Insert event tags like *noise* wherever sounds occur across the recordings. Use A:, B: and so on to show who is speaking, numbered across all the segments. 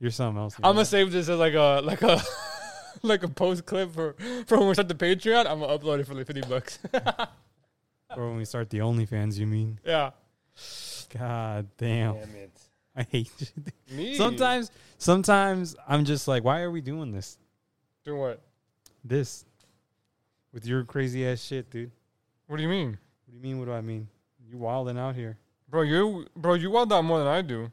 A: You're something else.
B: I'm gonna save this as like a like a *laughs* like a post clip for for when we start the Patreon. I'm gonna upload it for like fifty bucks. *laughs*
A: or when we start the OnlyFans, you mean?
B: yeah.
A: God damn.
B: it.
A: *laughs* I hate you.
B: Me.
A: Sometimes, sometimes I'm just like, why are we doing this?
B: Doing what?
A: This with your crazy ass shit, dude.
B: What do you mean,
A: What do you mean? What do I mean? You wilding out here?
B: bro? You bro, you wild out more than I do.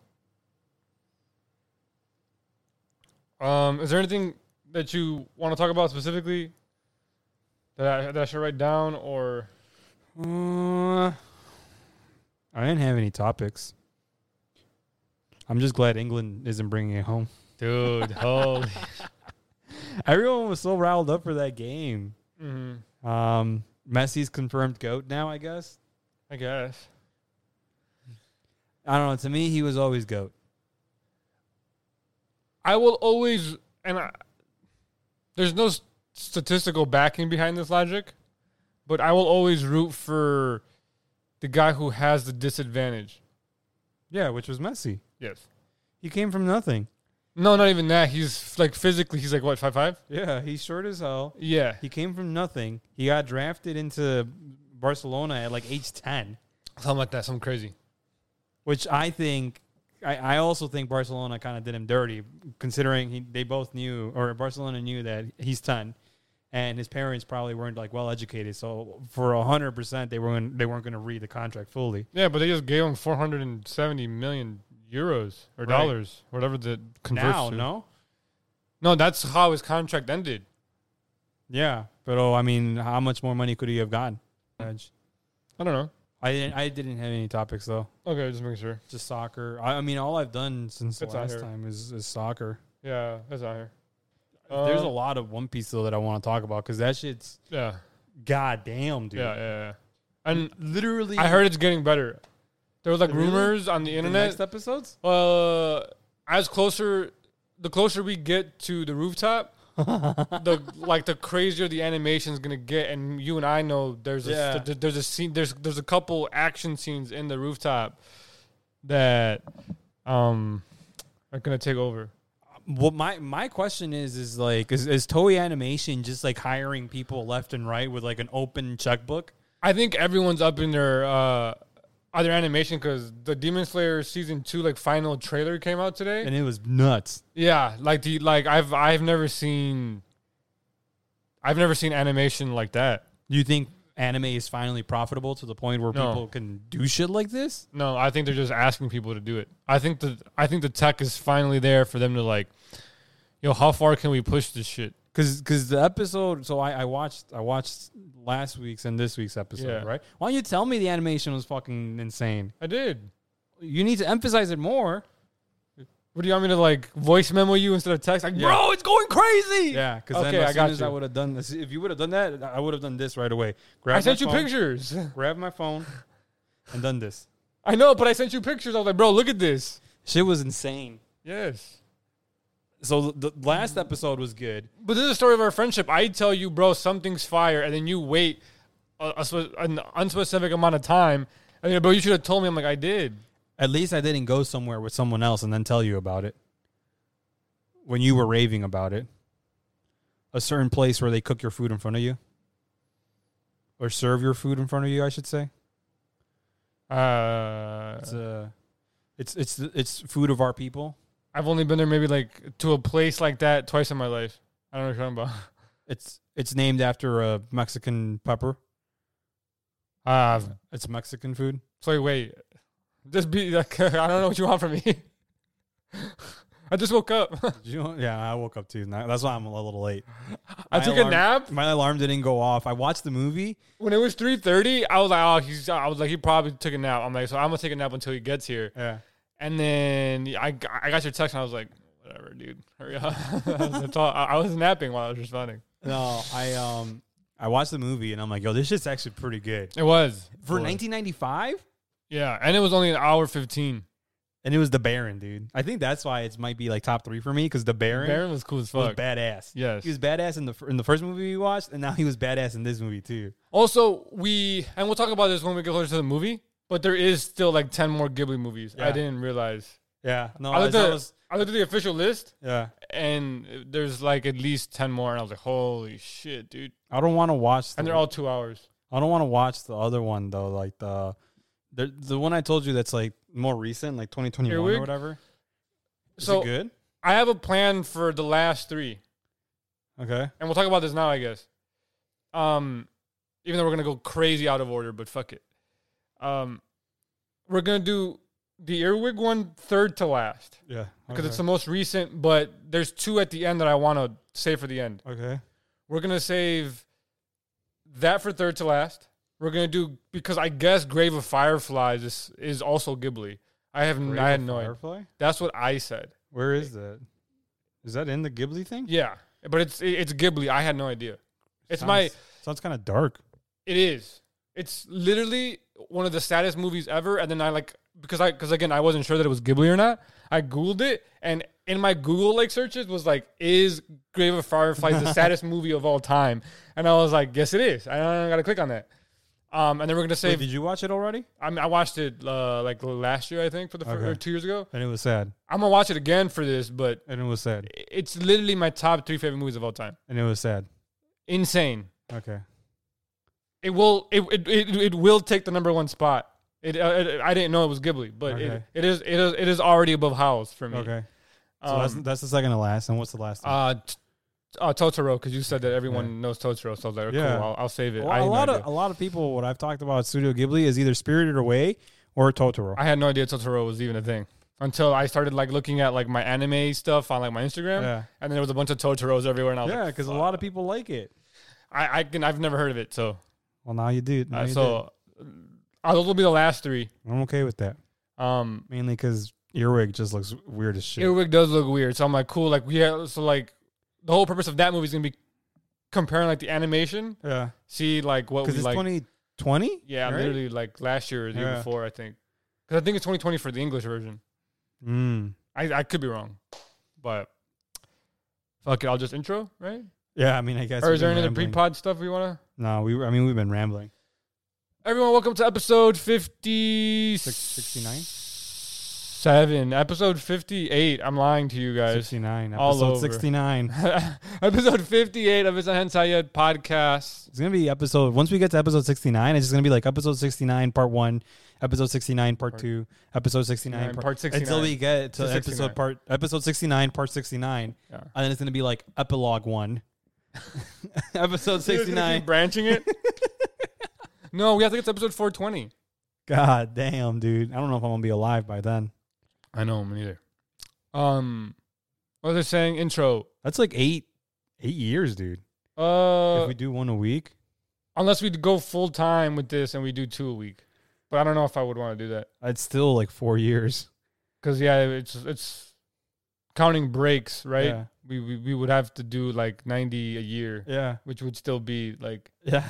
B: Um, is there anything that you want to talk about specifically that I, that I should write down or?
A: Uh, I didn't have any topics. I'm just glad England isn't bringing it home. *laughs*
B: Dude, *laughs* holy.
A: Everyone was so riled up for that game.
B: hmm
A: Um, Messi's confirmed goat now, I guess.
B: I guess.
A: I don't know. To me, he was always goat.
B: I will always, and I, there's no s- statistical backing behind this logic, but I will always root for the guy who has the disadvantage.
A: Yeah, which was Messi.
B: Yes.
A: He came from nothing.
B: No, not even that. He's like physically, he's like what five five.
A: Yeah, he's short as hell.
B: Yeah.
A: He came from nothing. He got drafted into Barcelona at like age 10,
B: Something like that. Something crazy.
A: which I think, I, I also think Barcelona kind of did him dirty, considering he, they both knew, or Barcelona knew that he's 10. And his parents probably weren't like well educated, so for hundred percent they weren't they weren't going to read the contract fully.
B: Yeah, but they just gave him four hundred and seventy million euros or
A: Right.
B: dollars, whatever the converts
A: Now,
B: to.
A: no,
B: no, that's how his contract ended.
A: yeah, but oh, I mean, how much more money could he have gotten? I
B: I don't know.
A: didn't, I didn't have any topics though.
B: Okay, just making sure.
A: just soccer. I, I mean, all I've done since the
B: It's out
A: last
B: here.
A: time is, is soccer.
B: Yeah, that's out here.
A: There's a
B: Uh,
A: lot of One Piece though that I want to talk about because that shit's
B: yeah,
A: goddamn, dude.
B: yeah, yeah, yeah. And
A: Literally,
B: I heard it's getting better. There was like
A: Really?
B: rumors on the
A: the
B: internet.
A: next episodes.
B: uh, as closer, the closer we get to the
A: *laughs*
B: rooftop, the like the crazier the animation's gonna get. And you and I know there's a
A: Yeah.
B: th- there's a scene there's there's a couple action scenes in the rooftop that um are gonna take over.
A: Well, my my question is is like is, is Toei Animation just like hiring people left and right with like an open checkbook?
B: I think everyone's up in their uh other animation because the Demon Slayer season two like final trailer came out today.
A: And it was nuts.
B: Yeah, like the like I've I've never seen I've never seen animation like that.
A: Do you think anime is finally profitable to the point where
B: No.
A: people can do shit like this?
B: No, I think they're just asking people to do it. I think the I think the tech is finally there for them to like yo, how far can we push this shit?
A: Cause, cause the episode. So I, I watched, I watched last week's and this week's episode,
B: Yeah.
A: right? Why don't you tell me the animation was fucking insane?
B: I did.
A: You need to emphasize it more.
B: What do you want me to like voice memo you instead of text? Like,
A: Yeah.
B: bro, it's going crazy.
A: Yeah, because
B: Okay,
A: then as
B: I
A: soon
B: got
A: as
B: you.
A: I would have done this, if you would have done that, I would have done this right away. Grab
B: I sent
A: my
B: you
A: phone,
B: pictures. *laughs*
A: Grab my phone and done this.
B: I know, but I sent you pictures. I was like, bro, look at this.
A: Shit was insane.
B: Yes.
A: So the the last episode was good.
B: But this is a story of our friendship. I tell you, bro, something's fire, and then you wait a, a, spe- an unspecific amount of time. And you're, bro, you should have told me. I'm like, I did.
A: At least I didn't go somewhere with someone else and then tell you about it when you were raving about it. A certain place where they cook your food in front of you or serve your food in front of you, I should say.
B: Uh,
A: It's uh, it's it's it's food of our people.
B: I've only been there maybe like to a place like that twice in my life. I don't know what you're talking about.
A: It's it's named after a Mexican pepper.
B: Ah,
A: *laughs* It's Mexican food.
B: so wait, just be *laughs* like, I don't know what you want from me. *laughs* I just woke up. *laughs*
A: Did you- *laughs* yeah, I woke up too. Now- That's why I'm a little late.
B: I
A: My
B: took
A: alarm-
B: a nap
A: My alarm didn't go off. I watched the movie.
B: when it was 3:30. I was like, oh, he's. I was like, he probably took a nap. I'm like, so I'm gonna take a nap until he gets here.
A: Yeah.
B: And then yeah, I, g- I got your text and I was like, whatever, dude, hurry up. *laughs* That's all- I, I was napping while I was responding.
A: No, I um I watched the movie and I'm like, yo, this shit's actually pretty good.
B: It was
A: For
B: It was.
A: 1995?
B: Yeah, and it was only an hour fifteen.
A: And it was The Baron, dude. I think that's why it might be like top 3 for me cuz The Baron,
B: Baron was cool as
A: was
B: fuck.
A: badass.
B: Yes.
A: He was badass in the fir- in the first movie we watched and now he was badass in this movie too.
B: Also, we and we'll talk about this when we get closer to the movie. But there is still like ten more Ghibli movies. I
A: Yeah.
B: didn't realize.
A: Yeah. No,
B: I
A: I
B: looked,
A: that
B: at,
A: was
B: I looked at the official list,
A: yeah.
B: and there's like at least ten more, and I was like, "Holy shit, dude!"
A: I don't want to watch.
B: And
A: the-
B: they're all two hours.
A: I don't want to watch the other one though. Like the the the one I told you that's like more recent, like 2021
B: Earwig?
A: or whatever. Is
B: So-
A: it good?
B: I have a plan for the last three,
A: Okay.
B: and we'll talk about this now, I guess. Um, even though we're gonna go crazy out of order, but fuck it. Um, we're gonna do the earwig one third to last
A: Yeah.
B: because it's the most recent, but there's two at the end that I want to save for the end.
A: okay.
B: We're gonna save that for third to last. We're gonna do because I guess Grave of Fireflies is, is also Ghibli. I
A: Mm,
B: have n- I had no idea.
A: Firefly.
B: That's what I said.
A: Where is that? Is that in the Ghibli thing?
B: Yeah, but it's it- it's Ghibli. I had no idea. It's
A: sounds,
B: my
A: sounds kind of dark.
B: it is. It's literally one of the saddest movies ever. And then I like because I because again I wasn't sure that it was Ghibli or not. I googled it and in my Google like searches was like is Grave of Fireflies
A: *laughs*
B: the saddest movie of all time? And I was like yes it is. I don't gotta click on that. Um, and then we're gonna
A: Wait,
B: save.
A: did you watch it already?
B: I mean, I watched it uh, like last year, I think, for the fir-
A: Okay.
B: or two years ago.
A: And it was sad.
B: I'm gonna watch it again for this, but
A: And it was sad.
B: it's literally my top three favorite movies of all time.
A: And it was sad.
B: Insane.
A: Okay.
B: It will. It it, it, it will take the number one spot. It, uh, it- I didn't know it was Ghibli, but it,
A: Okay.
B: it is it is it is already above Howl's for me.
A: Okay. So
B: Um,
A: that's that's the second to last. And what's the last? one?
B: uh, t- uh, Totoro, because you said that everyone knows Totoro, so they're
A: Yeah.
B: cool. I'll, I'll save it.
A: Well,
B: I had
A: a
B: no
A: lot
B: idea.
A: of a lot of people. What I've talked about Studio Ghibli is either Spirited Away or Totoro.
B: I had no idea Totoro was even a thing until I started like looking at like my anime stuff on like my Instagram,
A: Yeah.
B: and then there was a bunch of Totoros everywhere, and I was
A: yeah,
B: like,
A: because a
B: "Fuck."
A: lot of people like it.
B: I, I can I've never heard of it, so
A: Well, now you do. Now
B: uh,
A: you
B: so uh, those will be the last three.
A: do. I'm okay with that.
B: Um,
A: Mainly because Earwig just looks weird as shit.
B: Earwig does look weird, so I'm like, cool. Like, yeah, so like the whole purpose of that movie is gonna be comparing like the animation,
A: yeah,
B: see like what we
A: because it's
B: like.
A: 2020.
B: yeah,
A: right?
B: literally like last year or the year
A: Yeah.
B: before, I think. Because I think it's 2020 for the English version.
A: Mm.
B: I I could be wrong, but fuck it, I'll just intro right.
A: Yeah, I mean, I guess.
B: or
A: we've
B: is there
A: been
B: any other
A: rambling.
B: pre-pod stuff we wanna?
A: No, we. were- I mean, we've been rambling.
B: Everyone, welcome to episode 50...
A: Six- 69?
B: Seven. Episode 58. I'm lying to you guys.
A: 69.
B: all
A: episode
B: over.
A: 69.
B: *laughs* episode 58 of It's Not Hentai Yet podcast.
A: It's gonna be episode. Once we get to episode 69, it's just gonna be like episode 69 part one, episode 69 part,
B: Part-
A: two, episode 69
B: 69,
A: part,
B: part 69.
A: until we get to
B: To 69.
A: episode part episode 69 part 69,
B: Yeah.
A: and then it's gonna be like epilogue one. *laughs* episode
B: You're just gonna
A: 69.
B: keep
A: *laughs*
B: Branching it? no, we have to get to episode 420.
A: God damn, dude. I don't know if I'm gonna be alive by then.
B: I know, me neither. Um, what are they saying? Intro.
A: That's like eight eight years, dude.
B: Uh,
A: if we do one a week,
B: unless we go full time with this and we do two a week. But I don't know if I would want to do that.
A: it's still like four years.
B: Because, yeah, it's it's counting breaks, right?
A: Yeah.
B: We, we, we would have to do like 90 a year,
A: Yeah.
B: which would still be like.
A: *laughs* Yeah.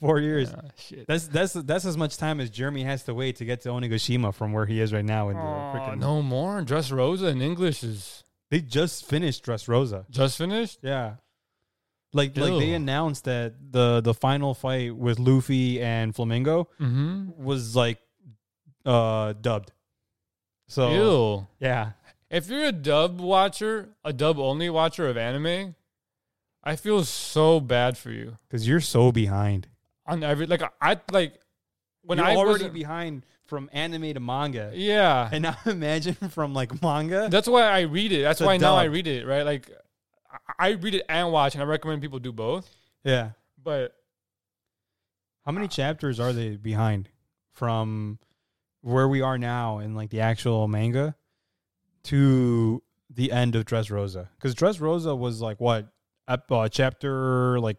A: Four years.
B: Ah, shit.
A: That's that's that's as much time as Jeremy has to wait to get to Onigashima from where he is right now in the
B: Aw,
A: freaking
B: no more. Dress Rosa in English is
A: They just finished Dress Rosa.
B: just finished.
A: Yeah. Like like they
B: Ew.
A: announced that the the final fight with Luffy and Flamingo
B: Mm-hmm.
A: was like uh dubbed. So
B: Ew.
A: yeah.
B: If you're a dub watcher, a dub only watcher of anime, I feel so bad for you
A: Cuz you're so behind.
B: on every like I like when
A: you're
B: I
A: already
B: was
A: behind from anime to manga.
B: yeah.
A: And now *laughs* imagine from like manga.
B: That's why I read it. That's
A: The
B: why now I
A: dub.
B: read it. Right, like I- I read it and watch, and I recommend people do both.
A: yeah.
B: But
A: How many chapters are they behind from where we are now in like the actual manga to the end of Dressrosa? Because Dressrosa was like what up uh, chapter like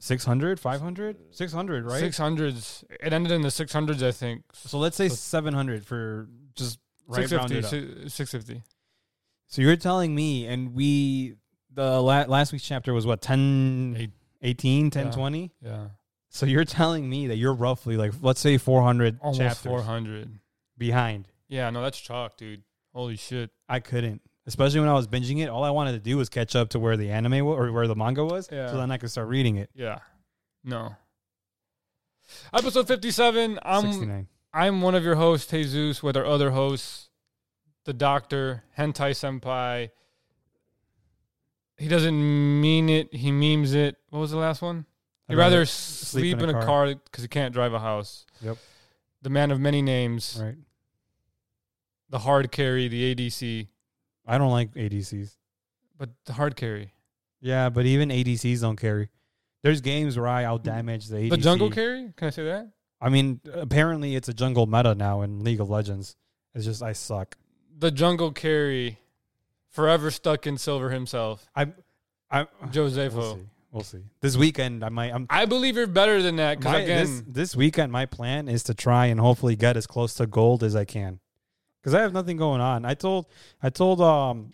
A: 600, 500, 600, right?
B: six hundreds, it ended in the six hundreds, I think.
A: So let's say 700 for just right rounded up.
B: 650, six fifty.
A: So you're telling me, and we the la- last week's chapter was what 10,
B: Eight.
A: 18, 10,
B: Yeah.
A: 20.
B: Yeah,
A: So you're telling me that you're roughly like let's say 400
B: almost
A: chapters
B: four hundred.
A: behind.
B: Yeah, no, that's chalk, dude. Holy shit.
A: I couldn't. Especially when I was binging it, all I wanted to do was catch up to where the anime was, or where the manga was,
B: Yeah.
A: so then I could start reading it.
B: Yeah. No. Episode 57. I'm
A: 69.
B: Um, I'm one of your hosts, Jesus, with our other hosts, the doctor, hentai senpai. He doesn't mean it. He memes it. What was the last one? He'd
A: I'd
B: rather,
A: rather
B: sleep, in a car because he can't drive a house.
A: Yep.
B: The man of many names.
A: Right.
B: The hard carry. The ADC.
A: I don't like ADCs.
B: But the hard carry.
A: Yeah, but even ADCs don't carry. There's games where I outdamage the ADC.
B: The jungle carry. Can I say that?
A: I mean, apparently it's a jungle meta now in League of Legends. It's just I suck.
B: The jungle carry. Forever stuck in silver himself.
A: *laughs* I, I
B: Josefo.
A: we'll see. We'll see. This weekend I might. I'm,
B: I believe you're better than that
A: my-
B: because again,
A: this, this weekend my plan is to try and hopefully get as close to gold as I can, because I have nothing going on. I told I told um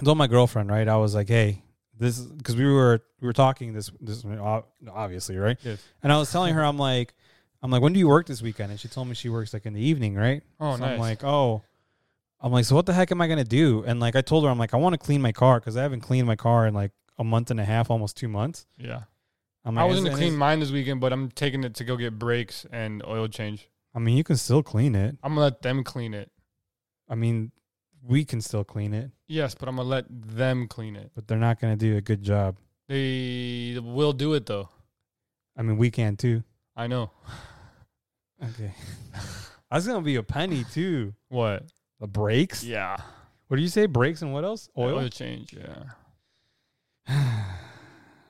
A: I told my girlfriend right. I was like, hey, this because we were we were talking this this ob- obviously right.
B: Yes.
A: And I was telling her, I'm like, I'm like, when do you work this weekend? And she told me she works like in the evening, right?
B: Oh,
A: so
B: nice.
A: I'm like, oh, I'm like, so what the heck am I gonna do? And like, I told her, I'm like, I want to clean my car because I haven't cleaned my car in like a month and a half, almost two months.
B: yeah.
A: I'm
B: I
A: like,
B: was gonna
A: it's-
B: clean mine this weekend, but I'm taking it to go get brakes and oil change.
A: I mean, you can still clean it.
B: I'm gonna let them clean it.
A: I mean, we can still clean it,
B: Yes, but I'm gonna let them clean it.
A: but they're not gonna do a good job.
B: They will do it though.
A: I mean, we can too.
B: I know.
A: Okay. *laughs* That's gonna be a penny too.
B: What?
A: The brakes.
B: Yeah.
A: What do you say? Brakes and what else?
B: Oil,
A: Oil.
B: change. Yeah.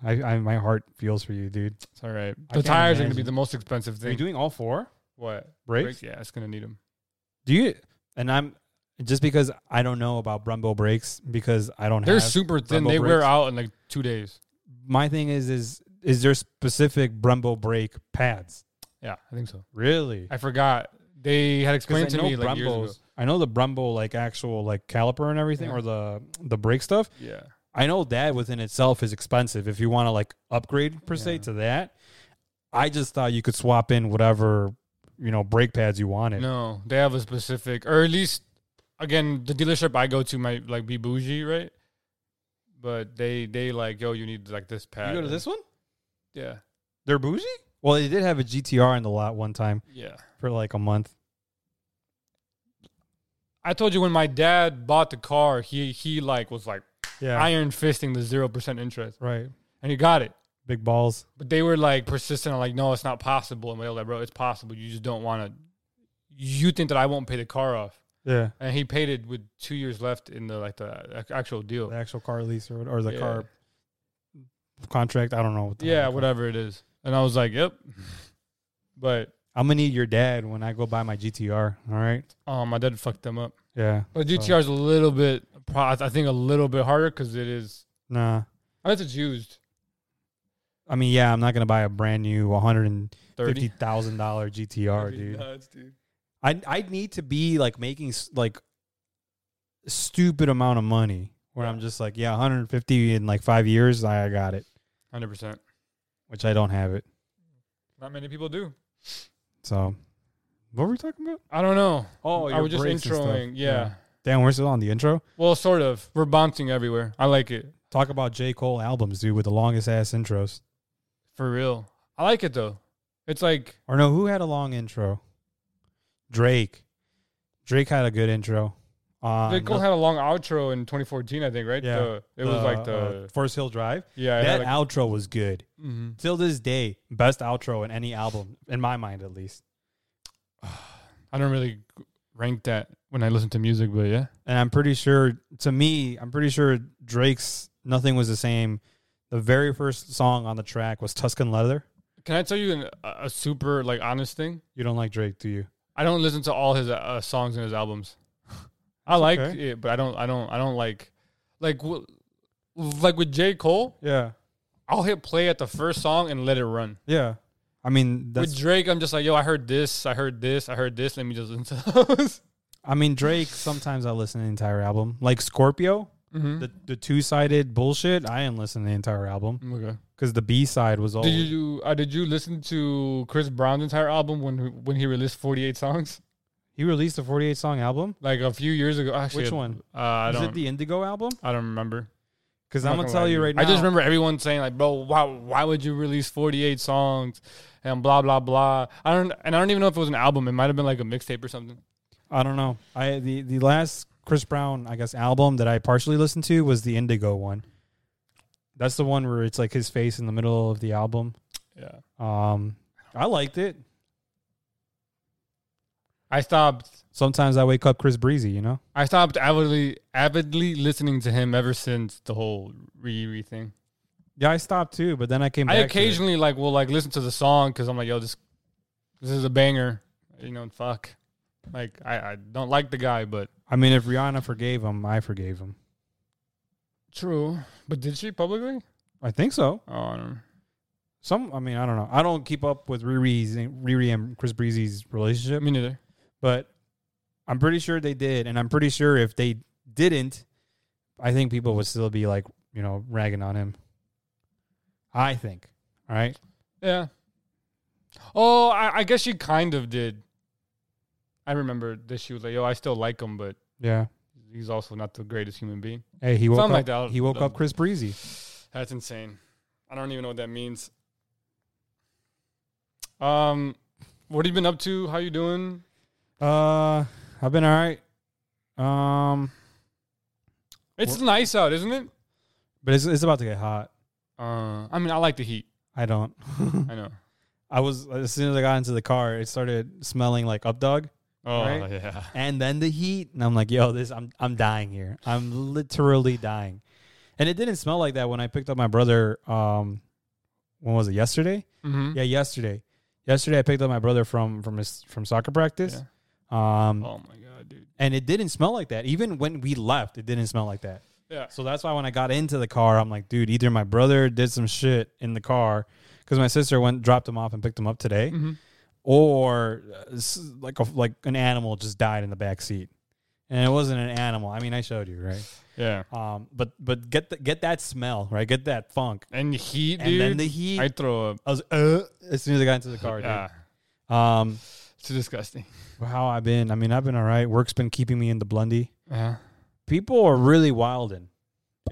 A: I, I my heart feels for you, dude.
B: It's all right.
A: I
B: The
A: can't
B: tires are gonna be
A: imagine.
B: the most expensive
A: Are you
B: thing.
A: doing all four?
B: what?
A: brakes?
B: Yeah, it's gonna need them.
A: Do you? And I'm just because I don't know about Brembo brakes because I don't
B: They're
A: have.
B: super thin.
A: Brembo
B: They wear
A: brakes.
B: out in like two days.
A: my thing is is is there specific Brembo brake pads?
B: Yeah, I think so.
A: Really?
B: I forgot. They had explained
A: Because I
B: to
A: know
B: me like years ago.
A: Brembos. I know the Brembo like actual like caliper and everything
B: Yeah.
A: or the the brake stuff.
B: Yeah.
A: I know that within itself is expensive if you want to like upgrade per se
B: Yeah.
A: to that. I just thought you could swap in whatever you know brake pads you wanted.
B: No, they have a specific, or at least, again, the dealership I go to might like be bougie, right? But they they like, yo, you need like this pad.
A: You go to
B: and-
A: this one?
B: Yeah,
A: They're bougie? Well, they did have a GTR in the lot one time
B: yeah.
A: for like a month.
B: I told you when my dad bought the car, he he like was like
A: Yeah.
B: iron fisting the zero percent interest,
A: right.
B: and he got it.
A: Big balls.
B: But they were like persistent, on like, no, it's not possible. And we were like, bro, it's possible. You just don't want to. You think that I won't pay the car off,
A: Yeah.
B: and he paid it with two years left in the like the ac- actual deal.
A: The actual car lease or, or the
B: Yeah.
A: car contract. I don't know. What the
B: Yeah,
A: hell.
B: whatever it is. And I was like, yep. *laughs* But
A: I'm going to need your dad when I go buy my GTR. All right.
B: um, my dad fucked them up.
A: Yeah.
B: But GTR is a little bit, pro- I think, a little bit harder because it is.
A: Nah.
B: Unless it's used,
A: I mean, yeah, I'm not going to buy a brand new $150,000
B: thirty.
A: GTR,
B: That'd be
A: dude.
B: nuts, dude.
A: I, I'd need to be like making s- like stupid amount of money where I'm just like, yeah, 150 in like five years. I got it,
B: Hundred percent.
A: which I don't have it.
B: Not many people do.
A: So what were we talking about?
B: I don't know.
A: Oh,
B: I was just introing. Yeah.
A: Damn, we're still on the intro.
B: Well, sort of. We're bouncing everywhere. I like it
A: Talk about J. Cole albums, dude, with the longest ass intros.
B: for real. I like it though. It's like
A: Or no, who had a long intro? Drake. Drake had a good intro. Um,
B: J. Cole
A: the-
B: had a long outro in 2014, I think, right?
A: Yeah.
B: The- it was
A: the,
B: like the
A: uh, Forest Hill Drive.
B: yeah. it had
A: That
B: like-
A: outro was good.
B: Mhm.
A: Till this day, best outro in any album, in my mind at least.
B: I don't really rank that when I listen to music, but yeah.
A: And I'm pretty sure, to me, I'm pretty sure Drake's Nothing Was the Same. The very first song on the track was Tuscan Leather.
B: Can I tell you an, a a super like honest thing?
A: You don't like Drake, do you?
B: I don't listen to all his uh, songs in
A: *laughs*
B: his albums. I like
A: okay.
B: it, but I don't. I don't. I don't like like w- like with J Cole.
A: Yeah.
B: I'll hit play at the first song and let it run.
A: Yeah. I mean, that's
B: with Drake, I'm just like, yo, I heard this, I heard this, I heard this. Let me just *laughs* listen to those.
A: I mean, Drake, sometimes I listen to the entire album. Like Scorpio,
B: Mm-hmm.
A: the, the two sided bullshit, I didn't listen to the entire album
B: okay.
A: because the B side was all.
B: Did you uh, did you listen to Chris Brown's entire album when when he released 48 songs
A: he released a 48 song album.
B: like a few years ago? Actually,
A: Which one?
B: Uh, I
A: Is
B: don't.
A: it the Indigo album?
B: I don't remember.
A: Because
B: I'm
A: I'm,
B: not
A: going to
B: gonna
A: tell
B: lie to
A: you
B: you.
A: right now.
B: I just remember everyone saying like, "Bro, why why would you release 48 songs and blah blah blah." I don't and I don't even know if it was an album. It might have been like a mixtape or something.
A: I don't know. I the, the last Chris Brown, I guess, album that I partially listened to was the Indigo one. That's the one where it's like his face in the middle of the album.
B: Yeah.
A: Um, I liked it.
B: I stopped.
A: Sometimes I wake up Chris Breezy, you know.
B: I stopped avidly, avidly listening to him ever since the whole Riri thing.
A: Yeah, I stopped too, but then I came.
B: I
A: back to it.
B: occasionally like will like listen to the song because I'm like, yo, this this is a banger, you know. and Fuck, like I, I don't like the guy, but
A: I mean, if Rihanna forgave him, I forgave him.
B: true. But did she publicly?
A: I think so.
B: Oh, I don't know.
A: Some, I mean, I don't know. I don't keep up with Riri's Riri and Chris Breezy's relationship.
B: me neither.
A: but I'm pretty sure they did, and I'm pretty sure if they didn't, I think people would still be like, you know, ragging on him. I think. All right.
B: Yeah. Oh, I, I guess she kind of did. I remember that she was like, yo, I still like him, but
A: Yeah.
B: he's also not the greatest human being.
A: Hey, he woke
B: Something
A: up.
B: like that.
A: He woke up Chris Breezy.
B: That's insane. I don't even know what that means. Um, what have you been up to? How you doing?
A: Uh, I've been all right. Um,
B: It's nice out, isn't it?
A: but it's it's about to get hot.
B: Uh, I mean, I like the heat.
A: I don't. *laughs*
B: I know.
A: I was as soon as I got into the car, it started smelling like up dog,
B: Oh
A: Right?
B: yeah.
A: and then the heat, and I'm like, yo, this I'm I'm dying here. I'm literally dying. And it didn't smell like that when I picked up my brother. Um, when was it? Yesterday?
B: Mm-hmm.
A: Yeah, yesterday. Yesterday, I picked up my brother from from his from soccer practice. Um,
B: Oh my god, dude.
A: and it didn't smell like that. Even when we left, it didn't smell like that.
B: Yeah.
A: So that's why when I got into the car, I'm like, dude, either my brother did some shit in the car because my sister went dropped him off and picked him up today,
B: Mhm.
A: or uh, s- like a, like an animal just died in the back seat. And it wasn't an animal. I mean, I showed you, right?
B: Yeah.
A: Um, but but get the, get that smell, right? Get that funk,
B: And the heat,
A: and
B: dude.
A: then the heat.
B: I
A: I,
B: throw up.
A: was uh, as soon as I got into the car. dude.
B: Yeah.
A: Um,
B: It's disgusting.
A: how I've been? I mean, I've been all right. Work's been keeping me in the blundy.
B: Yeah.
A: People are really wilding.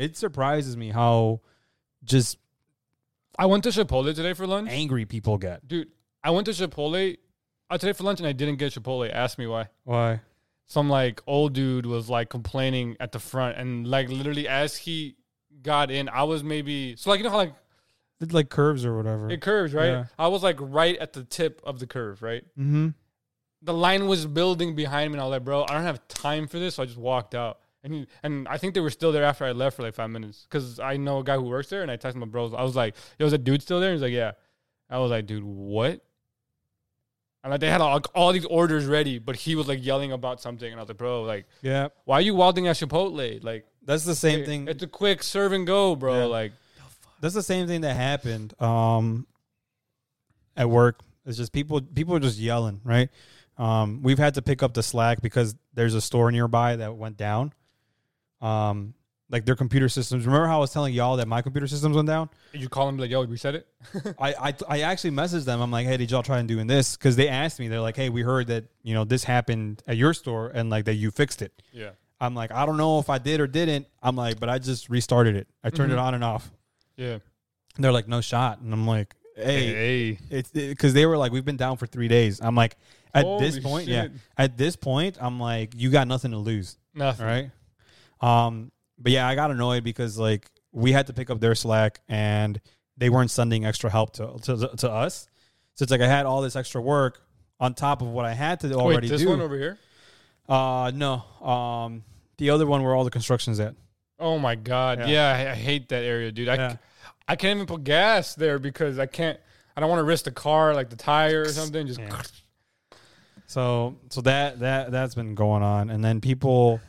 A: It surprises me how just
B: I went to Chipotle today for lunch.
A: angry people get.
B: Dude, I went to Chipotle uh, today for lunch and I didn't get Chipotle. Ask me why.
A: Why?
B: Some like old dude was like complaining at the front and like literally as he got in, I was maybe so like you know how like
A: It's like curves or whatever.
B: it curves, right?
A: Yeah.
B: I was like right at the tip of the curve, right?
A: mm-hmm.
B: the line was building behind me, and I was like, "Bro, I don't have time for this," so I just walked out. And and I think they were still there after I left for like five minutes because I know a guy who works there, and I texted my bros. I was like, "Yo, is that dude still there?" And he's like, "Yeah." I was like, "Dude, what?" And like they had all, all these orders ready, but he was like yelling about something, and I was like, "Bro, like,
A: Yeah,
B: why are you wilding at Chipotle? Like,
A: that's the same
B: it-
A: thing.
B: It's a quick serve and go, bro.
A: Yeah.
B: Like,
A: That's the same thing that happened um, at work. It's just people people are just yelling, right? Um, we've had to pick up the slack because there's a store nearby that went down. Um, like their computer systems. Remember how I was telling y'all that my computer systems went down?
B: you call him like, "Yo, reset it." *laughs*
A: I, I I actually messaged them. I'm like, hey, did y'all try and doing this? Because they asked me. They're like, hey, we heard that you know this happened at your store and like that you fixed it.
B: yeah.
A: I'm like, I don't know if I did or didn't. I'm like, but I just restarted it. I turned it on and off.
B: Yeah.
A: And they're like, no shot. And I'm like, hey,
B: Hey.
A: it's because they were like, we've been down for three days. I'm like, at this
B: Holy
A: point, yeah,
B: shit.
A: at this point, I'm like, you got nothing to lose.
B: Nothing.
A: All right. Um, but yeah, I got annoyed because like we had to pick up their slack and they weren't sending extra help to to, to us. So it's like I had all this extra work on top of what I had to
B: Wait,
A: already
B: this
A: do.
B: one over here.
A: uh, no, um, the other one where all the construction's at.
B: Oh my god.
A: Yeah.
B: Yeah, I, I hate that area, dude. I, c-
A: Yeah.
B: I can't even put gas there because I can't I don't want to risk the car like the tire or something just
A: Yeah. So so that that that's been going on, and then people,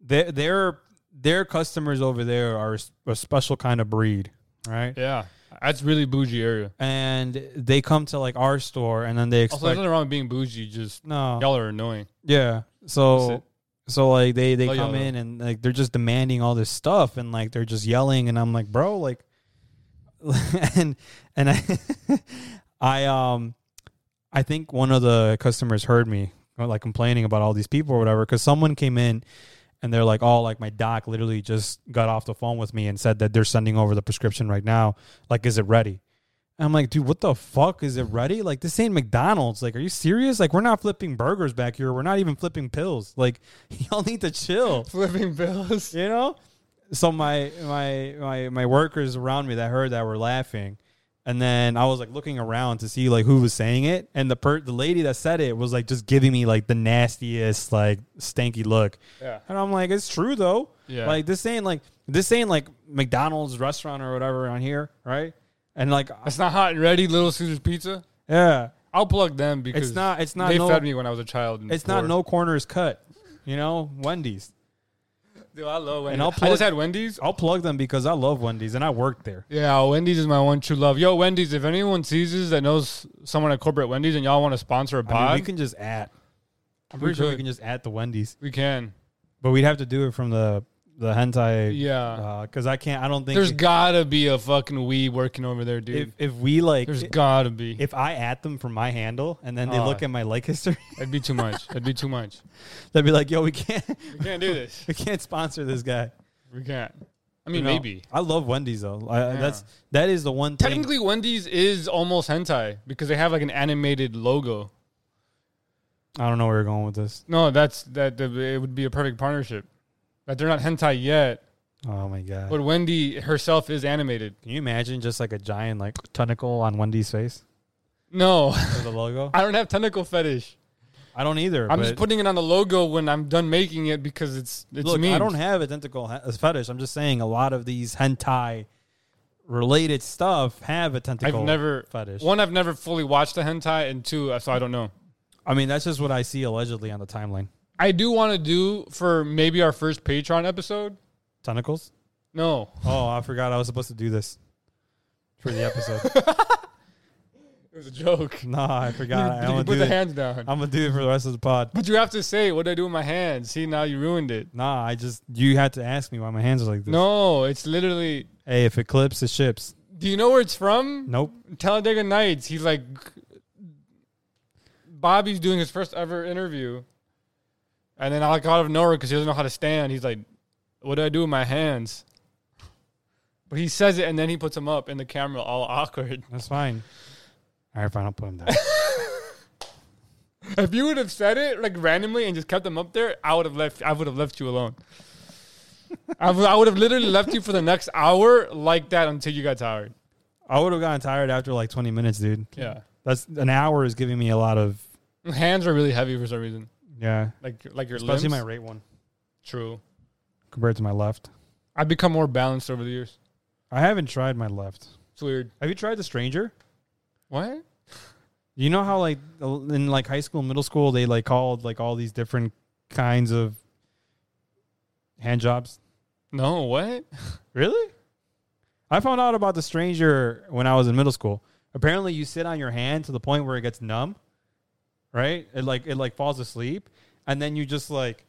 A: their their their customers over there are a special kind of breed, right?
B: *sniffs* Yeah. That's really bougie area.
A: And they come to like our store, and then they expect
B: Also, Oh, there's nothing wrong with being bougie, just
A: no,
B: y'all
A: *laughs*
B: are annoying.
A: yeah.
B: That's
A: So
B: it.
A: so like they they
B: Oh,
A: come
B: yeah.
A: in and like they're just demanding all this stuff, and like they're just yelling, and I'm like, bro, like, *laughs* and and I *laughs* I um I think one of the customers heard me uh, like complaining about all these people or whatever because someone came in and they're like, oh, like my doc literally just got off the phone with me and said that they're sending over the prescription right now. Like, is it ready? And I'm like, dude, what the fuck is it ready? Like this ain't McDonald's. Like, are you serious? Like we're not flipping burgers back here. We're not even flipping pills. Like *laughs* y'all need to chill.
B: Flipping bills.
A: You know? So my my my my workers around me that heard that were laughing. And then I was like looking around to see like who was saying it, and the per- the lady that said it was like just giving me like the nastiest like stanky look.
B: Yeah.
A: And I'm like, it's true though.
B: Yeah.
A: Like this ain't like this ain't like McDonald's restaurant or whatever on here, right? And like,
B: It's not hot and ready, Little Caesars Pizza.
A: yeah,
B: I'll plug them because
A: it's not. It's not.
B: they
A: no,
B: fed me when I was a child. and
A: It's
B: poor.
A: not no corners cut. You know, Wendy's.
B: Dude, I love Wendy's.
A: I'll
B: I
A: plug-
B: just had Wendy's.
A: I'll plug them because I love Wendy's and I worked there.
B: Yeah, Wendy's is my one true love. Yo, Wendy's, if anyone sees this that knows someone at corporate Wendy's and y'all want to sponsor a
A: I mean,
B: pod,
A: we can just add. I'm
B: We
A: pretty sure we
B: could.
A: can just add the Wendy's,
B: we can.
A: but we'd have to do it from the the hentai.
B: Yeah.
A: because I can't. I don't think
B: There's
A: if,
B: gotta be a fucking we working over there, dude.
A: if if we like
B: There's
A: i-
B: gotta be.
A: if I add them from my handle and then they
B: Oh.
A: look at my like history, *laughs*
B: That'd be too much. That'd be too much.
A: they'd be like, "Yo, we can't
B: *laughs*
A: *laughs*
B: We can't do this.
A: we can't sponsor this guy."
B: We can't. I mean,
A: You know,
B: maybe.
A: I love Wendy's though. I, That's that is the one thing.
B: Technically, Wendy's is almost hentai because they have like an animated logo.
A: I don't know where you're going with this.
B: No, that's that. that it would be a perfect partnership. But they're not hentai yet.
A: Oh my god!
B: But Wendy herself is animated.
A: Can you imagine just like a giant like tentacle on Wendy's
B: *laughs*
A: face
B: No, *laughs*
A: for the logo?
B: I don't have tentacle fetish.
A: I don't either.
B: I'm
A: but
B: just putting it on the logo when I'm done making it because it's it's
A: look,
B: memes.
A: I don't have a tentacle he- as fetish. I'm just saying a lot of these hentai related stuff have a
B: I've
A: tentacle.
B: never
A: fetish.
B: one. I've never fully watched a hentai, and two, uh, so I don't know.
A: I mean, that's just what I see allegedly on the timeline.
B: I do want to do for maybe our first Patreon episode.
A: Tentacles.
B: No,
A: Oh, I forgot I was supposed to do this for the episode.
B: *laughs* it was
A: *laughs*
B: a joke.
A: nah, I forgot. I'm
B: *laughs* you, you
A: gonna
B: put
A: do
B: the
A: it.
B: hands down,
A: I'm gonna do it for the rest of the pod.
B: but you have to say what did I do with my hands. See, now you ruined it.
A: Nah, I just you had to ask me why my hands are like this.
B: No, it's literally.
A: Hey, if it clips, it ships.
B: Do you know where it's from?
A: Nope.
B: Talladega Nights. He's like, Bobby's doing his first ever interview, and then I like out of nowhere because he doesn't know how to stand. He's like, "What do I do with my hands?" But he says it, and then he puts them up in the camera, all *laughs* awkward.
A: That's fine. All right, fine. I'll put
B: *laughs*
A: them down.
B: If you would have said it like randomly and just kept them up there, I would have left. I would have left you alone. I would I would have literally left you for the next hour like that until you got tired.
A: I would have gotten tired after like 20 minutes, dude.
B: Yeah,
A: That's an hour is giving me a lot of
B: hands are really heavy for some reason.
A: yeah,
B: Like like your
A: especially my
B: limbs.
A: right one
B: True.
A: compared to my left.
B: I've become more balanced over the years.
A: I haven't tried my left.
B: It's weird.
A: Have you tried the stranger?
B: What?
A: You know how like in like high school, middle school, they like called like all these different kinds of hand jobs.
B: No, what? *laughs*
A: Really? I found out about the stranger when I was in middle school. Apparently, you sit on your hand to the point where it gets numb, right? It like it like falls asleep, and then you just like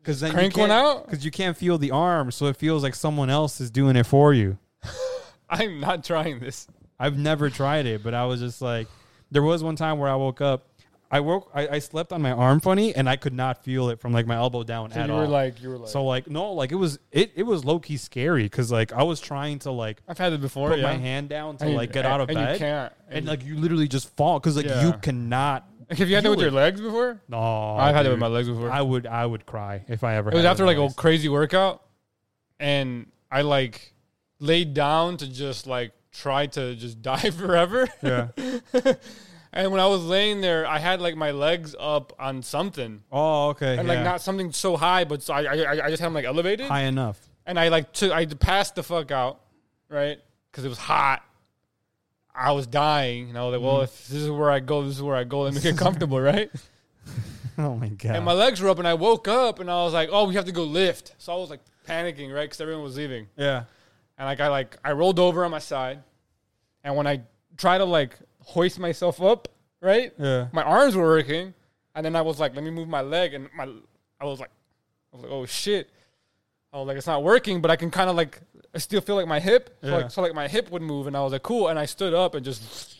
A: because then
B: Crank one out?
A: because you can't feel the arm, so it feels like someone else is doing it for you.
B: I'm not trying this.
A: I've never tried it, but I was just like, there was one time where I woke up. I woke. I, I slept on my arm funny, and I could not feel it from like my elbow down
B: So
A: at
B: you
A: all.
B: were like, you were like,
A: so like no, like it was it it was low key scary because like I was trying to like
B: I've had it before.
A: put
B: Oh,
A: my
B: yeah.
A: hand down to
B: And you-
A: like get out of
B: and
A: bed,
B: You can't.
A: and like you literally just fall because like you
B: Yeah.
A: cannot.
B: *laughs* have you had it with
A: feel
B: your legs before?
A: No,
B: I've had it with
A: dude.
B: my legs before.
A: I would I would cry if I ever.
B: it was
A: had
B: after
A: with
B: like
A: my
B: a
A: legs.
B: crazy workout, and I like laid down to just like try to just *laughs* die forever.
A: yeah.
B: and when I was laying there, I had like my legs up on something,
A: Oh okay.
B: and
A: yeah.
B: like not something so high, but so I I, I just had them like elevated.
A: high enough. *laughs*
B: and I like took I passed the fuck out, right? Because it was hot. I was dying, and I was like,
A: Mm-hmm.
B: "Well, if this is where I go, this is where I go. Let me get comfortable, right?"
A: Oh my god.
B: And my legs were up, and I woke up, and I was like, "Oh, we have to go lift." So I was like panicking, right? Because everyone was leaving,
A: yeah.
B: and like I like I rolled over on my side, and when I try to like hoist myself up, right?
A: Yeah.
B: My arms were working, and then I was like, "Let me move my leg," and my I was like, I was like, "Oh shit." I was like, it's not working, but I can kind of like, I still feel like my hip. So,
A: Yeah.
B: like, so like my hip would move, and I was like, cool. And I stood up and just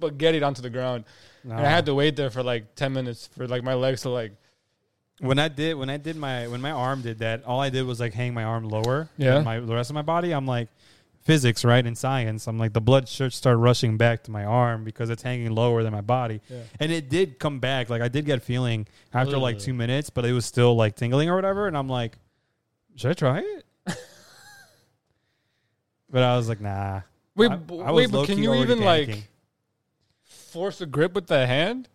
B: spaghettied onto the ground, and I had to wait there for like ten minutes for like my legs to like,
A: when I did when I did my when my arm did that, all I did was like hang my arm lower.
B: Yeah.
A: than My the rest of my body, I'm like, physics, right, and science, I'm like the blood should start rushing back to my arm because it's hanging lower than my body,
B: Yeah.
A: and it did come back. Like I did get feeling after like
C: Ugh.
A: two minutes, but it was still like tingling or whatever, and I'm like, should I try it? *laughs* but I was like, nah.
B: Wait,
A: I-
B: b-
A: I was
B: wait, but
A: low-key
B: can you
A: already
B: even
A: panicking.
B: like force a grip with the hand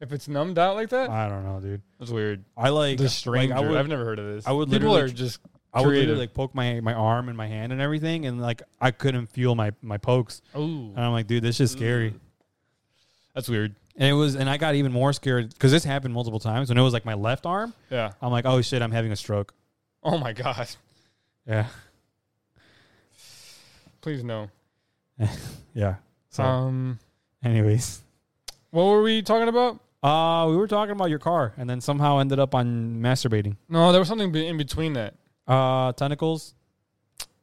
B: if it's numbed out like that?
A: I don't know, dude.
B: That's weird.
A: I like
B: The
A: like,
B: stranger.
A: I would,
B: I've never heard of this.
A: I would
B: People
A: literally
B: are just
A: I would literally
B: creative.
A: like poke my my arm and my hand and everything, and like I couldn't feel my my pokes,
C: Oh,
A: and I'm like, dude, this is scary.
B: Mm. that's weird.
A: And it was, and I got even more scared because this happened multiple times. When it was like my left arm,
B: Yeah.
A: I'm like, oh shit, I'm having a stroke.
B: Oh my god. *laughs*
A: Yeah,
B: Please no.
A: yeah. So,
B: Um,
A: anyways,
B: what were we talking about?
A: uh, we were talking about your car, and then somehow ended up on masturbating.
B: No, there was something be- in between that.
A: Uh, tentacles,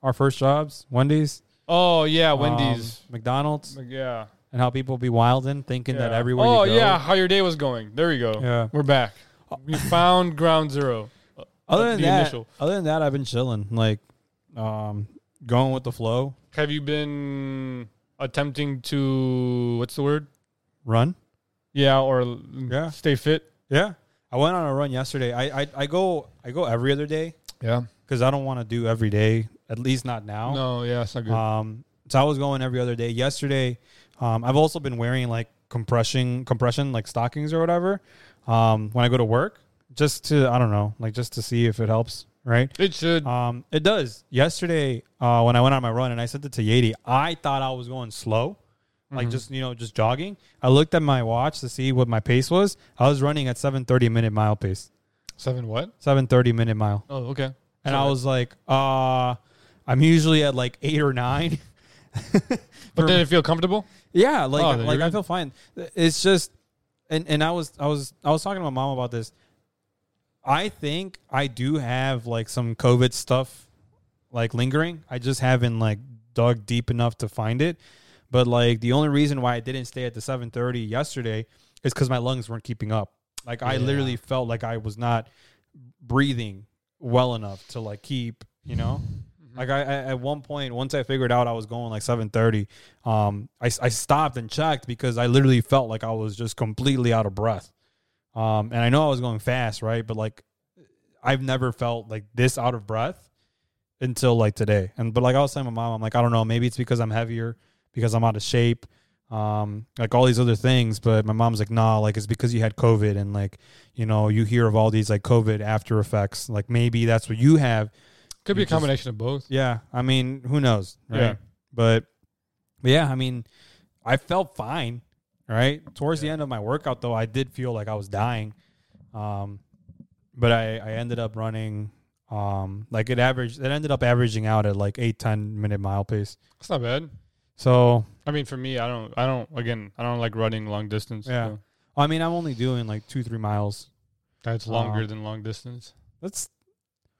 A: our first jobs, Wendy's,
B: Oh yeah,
A: um,
B: Wendy's.
A: McDonald's,
B: Like, yeah.
A: and how people be wilding, thinking Um, that
B: Yeah.
A: everywhere.
B: Oh
A: you go,
B: yeah, how your day was going. There you go.
A: yeah. Uh,
B: We're back. We found ground zero.
A: Other
B: That's
A: than
B: the
A: that,
B: initial.
A: other than that, I've been chilling, like, um, going with the flow.
B: Have you been attempting to what's the word?
A: Run.
B: Yeah, or
A: Yeah.
B: stay fit.
A: Yeah, I went on a run yesterday. I I, I go I go every other day.
B: Yeah.
A: because I don't want to do every day, at least not now.
B: No, Uh, yeah, it's not good.
A: Um, so I was going every other day. Yesterday, um, I've also been wearing like compression, compression like stockings or whatever um, when I go to work, just to I don't know, like just to see if it helps, right?
B: it should.
A: Um, it does. Yesterday, uh, when I went on my run and I sent it to Yeti, I thought I was going slow, like
B: Mm-hmm.
A: just you know just jogging. I looked at my watch to see what my pace was. I was running at seven thirty minute mile pace,
B: Seven what?
A: seven thirty minute mile.
B: Oh, okay.
A: And I was like, uh, I'm usually at like eight or nine. *laughs*
B: But did it feel comfortable?
A: yeah, like
B: Oh, then
A: like
B: you're
A: I
B: good.
A: feel fine. It's just and and I was I was I was talking to my mom about this. I think I do have like some COVID stuff like lingering. I just haven't like dug deep enough to find it. But like the only reason why I didn't stay at the 7:30 yesterday is cuz my lungs weren't keeping up. Like I
C: Yeah.
A: literally felt like I was not breathing well enough to like keep, you know? Like I, I at one point, once I figured out I was going like seven thirty, um, I, s- I stopped and checked because I literally felt like I was just completely out of breath. Um, and I know I was going fast, right? But like, I've never felt like this out of breath until like today. And but like I was telling my mom, I'm like, I don't know, maybe it's because I'm heavier, because I'm out of shape, um, like all these other things. But my mom's like, nah, like it's because you had COVID and like you know you hear of all these like COVID after effects. Like maybe that's what you have.
B: Could be
A: You
B: a
A: just-
B: combination of both.
A: Yeah, I mean, who knows, right?
B: Yeah.
A: But, but yeah, I mean, I felt fine, right? Towards the end of my workout, though, I did feel like I was dying. Um, but I, I ended up running, um, like it averaged, it ended up averaging out at like eight, 10 minute mile pace.
B: It's not bad.
A: So,
B: I mean, for me, I don't, I don't. Again, I don't like running long distance.
A: Yeah.
B: so
A: I mean, I'm only doing like two, three miles.
B: that's longer
A: Um,
B: than long distance.
A: That's,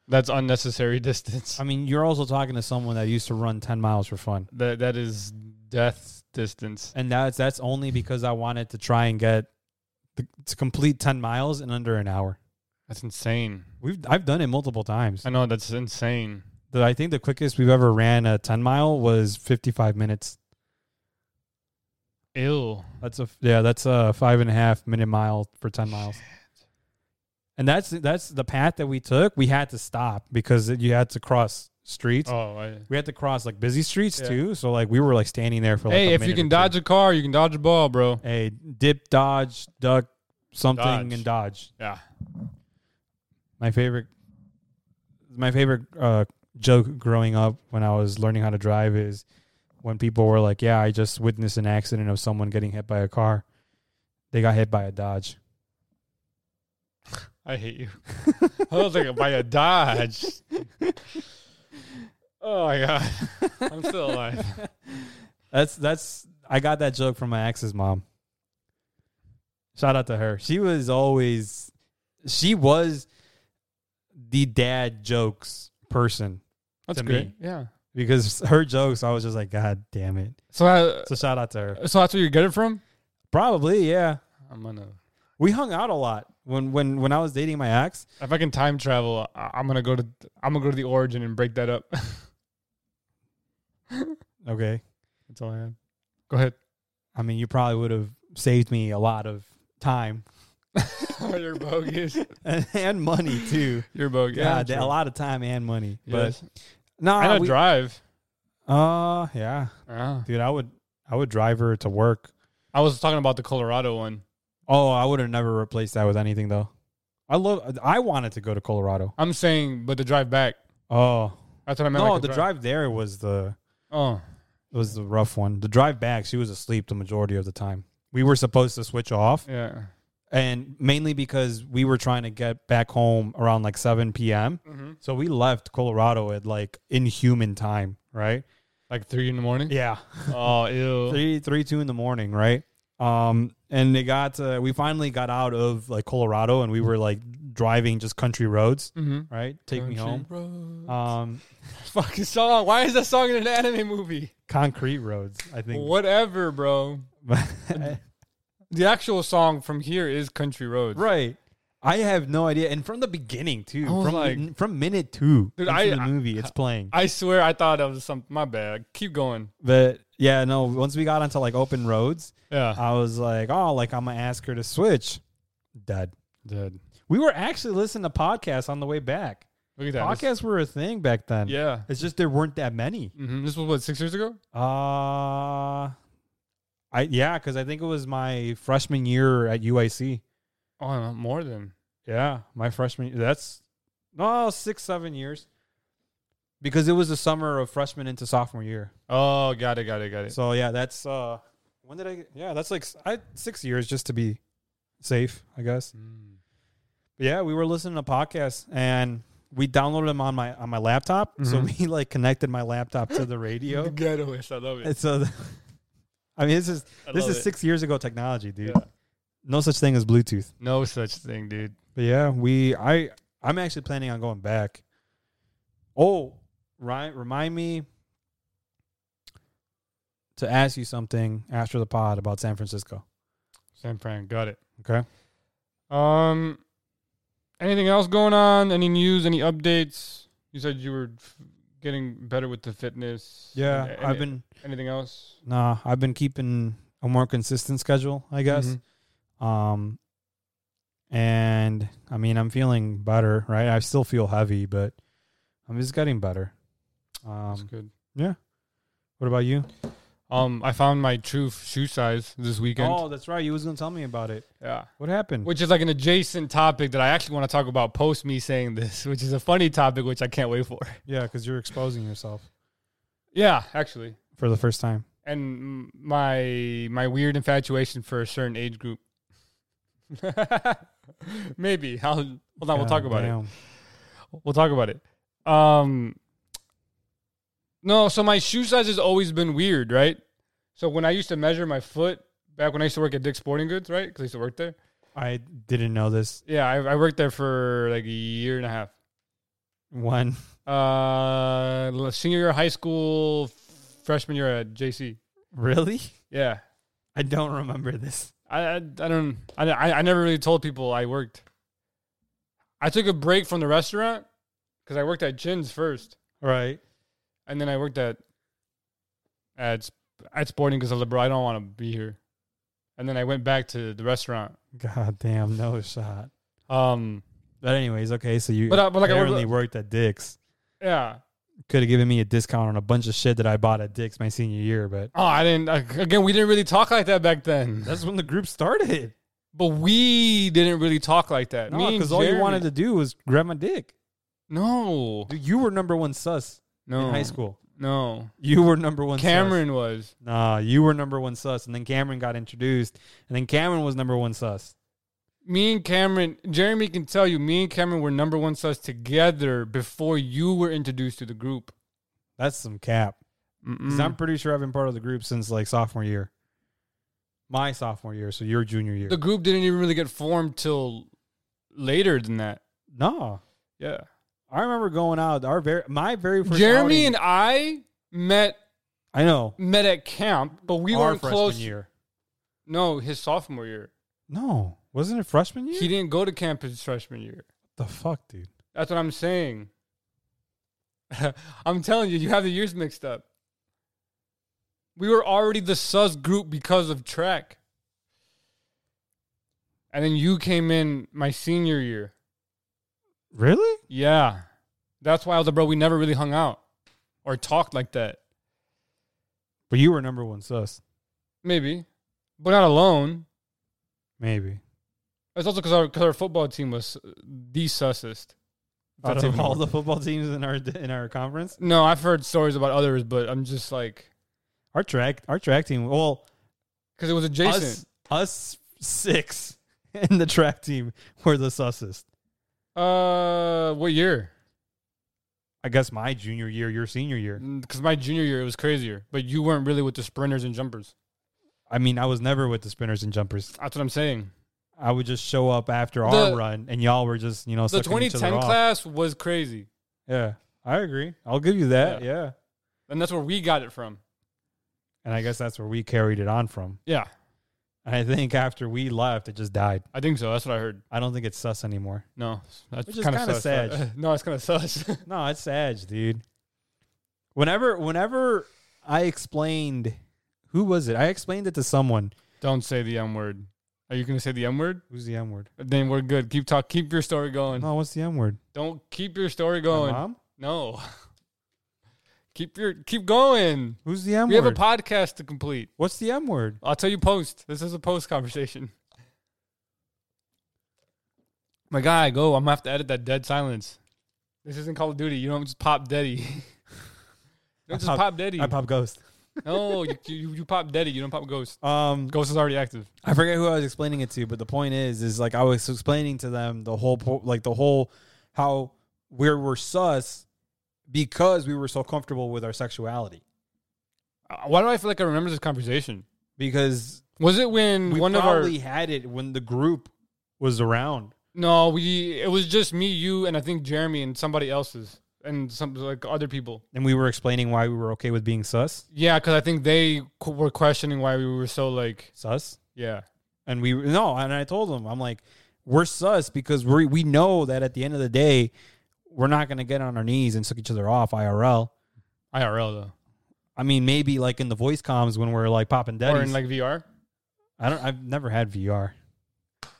B: That's unnecessary *laughs* distance.
A: I mean, you're also talking to someone that used to run 10 miles for fun.
B: That that is death distance.
A: And that's, that's only because I wanted to try and get the, to complete 10 miles in under an hour.
B: That's insane.
A: We've I've done it multiple times.
B: I know that's insane.
A: The, I think the quickest we've ever ran a ten mile was fifty five minutes.
B: Ill.
A: That's a yeah, that's a five and a half minute mile for ten miles. And that's that's the path that we took. We had to stop because you had to cross streets.
B: Oh. I,
A: We had to cross like busy streets
B: Yeah.
A: too. So like we were like standing there for. Like,
B: hey,
A: a
B: if you
A: minute
B: can
A: or
B: dodge
A: two.
B: a car, you can dodge a ball, bro.
A: hey, dip, dodge, duck, something,
B: Dodge.
A: and dodge.
B: Yeah.
A: My favorite, my favorite uh, joke growing up when I was learning how to drive is when people were like, "Yeah, I just witnessed an accident of someone getting hit by a car. They got hit by a Dodge."
B: I hate you. I was like by a *laughs* dodge. Oh my *laughs* god. I'm still alive.
A: That's that's I got that joke from my ex's mom. Shout out to her. She was always she was the dad jokes person
B: That's
A: To me.
B: great. Yeah.
A: because her jokes I was just like god damn it.
B: So I,
A: So shout out to her.
B: so that's where you get it from?
A: Probably, yeah.
B: I'm gonna
A: We hung out a lot when when when I was dating my ex.
B: if I can time travel, I, I'm gonna go to I'm gonna go to the origin and break that up.
A: Okay, that's all I have.
B: *laughs* Go ahead.
A: I mean, you probably would have saved me a lot of
B: *laughs*
A: time
B: You're bogus.
A: *laughs* and money too.
B: You're bogus.
A: Yeah,
B: true.
A: a lot of time and money.
B: Yes.
A: But no,
B: and a
A: we-
B: drive.
A: uh, yeah,
B: Ah.
A: dude, I would, I would drive her to work.
B: I was talking about the Colorado one.
A: Oh, I would have never replaced that with anything though. I love. I wanted to go to Colorado.
B: I'm saying, but the drive back.
A: Oh
B: That's what I meant.
A: no,
B: like
A: the drive there was the
B: Oh,
A: was the rough one. The drive back, she was asleep the majority of the time. We were supposed to switch off,
B: yeah.
A: and mainly because we were trying to get back home around like seven p.m.
B: Mm-hmm.
A: So we left Colorado at like inhuman time, right?
B: Like three in the morning.
A: Yeah,
B: Oh, ew.
A: three, three, two in the morning, right? Um, and it got to, we finally got out of like Colorado, and we were like driving just country roads,
B: Mm-hmm.
A: right? Take me home.
B: home.
A: Um,
B: Fucking song. Why is that song in an anime movie?
A: concrete roads, I think.
B: Whatever, bro.
A: *laughs*
B: The actual song from here is Country Roads.
A: right. I have no idea, and from the beginning too,
B: I was
A: from
B: like-
A: from minute two
B: Dude,
A: into
B: I-
A: the movie, it's playing.
B: I swear I thought that was something. My bad. Keep going.
A: but yeah, no. Once we got onto like open roads,
B: Yeah.
A: I was like, oh, like I'm gonna ask her to switch. Dead.
B: Dead.
A: We were actually listening to podcasts on the way back.
B: Look at that. This-
A: podcasts were a thing back then.
B: Yeah.
A: It's just there weren't that many.
B: hmm This was what, six years ago?
A: Uh I yeah, because I think it was my freshman year at UIC.
B: Oh, no, more than.
A: Yeah, my freshman. That's no six seven years, because it was the summer of freshman into sophomore year.
B: Oh, got it, got it, got it.
A: So yeah, that's uh when did I? Yeah, that's like s- I six years just to be safe, I guess.
B: Mm.
A: Yeah, we were listening to podcasts and we downloaded them on my on my laptop. So *laughs*
B: Mhm.
A: we like connected my laptop to the
B: *laughs*
A: radio.
B: Ghettoist. I love it.
A: and so *laughs* the- I mean this is
B: I
A: this
B: love
A: is
B: it.
A: 6 years ago technology, dude.
B: Yeah.
A: No such thing as bluetooth.
B: No such thing, dude.
A: But yeah, we I I'm actually planning on going back. Oh, right, remind me to ask you something after the pod about San Francisco.
B: San Fran, got it.
A: Okay.
B: Um, anything else going on? Any news? Any updates? You said you were f- getting better with the fitness.
A: Yeah,
B: Any-
A: I've been
B: Anything else?
A: nah, I've been keeping a more consistent schedule, I guess.
B: Mhm.
A: Um, and I mean, I'm feeling better, right? I still feel heavy, but I'm just getting better.
B: That's
A: Um,
B: good.
A: what about you?
B: Um, I found my true f- shoe size this weekend.
A: Oh, that's right. You was gonna tell me about it.
B: Yeah.
A: What happened?
B: Which is like an adjacent topic that I actually want to talk about post me saying this, *laughs* which is a funny topic, which I can't wait for.
A: Yeah, because you're exposing yourself
B: Yeah, actually.
A: for the first time.
B: and m- my my weird infatuation for a certain age group. *laughs* Maybe I'll hold on. we'll talk about
A: Goddamn.
B: it. We'll talk about it. Um, no, so my shoe size has always been weird, right? So when I used to measure my foot back when I used to work at Dick's Sporting Goods, right? Because I used to work there.
A: I didn't know this
B: Yeah, I, I worked there for like a year and a half.
A: one. *laughs*
B: Uh, senior year of high school, freshman year at JC.
A: Really?
B: Yeah,
A: I don't remember this.
B: I I, I don't I, I I never really told people I worked. I took a break from the restaurant because I worked at Jin's first,
A: Right.
B: and then I worked at at Sp- at Sporting because I was like, bro, I don't want to be here. And then I went back to the restaurant.
A: God damn, no shot.
B: Um,
A: But anyways, okay, so you
B: But, uh, but like I
A: apparently worked at Dick's.
B: yeah.
A: Could have given me a discount on a bunch of shit that I bought at Dick's my senior year, but
B: Oh, I didn't. I, again, we didn't really talk like that back then.
A: that's when the group started.
B: But we didn't really talk like that.
A: No, because
B: because
A: all you wanted to do was grab my dick.
B: No,
A: Dude, you were number one sus
B: no,
A: in high school.
B: No,
A: You were number one. Sus.
B: Cameron was.
A: Nah, you were number one sus, and then Cameron got introduced, and then Cameron was number one sus.
B: me and Cameron, Jeremy can tell you, me and Cameron were number one sus together before you were introduced to the group.
A: That's some cap. Because I'm pretty sure I've been part of the group since like sophomore year. My sophomore year, so your junior year.
B: The group didn't even really get formed till later than that.
A: no,
B: Yeah.
A: I remember going out. Our very my very first
B: Jeremy
A: outing-
B: and I met
A: I know
B: met at camp, but we
A: our
B: weren't
A: freshman
B: close.
A: year.
B: No, his sophomore year.
A: No, wasn't it freshman year?
B: He didn't go to camp his freshman year.
A: the fuck, dude.
B: *laughs* That's what I'm saying. I'm telling you, you have the years mixed up. We were already the sus group because of track. And then you came in my senior year.
A: Really?
B: Yeah. That's why I was like, bro, we never really hung out or talked like that.
A: But you were number one sus.
B: Maybe. But not alone.
A: Maybe.
B: It's also because our, 'cause our football team was uh, the sussest.
A: Out
B: That's
A: of
B: even
A: all
B: worse.
A: the football teams in our in our conference,
B: No, I've heard stories about others, but I'm just like,
A: our track our track team. Well,
B: because it was adjacent.
A: us us six *laughs* in the track team were the sussest.
B: Uh, what year?
A: I guess my junior year, your senior year.
B: Because my junior year it was crazier, but you weren't really with the sprinters and jumpers.
A: I mean, I was never with the spinners and jumpers.
B: That's what I'm saying.
A: I would just show up after
B: The-
A: our run, and y'all were just you know
B: The
A: sucking each other
B: 2010
A: off.
B: class was crazy,
A: Yeah, I agree. I'll give you that.
B: Yeah.
A: Yeah.
B: and that's where we got it from.
A: and I guess that's where we carried it on from.
B: Yeah,
A: And I think after we left, it just died.
B: I think so. That's what I heard.
A: I don't think it's sus anymore.
B: No, that's
A: Which is
B: kind
A: kinda
B: of
A: sad.
B: *laughs* no, it's kind of sus.
A: No, it's Edge, dude. Whenever, whenever I explained, who was it? I explained it to someone.
B: Don't say the M word. Are you gonna say the M word?
A: Who's the M word?
B: Then we're good. Keep talk. Keep your story going.
A: No, what's the M word?
B: Don't keep your story
A: My
B: going.
A: mom?
B: No. *laughs* keep your keep going.
A: Who's the M
B: We have a
A: word?
B: podcast to complete.
A: what's the M word?
B: I'll tell you post. This is a post conversation. My guy, go. I'm gonna have to edit that dead silence. This isn't Call of Duty. You don't just pop deady. you *laughs* don't
A: I
B: just
A: pop-
B: pop deady.
A: I pop ghost.
B: no, you, you, you pop deady. You don't pop ghost.
A: Um,
B: Ghost is already active.
A: I forget who I was explaining it to, but the point is, is like I was explaining to them the whole, po- like the whole, how we were sus because we were so comfortable with our sexuality.
B: Uh, Why do I feel like I remember this conversation?
A: Because
B: Was it when
A: we
B: one of
A: probably
B: our
A: had it when the group was around.
B: no? We it was just me, you, and I think Jeremy and somebody else's and some like other people.
A: and we were explaining why we were okay with being sus,
B: Yeah, because I think they qu- were questioning why we were so like
A: sus,
B: yeah.
A: and we no, and I told them I'm like, we're sus because we we know that at the end of the day, we're not gonna get on our knees and suck each other off IRL.
B: IRL though.
A: I mean, maybe like in the voice comms when we're like popping
B: or
A: deadies.
B: in like VR.
A: I don't. I've never had VR.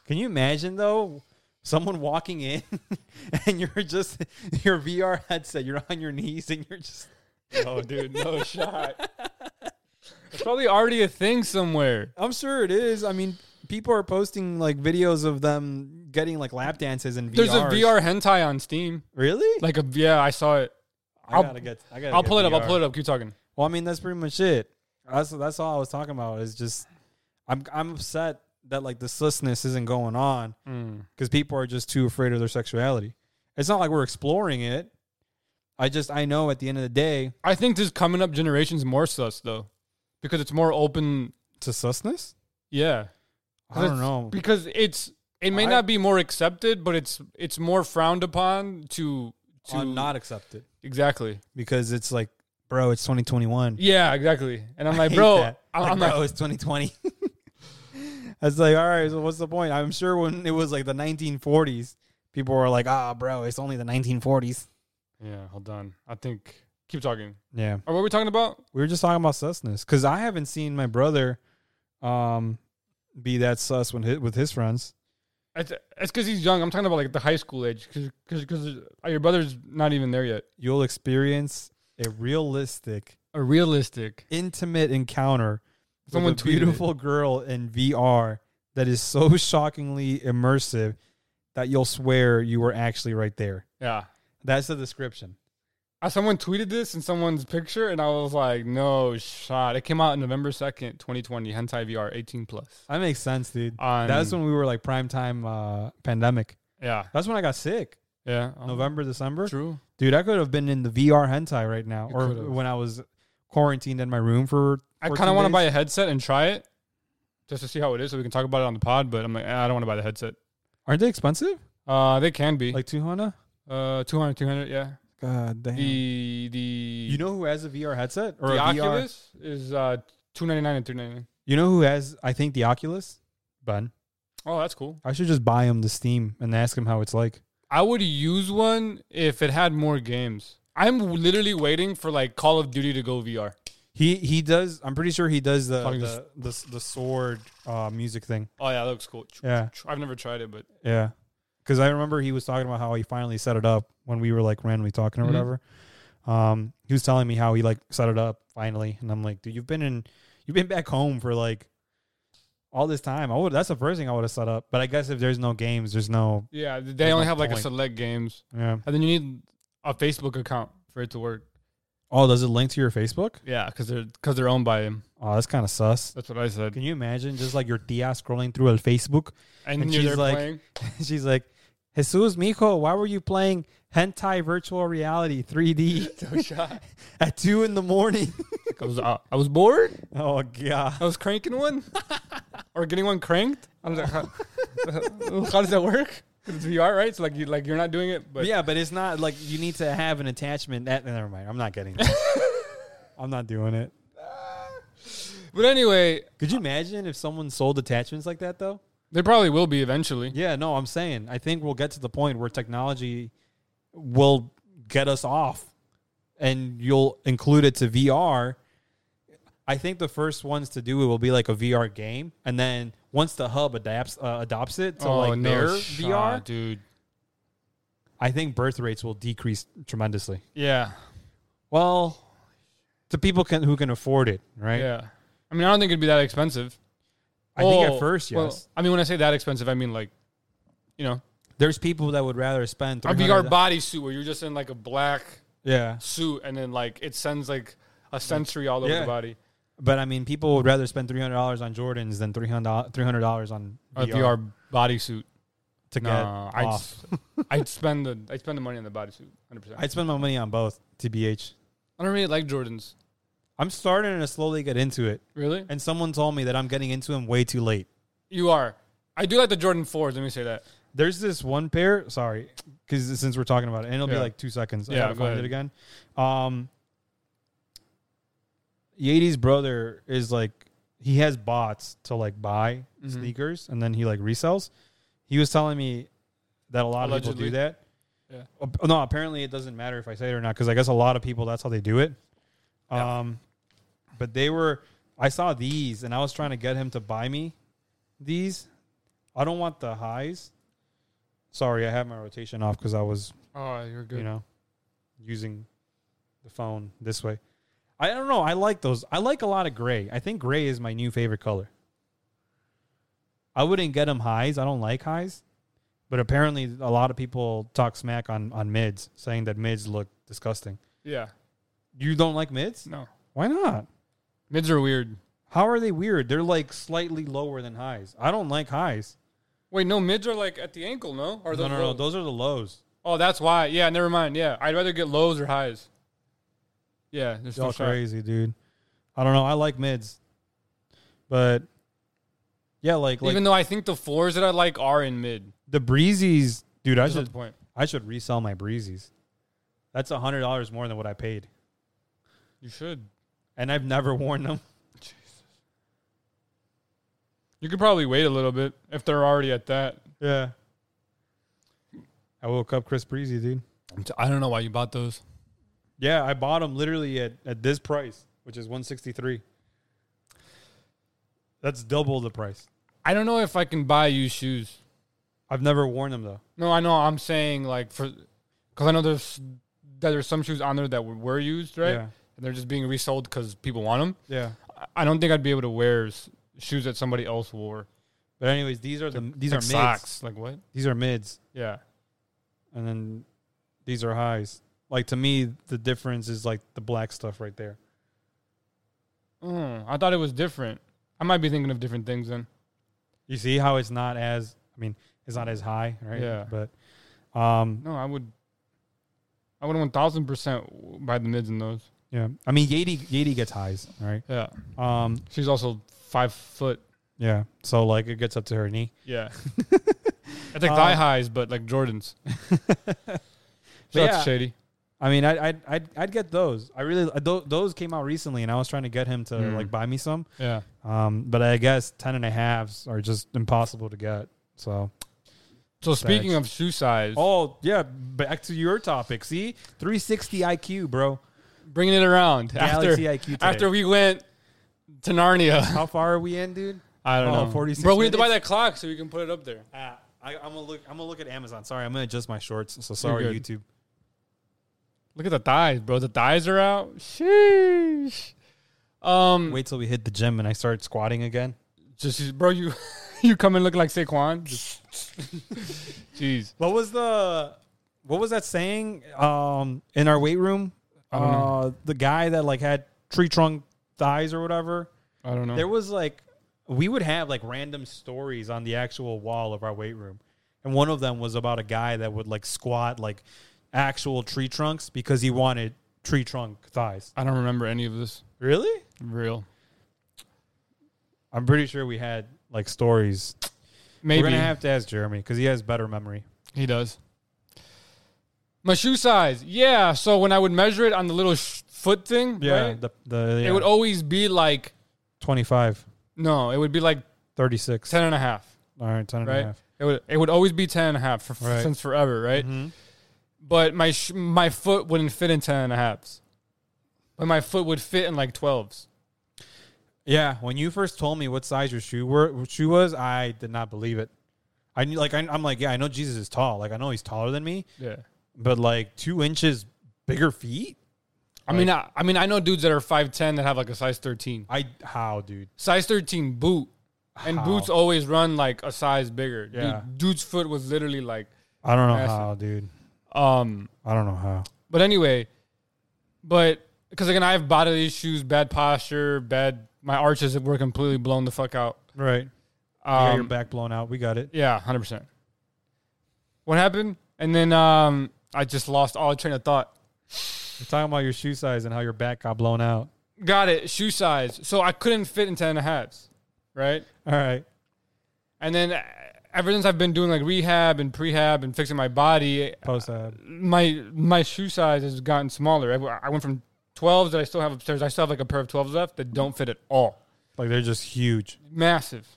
A: Can you imagine though? Someone walking in, *laughs* and you're just your VR headset. You're on your knees, and you're just
B: *laughs* Oh,
A: *laughs*
B: dude, no shot. It's probably already a thing somewhere.
A: I'm sure it is. I mean, people are posting like videos of them getting like lap dances and
B: There's a VR hentai on Steam.
A: Really?
B: Like a yeah, I saw it.
A: I
B: I'll-
A: gotta get. I gotta
B: I'll pull it up. I'll pull it up. Keep talking.
A: Well, I mean, that's pretty much it. That's that's all I was talking about. Is just I'm I'm upset that like the susness isn't going on because people are just too afraid of their sexuality. It's not like we're exploring it. I just I know at the end of the day
B: I think this coming up generation's more sus though, because it's more open.
A: to susness.
B: Yeah,
A: I don't know.
B: because it's it may
A: I-
B: not be more accepted, but it's it's more frowned upon to to
A: I'm not accepted
B: exactly.
A: because it's like, bro, it's 2021.
B: Yeah, exactly. And I'm
A: I
B: like,
A: hate
B: bro,
A: that.
B: I'm,
A: Like,
B: I'm
A: bro,
B: like,
A: it's *laughs* 2020. I was like, all right, so what's the point? I'm sure when it was like the 1940s, people were like, ah, bro, it's only the 1940s.
B: yeah. Hold on. I think keep talking.
A: Yeah.
B: Or what were we talking about?
A: We were just talking about susness because I haven't seen my brother um, be that sus when his, with his friends.
B: It's because he's young. I'm talking about like the high school age because your brother's not even there yet.
A: You'll experience a realistic,
B: A realistic.
A: intimate encounter
B: Someone
A: with a
B: tweeted it.
A: beautiful girl in VR that is so *laughs* shockingly immersive that you'll swear you were actually right there.
B: Yeah.
A: That's the description.
B: Uh, someone tweeted this in someone's picture, and I was like, no shot. It came out on November 2nd, 2020, Hentai VR 18 plus.
A: That makes sense, dude.
B: On,
A: That's when we were like prime time uh, pandemic.
B: Yeah.
A: That's when I got sick.
B: Yeah. Oh,
A: November, December,
B: True.
A: dude. I could have been in the VR hentai right now,
B: You
A: or
B: could've.
A: when I was quarantined in my room for.
B: I
A: 14
B: kind of want to
A: days.
B: buy a headset and try it just to see how it is so we can talk about it on the pod, but I'm like, eh, I don't want to buy the headset.
A: Aren't they expensive?
B: Uh, they can be. Like
A: Like two hundred.
B: uh, 200, 200, yeah.
A: God damn.
B: The, the,
A: you know who has a VR headset or
B: the
A: a VR?
B: Oculus is uh, 299 and 399
A: You know who has? I think the Oculus. Ben,
B: Oh, that's cool.
A: I should just buy him the Steam and ask him how it's like.
B: I would use one if it had more games. I'm literally waiting for like Call of Duty to go VR.
A: He he does. I'm pretty sure he does the
B: Fucking
A: the, the, the sword uh, music thing.
B: Oh yeah, that looks cool.
A: Yeah,
B: I've never tried it, but
A: yeah. Because I remember he was talking about how he finally set it up when we were like randomly talking or
B: Mhm.
A: whatever. Um, he was telling me how he like set it up finally, and I'm like, dude, you've been in, you've been back home for like all this time. I would. That's the first thing I would have set up. But I guess if there's no games, there's no.
B: yeah, they
A: There's
B: only
A: no
B: have like a
A: point.
B: select games,
A: Yeah.
B: and then you need a Facebook account for it to work.
A: Oh, does it link to your Facebook?
B: Yeah, because they're because they're owned by him.
A: Oh, that's kind of sus.
B: That's what I said.
A: Can you imagine just like your tia scrolling through El Facebook? *laughs*
B: And,
A: And
B: you're
A: she's
B: there
A: like-
B: playing.
A: She's like, Jesus, mijo, why were you playing hentai virtual reality 3D
B: No shot.
A: *laughs* at 2 in the morning?
B: *laughs*
A: *laughs*
B: I was uh, I was bored.
A: oh, God.
B: I was cranking *laughs* one or getting one cranked. I was like, how, *laughs* how does that work? 'Cause It's VR, right? So like you like you're not doing it, but
A: yeah, but it's not like you need to have an attachment. That, never mind. I'm not getting that. *laughs* I'm not doing it.
B: but anyway,
A: Could you imagine if someone sold attachments like that, though?
B: they probably will be eventually.
A: Yeah, no, I'm saying I think we'll get to the point where technology will get us off and you'll include it to VR. I think the first ones to do it will be like a VR game, and then once the hub adapts uh, adopts it to like their
B: Oh, shot,
A: VR,
B: dude.
A: I think birth rates will decrease tremendously.
B: Yeah,
A: Well, to people can, who can afford it, right?
B: yeah. I mean, I don't think it'd be that expensive.
A: I think
B: Oh,
A: at first, yes.
B: well, I mean, when I say that expensive, I mean like, you know,
A: There's people that would rather spend
B: a
A: 300
B: VR bodysuit where you're just in like a black
A: Yeah,
B: suit, and then like it sends like a sensory all over
A: Yeah.
B: the body.
A: but I mean, people would rather spend three hundred dollars on Jordans than three hundred dollars on
B: A VR bodysuit.
A: to
B: No,
A: get
B: I'd,
A: off.
B: *laughs* I'd spend the I'd spend the money on the bodysuit, hundred percent.
A: I'd spend my money on both. Tbh,
B: I don't really like Jordans.
A: I'm starting to slowly get into it,
B: Really?
A: and someone told me that I'm getting into them way too late.
B: You are. I do like the Jordan fours. Let me say that.
A: There's this one pair. Sorry, because since we're talking about it, and it'll be
B: Yeah.
A: like two seconds. I
B: Yeah,
A: gotta
B: go
A: find
B: ahead.
A: it again. Um, Yadi's brother is like he has bots to like buy
B: Mhm.
A: sneakers, and then he like resells. He was telling me that a lot of people
B: Allegedly.
A: do that.
B: Yeah.
A: Ap- No, apparently it doesn't matter if I say it or not because I guess a lot of people that's how they do it.
B: Yeah.
A: Um, but they were. I saw these and I was trying to get him to buy me these. I don't want the highs. Sorry, I have my rotation off because I was,
B: Oh, you're good.
A: you know, using the phone this way. I don't know. I like those. I like a lot of gray. I think gray is my new favorite color. I wouldn't get them highs. I don't like highs, but apparently a lot of people talk smack on on mids, saying that mids look disgusting.
B: Yeah.
A: You don't like mids?
B: No.
A: Why not?
B: Mids are weird.
A: How are they weird? They're like slightly lower than highs. I don't like highs.
B: Wait, no, mids are like at the ankle, no? Or
A: no,
B: those
A: no, no.
B: lows?
A: Those are the lows.
B: Oh, that's why. Yeah, never mind. Yeah, I'd rather get lows or highs. Yeah, there's no
A: Y'all
B: shot.
A: crazy, dude. I don't know. I like mids, but yeah, like like
B: Even though I think the fours that I like are in mid.
A: the breezies, dude. I
B: That's not
A: should
B: the point.
A: I should resell my breezies. That's a hundred dollars more than what I paid,
B: You should.
A: and I've never *laughs* worn them.
B: You could probably wait a little bit if they're already at that.
A: Yeah, I woke up Chris Breezy, dude.
B: I'm t- I don't know why you bought those.
A: Yeah, I bought them literally at at this price, which is one sixty three. That's double the price.
B: I don't know if I can buy you shoes.
A: I've never worn them though.
B: No, I know. I'm saying like for because I know there's that there's some shoes on there that were, were used, right?
A: Yeah.
B: And they're just being resold because people want them.
A: Yeah.
B: I don't think I'd be able to wear s- shoes that somebody else wore.
A: But anyways, these are the these are
B: Like
A: mids.
B: socks. Like what?
A: These are mids,
B: Yeah.
A: and then these are highs. Like to me, the difference is like the black stuff right there.
B: Mm, I thought it was different. I might be thinking of different things then.
A: You see how it's not as I mean, it's not as high, right?
B: Yeah.
A: But um,
B: No, I would. I would one thousand percent buy the mids in those.
A: yeah. I mean, Yadi Yadi gets highs, all right?
B: Yeah.
A: Um,
B: She's also five foot.
A: yeah. So like it gets up to her knee.
B: Yeah. *laughs* Uh, It's like
A: Um,
B: thigh highs, but like *laughs* Jordans. So that's
A: yeah.
B: shady.
A: I mean, I, I'd I'd I'd get those. I really I- tho- those came out recently, and I was trying to get him to
B: Mm.
A: like buy me some.
B: Yeah.
A: Um, but I guess ten and a halves are just impossible to get. So
B: So speaking of shoe size,
A: Oh yeah, back to your topic. See, 360 IQ, bro.
B: bringing it around
A: Galaxy
B: after
A: IQ today.
B: after we went to Narnia.
A: how far are we in, dude?
B: *laughs* I don't
A: Oh,
B: know.
A: 46
B: Bro, we need to buy
A: minutes?
B: that clock so we can put it up there.
A: Uh, I, I'm gonna look. I'm gonna look at Amazon. Sorry, I'm gonna adjust my shorts. So sorry,
B: good.
A: YouTube.
B: Look at the thighs, bro. The thighs are out. Sheesh. Um,
A: Wait till we hit the gym and I start squatting again.
B: just bro, you *laughs* you come and look like Saquon. Just- *laughs* Jeez.
A: What was the what was that saying um in our weight room?
B: I don't know.
A: Uh the guy that like had tree trunk thighs or whatever.
B: I don't know.
A: There was like we would have like random stories on the actual wall of our weight room. And one of them was about a guy that would like squat like actual tree trunks because he wanted tree trunk thighs.
B: I don't remember any of this.
A: Really?
B: Real.
A: I'm pretty sure we had like stories.
B: Maybe
A: We're gonna have to ask Jeremy because he has better memory.
B: he does. My shoe size. Yeah. So when I would measure it on the little sh- foot thing, right,
A: the, the yeah,
B: it would always be like,
A: 25,
B: no, it would be like
A: 36.
B: 10 and a half,
A: All right, 10 and
B: right?
A: a half.
B: It would, it would always be 10 and a half for,
A: Right.
B: since forever, right?
A: Mhm.
B: But my, sh- my foot wouldn't fit in 10 and a halves. But my foot would fit in like 12s.
A: Yeah, when you first told me what size your shoe were shoe was, I did not believe it. I knew, like I, I'm like yeah, I know Jesus is tall. Like I know he's taller than me,
B: Yeah.
A: but like two inches bigger feet.
B: I mean, I, I mean, I know dudes that are 5'10 that have like a size 13.
A: I how dude?
B: size 13 boot and
A: How?
B: boots always run like a size bigger Dude,
A: Yeah.
B: dude's foot was literally like
A: I don't know
B: Massive.
A: how, dude.
B: um
A: I don't know how.
B: but anyway but because again i have bodily issues bad posture bad my arches were completely blown the fuck out
A: Right? You got your
B: um,
A: back blown out. We got it.
B: yeah 100% what happened and then um i just lost all train of thought
A: We're talking about your shoe size and how your back got blown out.
B: got it shoe size so i couldn't fit in 10 and a halves right
A: All right.
B: and then uh, ever since i've been doing like rehab and prehab and fixing my body
A: Post ad.
B: my my shoe size has gotten smaller. I, I went from 12s that I still have upstairs. I still have like a pair of 12s left that don't fit at all.
A: Like they're just huge.
B: Massive.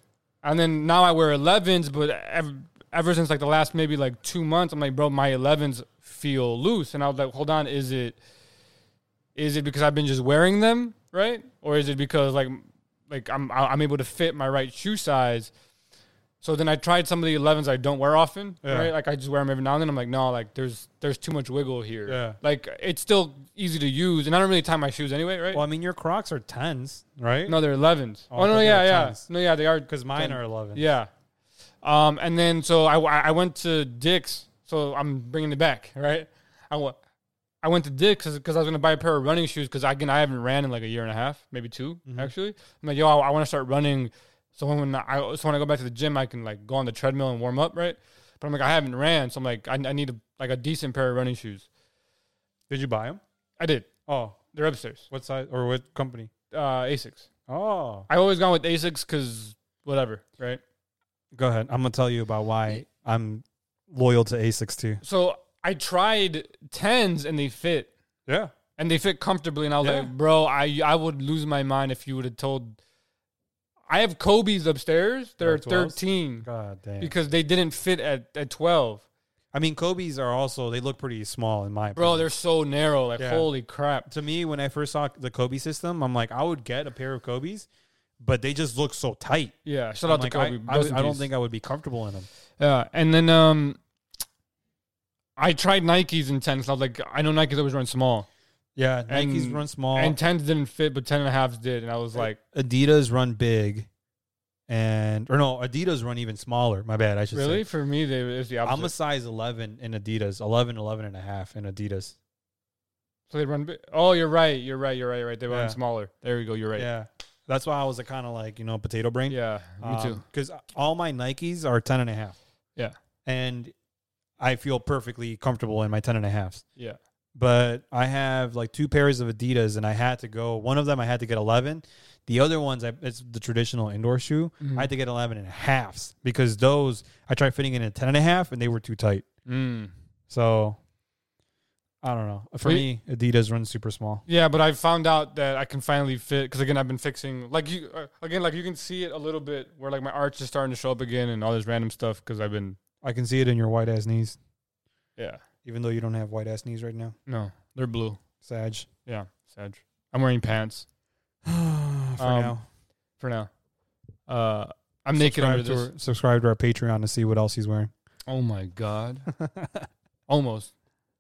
B: And then now I wear 11s, but ever, ever since like the last maybe like two months, I'm like, bro, my 11s feel loose. And I was like, hold on, is it is it because I've been just wearing them, right? Or is it because like like I'm I'm able to fit my right shoe size? So then I tried some of the 11s I don't wear often,
A: Yeah.
B: right? Like I just wear them every now and then. I'm like, no, like there's there's too much wiggle here.
A: Yeah.
B: Like it's still easy to use, and I don't really tie my shoes anyway, right?
A: Well, I mean, your Crocs are tens, right?
B: no, they're 11s.
A: Oh,
B: Oh,
A: I thought
B: no,
A: they
B: yeah,
A: were
B: yeah,
A: 10s.
B: no, yeah, they are
A: because mine
B: 10.
A: are eleven.
B: Yeah. Um, and then so I, I went to Dick's, so I'm bringing it back, right? I wa- I went to Dick's because I was gonna buy a pair of running shoes because I can I haven't ran in like a year and a half, maybe 2
A: Mm-hmm.
B: actually. I'm like, yo, I, want to start running, so when I so when I go back to the gym, I can like go on the treadmill and warm up, right? But I'm like, I haven't ran, so I'm like, I, I need a, like a decent pair of running shoes.
A: Did you buy them?
B: I did.
A: Oh,
B: They're upstairs.
A: what size or what company?
B: Uh, Asics.
A: Oh,
B: I always gone with Asics because whatever, right?
A: Go ahead. I'm gonna tell you about why I'm loyal to Asics too.
B: So I tried tens and they fit.
A: Yeah.
B: and they fit comfortably. And I was
A: Yeah.
B: like, bro, I I would lose my mind if you would have told. I have Kobe's upstairs. They're
A: They're 12s?
B: thirteen
A: God damn.
B: because they didn't fit at, at twelve.
A: I mean, Kobe's are also they look pretty small in my
B: Bro,
A: opinion.
B: they're so narrow. Like
A: Yeah.
B: holy crap.
A: to me when I first saw the Kobe system, I'm like, I would get a pair of Kobe's, but they just look so tight.
B: Yeah, shout
A: I'm
B: out
A: like,
B: to
A: I-
B: Kobe.
A: I,
B: Rest in
A: I don't
B: peace.
A: think I would be comfortable in them.
B: Yeah, and then um, I tried Nikes and tens. I was like, I know Nikes always run small,
A: Yeah,
B: And-
A: Nikes run small,
B: and tens didn't fit, but ten and a halves did. And I was like,
A: Adidas run big, and or no, Adidas run even smaller. My bad, I should
B: really?
A: say.
B: For me, they it's the opposite.
A: I'm a size 11 in Adidas, 11, 11 and a half in Adidas.
B: so they run. Bi- oh, you're right. You're right. You're right. You're right. They
A: Yeah.
B: run smaller. There we go. You're right. Yeah,
A: Yeah. That's why I was kind of like, you know, potato brain.
B: me
A: Um,
B: too.
A: Because all my Nikes are 10 and a half.
B: Yeah.
A: And I feel perfectly comfortable in my 10 and a halves.
B: Yeah.
A: But I have like two pairs of Adidas and I had to go, one of them I had to get 11. The other ones, I, it's the traditional indoor shoe.
B: Mm-hmm. Hmm.
A: I had to get 11 and a halves because those I tried fitting in a 10 and a half and they were too tight.
B: Mm.
A: So I don't know. For me,
B: We-
A: Adidas runs super small.
B: Yeah, but I found out that I can finally fit because again I've been fixing like you uh, again like you can see it a little bit where like my arch is starting to show up again and all this random stuff because I've been
A: I can see it in your white ass knees,
B: yeah
A: even though you don't have white ass knees right now.
B: *sighs* no they're blue
A: Sag.
B: yeah Sag. I'm wearing pants
A: For Um, now,
B: for now. Uh, I'm naked
A: subscribe
B: under
A: to
B: this.
A: our- subscribe to our Patreon to see what else he's
B: *laughs*
A: wearing.
B: Oh my god! *laughs* Almost.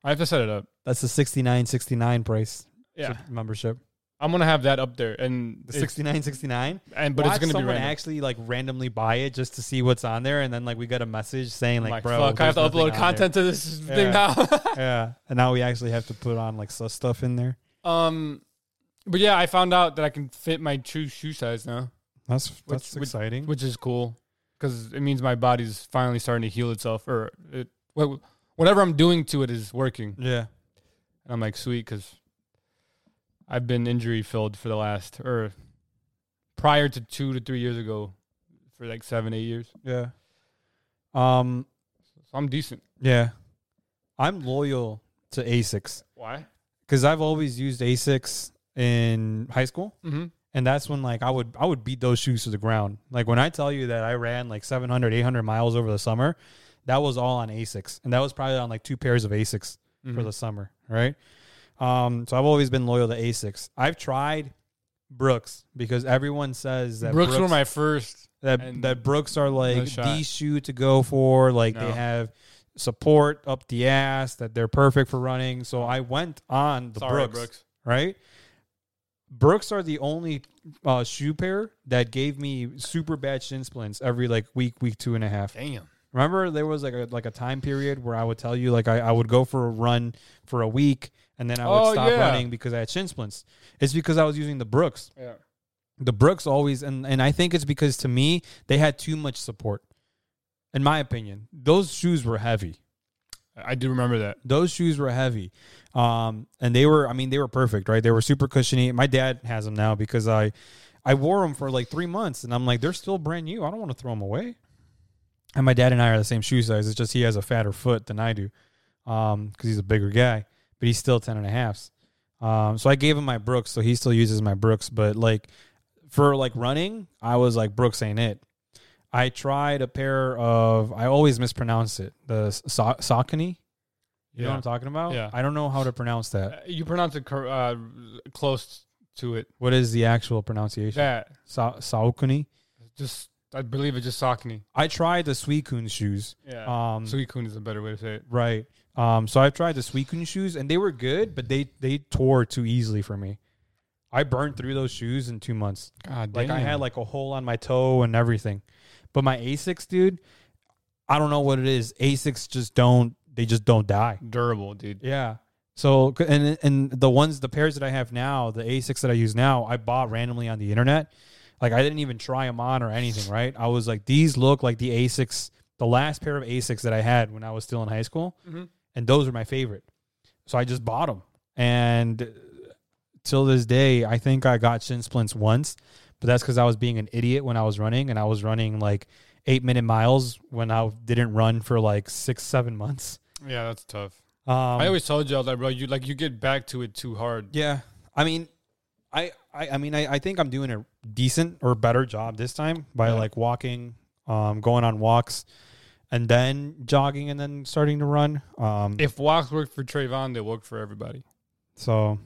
B: I have to set it up.
A: That's the sixty nine sixty nine price
B: Yeah,
A: sub- membership.
B: I'm gonna have that up there, and
A: The
B: it's-
A: sixty nine sixty nine.
B: and but
A: Watch
B: it's gonna be
A: someone
B: random.
A: actually like randomly buy it just to see what's on there, and then like we got a message saying like,
B: like,
A: "Bro,
B: fuck, I have to
A: there's
B: upload
A: nothing on there."
B: content to this thing
A: Yeah.
B: now. *laughs*
A: Yeah, and now we actually have to put on like sus stuff in there.
B: Um, but yeah, I found out that I can fit my true shoe size now,
A: That's that's
B: which-
A: exciting.
B: which is cool because it means my body's finally starting to heal itself, or it wha- whatever I'm doing to it is working.
A: yeah,
B: And I'm like, sweet, because I've been injury filled for the last or prior to two to three years ago for like seven, eight years.
A: yeah. Um,
B: So I'm decent.
A: yeah, I'm loyal to Asics
B: Why?
A: because I've always used Asics in high school.
B: Mm-hmm.
A: and that's when like i would i would beat those shoes to the ground like when i tell you that i ran like 700 800 miles over the summer that was all on asics and that was probably on like two pairs of asics
B: Mm-hmm.
A: for the summer right um so i've always been loyal to asics i've tried brooks because everyone says that
B: Brooks, were my first.
A: that,
B: and
A: that brooks are
B: no
A: like
B: shot.
A: the shoe to go for like they
B: No.
A: have support up the ass that they're perfect for running so i went on the
B: Sorry,
A: brooks
B: Brooks.
A: right? Brooks are the only uh, shoe pair that gave me super bad shin splints every like week, week two and a half.
B: Damn.
A: Remember, there was like a like a time period where I would tell you like I, I would go for a run for a week and then I would
B: Oh,
A: stop
B: yeah.
A: running because I had shin splints. It's because I was using the Brooks.
B: Yeah.
A: The Brooks always and and I think it's because to me they had too much support. In my opinion, those shoes were heavy
B: I I do remember that.
A: those shoes were heavy um and they were i mean they were perfect right they were super cushiony my dad has them now because i i wore them for like three months and i'm like they're still brand new i don't want to throw them away and my dad and i are the same shoe size it's just he has a fatter foot than i do um because he's a bigger guy but he's still 10 and a halfs um so i gave him my brooks so he still uses my brooks but like for like running i was like brooks ain't it i tried a pair of i always mispronounce it the so- Saucony you know what I'm talking about?
B: Yeah.
A: I don't know how to pronounce that.
B: Uh, You pronounce it cor- uh, close to it.
A: What is the actual pronunciation?
B: That
A: Sa- Saucony.
B: just, I believe it's just Saucony.
A: I tried the Suicune shoes.
B: Yeah,
A: Um,
B: Suicune is a better way to say it.
A: right. Um, so I've tried the Suicune shoes, and they were good, but they they tore too easily for me. I burned through those shoes in two months.
B: God,
A: Like I had like a hole on my toe and everything. But my Asics, dude, I don't know what it is. Asics just don't. They just don't die.
B: durable, dude.
A: Yeah. So c- and and the ones the pairs that I have now, the A6 that I use now, I bought randomly on the internet. Like I didn't even try them on or anything, right? I was like, these look like the A6, the last pair of A6 that I had when I was still in high school,
B: Mhm.
A: and those were my favorite. So I just bought them, and uh, till this day, I think I got shin splints once, but that's because I was being an idiot when I was running, and I was running like eight minute miles when I didn't run for like six, seven months.
B: Yeah, that's tough.
A: Um,
B: I always told y'all that, bro. You like you get back to it too hard.
A: Yeah, I mean, I I, I mean, I, I think I'm doing a decent or better job this time by
B: Yeah.
A: like walking, um, going on walks, and then jogging, and then starting to run. Um,
B: If walks worked for Trayvon, they work for everybody.
A: so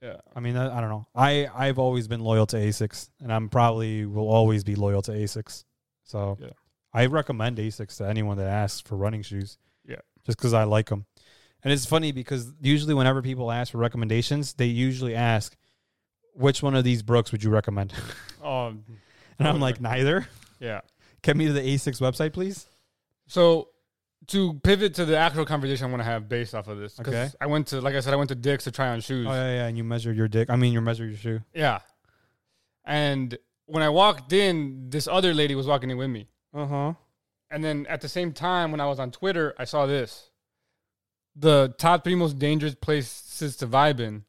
B: Yeah.
A: I mean, I, I don't know. I I've always been loyal to Asics, and I'm probably will always be loyal to Asics. So
B: Yeah.
A: I recommend Asics to anyone that asks for running shoes.
B: Yeah.
A: just because I like them. And it's funny because usually whenever people ask for recommendations, they usually ask, "Which one of these Brooks would you recommend?" *laughs*
B: Um.
A: And
B: I
A: I'm
B: would
A: like, neither.
B: Yeah.
A: Get me to the A6 website, please.
B: So to pivot to the actual conversation I want to have based off of this, 'cause
A: Okay.
B: I went to, like I said, I went to Dick's to try on shoes.
A: Oh yeah, yeah. And you measure your dick. I mean, you measure your shoe.
B: yeah. And when I walked in, this other lady was walking in with me.
A: Uh
B: Uh-huh.
A: huh.
B: And then at the same time, when I was on Twitter, I saw this: the top three most dangerous places to vibe in.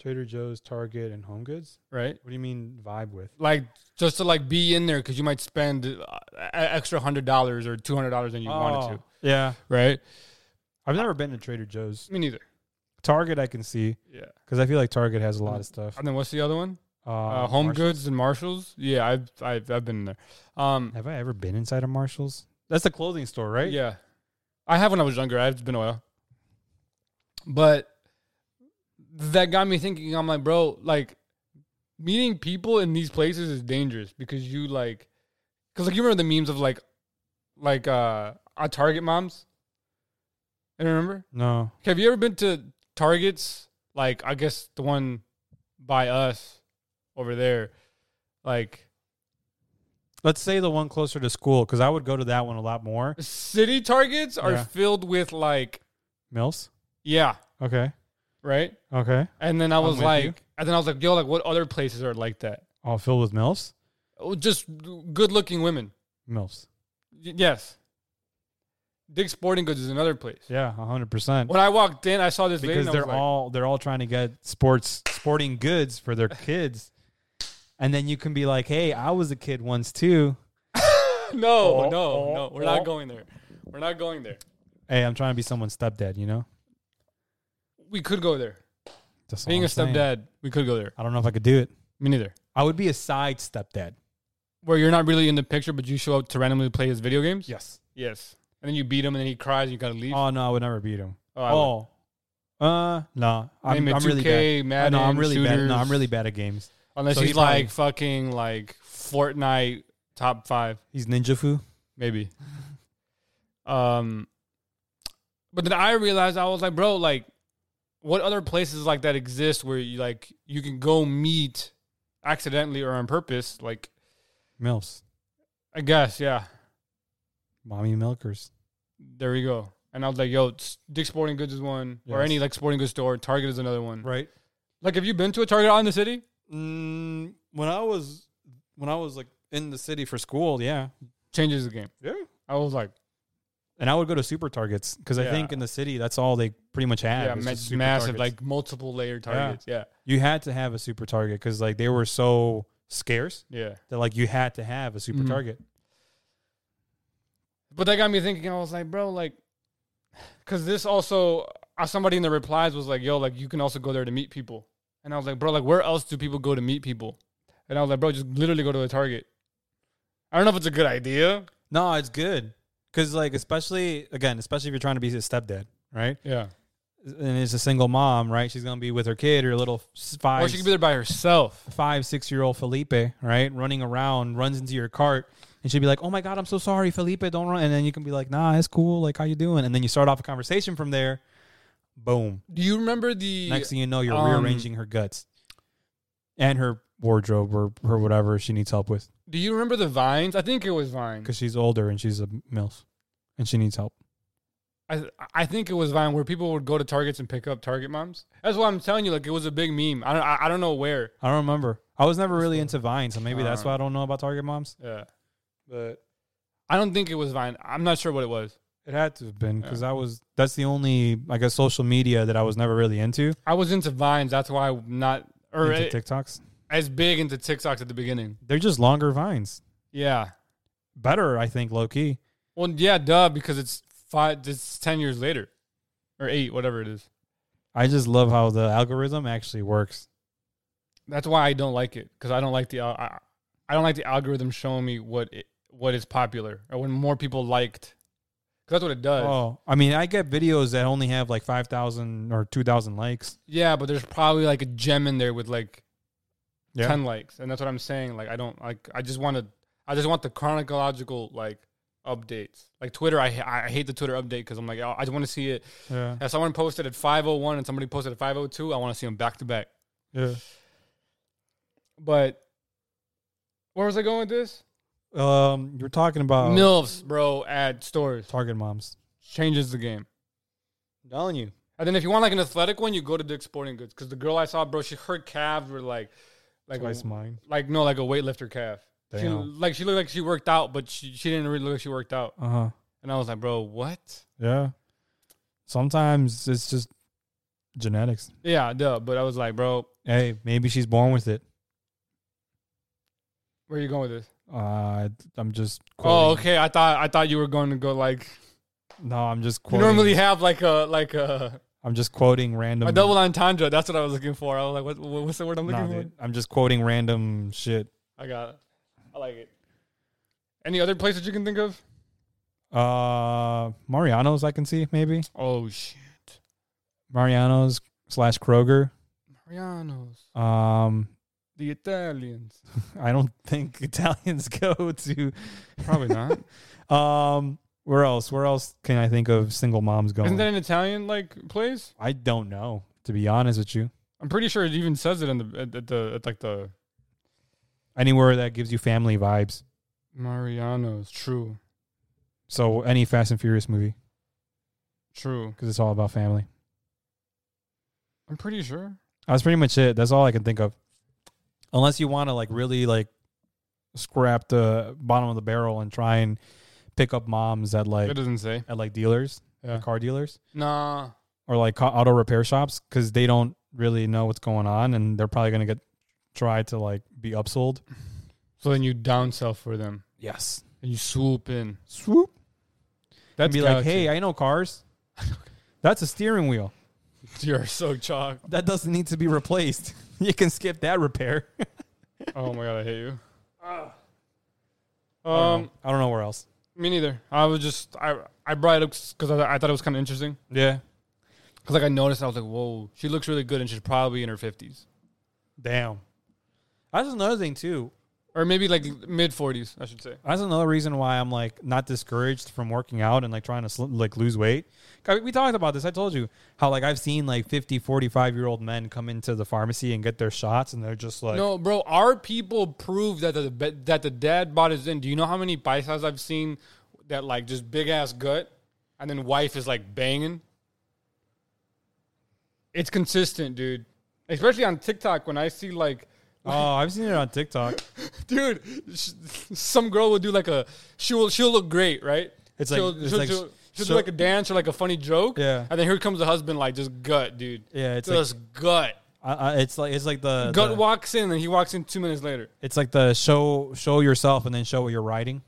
A: Trader Joe's, Target, and Home Goods.
B: Right?
A: What do you mean vibe with?
B: Like just to like be in there because you might spend uh, a- extra hundred dollars or two hundred dollars than you wanted to.
A: Oh, Yeah,
B: Right?
A: I've never been to Trader Joe's.
B: Me neither.
A: Target, I can see
B: Yeah.
A: because I feel like Target has a lot of stuff.
B: And then what's the other one?
A: Mm. Uh,
B: uh, Home
A: Marshall-
B: Goods and Marshalls. Yeah, I've I've, I've been in there. Um,
A: Have I ever been inside a Marshalls? That's a clothing store, right?
B: yeah, I have when I was younger. I've been a while, but that got me thinking. I'm like, bro, like meeting people in these places is dangerous because you like, because like you remember the memes of like, like uh, our Target moms. I remember.
A: No.
B: Have you ever been to Targets? Like, I guess the one by us over there, like
A: Let's say the one closer to school because I would go to that one a lot more.
B: city Targets are
A: Yeah.
B: filled with like,
A: Mills.
B: yeah,
A: Okay.
B: right.
A: Okay.
B: And then I was
A: with you.
B: like, and then I was like, yo, like what other places are like that?
A: All filled with milfs.
B: Oh, just good looking women.
A: Milfs.
B: Y- yes. Dick's Sporting Goods is another place.
A: Yeah, hundred percent.
B: When I walked in, I saw this lady.
A: Because
B: and I
A: they're
B: was like-
A: all they're all trying to get sports sporting goods for
B: *laughs*
A: their kids, and then you can be like, "Hey, I was a kid once too."
B: no,
A: *laughs* Oh,
B: no,
A: oh,
B: no. We're
A: oh.
B: not going there. We're not going there.
A: Hey, I'm trying to be someone's stepdad. You know,
B: We could go there.
A: That's all
B: Being
A: I'm
B: a
A: saying.
B: stepdad, we could go there.
A: I don't know if I could do it.
B: Me neither.
A: I would be a side stepdad.
B: Where you're not really in the picture, but you show up to randomly play his video games.
A: Yes.
B: Yes. And then you beat him, and then he cries, and you gotta leave.
A: Oh no, I would never beat him.
B: oh, I would.
A: Oh, uh, no, I'm,
B: Name it
A: I'm really
B: 2K,
A: bad.
B: Madden,
A: no, I'm really bad.
B: shooters.
A: No, I'm really bad at games.
B: Unless
A: So
B: he's
A: he probably-
B: like fucking like Fortnite top five,
A: He's ninja foo. *laughs*
B: maybe. um, but then I realized I was like, bro, like, what other places like that exist where you like you can go meet accidentally or on purpose? Like,
A: Milfs,
B: I guess, yeah.
A: mommy milkers.
B: There we go. And I was like, yo, s- Dick's Sporting Goods is one, or
A: Yes.
B: any like sporting goods store. Target is another one.
A: Right.
B: Like, have you been to a Target out in the city?
A: Mm, when I was when I was like in the city for school, yeah,
B: Changes the game.
A: yeah.
B: I was like,
A: And I would go to super targets because I
B: Yeah.
A: think in the city that's all they pretty much had.
B: yeah,
A: was
B: ma-
A: just super
B: massive,
A: targets.
B: like multiple layer targets. Yeah,
A: you had to have a super target because like they were so scarce
B: yeah.
A: that like you had to have a super
B: Mhm.
A: target.
B: But that got me thinking. I was like, bro, like, because this also uh, somebody in the replies was like, yo, like you can also go there to meet people. And I was like, bro, like where else do people go to meet people? And I was like, bro, just literally go to a Target. I don't know if it's a good idea.
A: No, it's good because like especially again, especially if you're trying to be his stepdad, right?
B: Yeah.
A: And it's a single mom, right? She's gonna be with her kid or little s-
B: Or
A: five,
B: she could be there by herself.
A: five, six year old Felipe, right, running around, runs into your cart, and she'd be like, "Oh my god, I'm so sorry, Felipe, don't run." And then you can be like, "Nah, it's cool. Like, how you doing?" And then you start off a conversation from there. Boom.
B: Do you remember the
A: Next thing you know, you're
B: Um,
A: rearranging her guts and her wardrobe or her whatever she needs help with
B: Do you remember the vines? I think it was Vine.
A: because she's older and she's a milf and she needs help.
B: I I think it was Vine where people would go to Targets and pick up Target moms. That's why I'm telling you, like it was a big meme. I don't I, I don't know where.
A: I don't remember. I was never really
B: cool.
A: into Vine, so maybe that's
B: Uh,
A: why I don't know about Target moms.
B: Yeah,
A: But
B: I don't think it was Vine. I'm not sure what it was.
A: it had to have been because I was. That's the only I guess social media that I was never really into.
B: I was into Vines. That's why I'm not or
A: into
B: eh,
A: TikToks.
B: as big into TikToks at the beginning.
A: They're just longer vines.
B: Yeah.
A: Better, I think, low key.
B: Well, yeah, duh, because it's five. It's ten years later, or eight, whatever it is.
A: I just love how the algorithm actually works.
B: That's why I don't like it because I don't like the al- I, I don't like the algorithm showing me what it, what is popular or when more people liked. Because that's what it does.
A: Oh, I mean, I get videos that only have like 5,000 or 2,000 likes.
B: Yeah, but there's probably like a gem in there with like
A: Yeah.
B: ten likes, and that's what I'm saying. Like, I don't like. I just want to. I just want the chronological like updates. Like Twitter, I ha- I hate the Twitter update because I'm like, oh, I just want to see it.
A: Yeah.
B: If someone posted at 501 and somebody posted at 502, I want to see them back to back.
A: Yeah.
B: But where was I going with this?
A: Um, you're talking about
B: Milfs, bro, at stores
A: Target moms.
B: changes the game.
A: I'm telling you.
B: And then if you want like an athletic one, you go to Dick's Sporting Goods because the girl I saw, bro, she her calves were like, like a-
A: Twice mine.
B: like no, like a weightlifter calf. She,
A: Damn.
B: like she looked like she worked out, but she, she didn't really look like she worked out.
A: Uh huh.
B: And I was like, bro, what?
A: Yeah. Sometimes it's just genetics.
B: Yeah, duh. But I was like, bro,
A: Hey, maybe she's born with it.
B: where are you going with this?
A: Uh, I'm just.
B: Oh,
A: quoting.
B: okay. I thought I thought you were going to go like
A: No, I'm just
B: you
A: quoting.
B: normally have like a like a,
A: I'm just quoting random.
B: a double entendre. That's what I was looking for. I was like, what, what- what's the word I'm
A: Nah,
B: looking for?
A: dude, I'm just quoting random shit.
B: I got it. I like it. Any other place that you can think of?
A: Uh, Mariano's I can see maybe
B: Oh shit.
A: Mariano's slash Kroger.
B: Rianos,
A: Um,
B: the Italians.
A: I don't *laughs* think Italians *laughs* go to.
B: Probably *laughs* not.
A: Um, where else? Where else can I think of single moms going?
B: Isn't that an Italian like place?
A: I don't know. To be honest with you,
B: I'm pretty sure it even says it in the at, at the at like the
A: anywhere that gives you family vibes.
B: Marianos. True,
A: So any Fast and Furious movie
B: true.
A: because it's all about family.
B: I'm pretty sure.
A: That's pretty much it. That's all I can think of. Unless you want to like really like scrap the bottom of the barrel and try and pick up moms at
B: It
A: like
B: doesn't say.
A: at like dealers,
B: Yeah.
A: car dealers,
B: Nah.
A: or like ca- auto repair shops because they don't really know what's going on and they're probably gonna get try to like be upsold.
B: So then you downsell for them
A: Yes.
B: and you swoop in.
A: Swoop. And
B: That'd
A: be like, hey, I know cars. *laughs* That's a steering wheel.
B: *laughs* you're so chalk.
A: That doesn't need to be replaced. *laughs* you can skip that repair.
B: Oh my god, I hate you.
A: I Oh. don't
B: Um,
A: know. I don't know where else.
B: me neither. I was just I I brought it up because I, I thought it was kind of interesting.
A: Yeah.
B: Cause like I noticed, I was like, whoa, she looks really good, and she's probably in her fifties
A: Damn. That's another thing too.
B: or maybe like mid forties, I should say.
A: That's another reason why I'm like not discouraged from working out and like trying to sl- like lose weight. 'Cause We talked about this. I told you how like I've seen like 50, 45 year old men come into the pharmacy and get their shots and they're just like,
B: no, bro, our people prove that the be- that the dad bod is in. Do you know how many paisas I've seen that like just big ass gut, and then wife is like banging? It's consistent, dude. Especially on TikTok, when I see like
A: oh, I've seen it on TikTok.
B: dude sh- some girl will do like a she will she'll look great right
A: It's
B: she'll,
A: like- it's
B: she'll,
A: like-
B: do, she'll do
A: so-
B: like a dance or like a funny joke
A: Yeah.
B: and then here comes the husband like just gut dude
A: Yeah, it's
B: just gut
A: I, I, it's like it's like the,
B: gut
A: the-
B: walks in and he walks in two minutes later
A: it's like the show show yourself and then show what you're writing.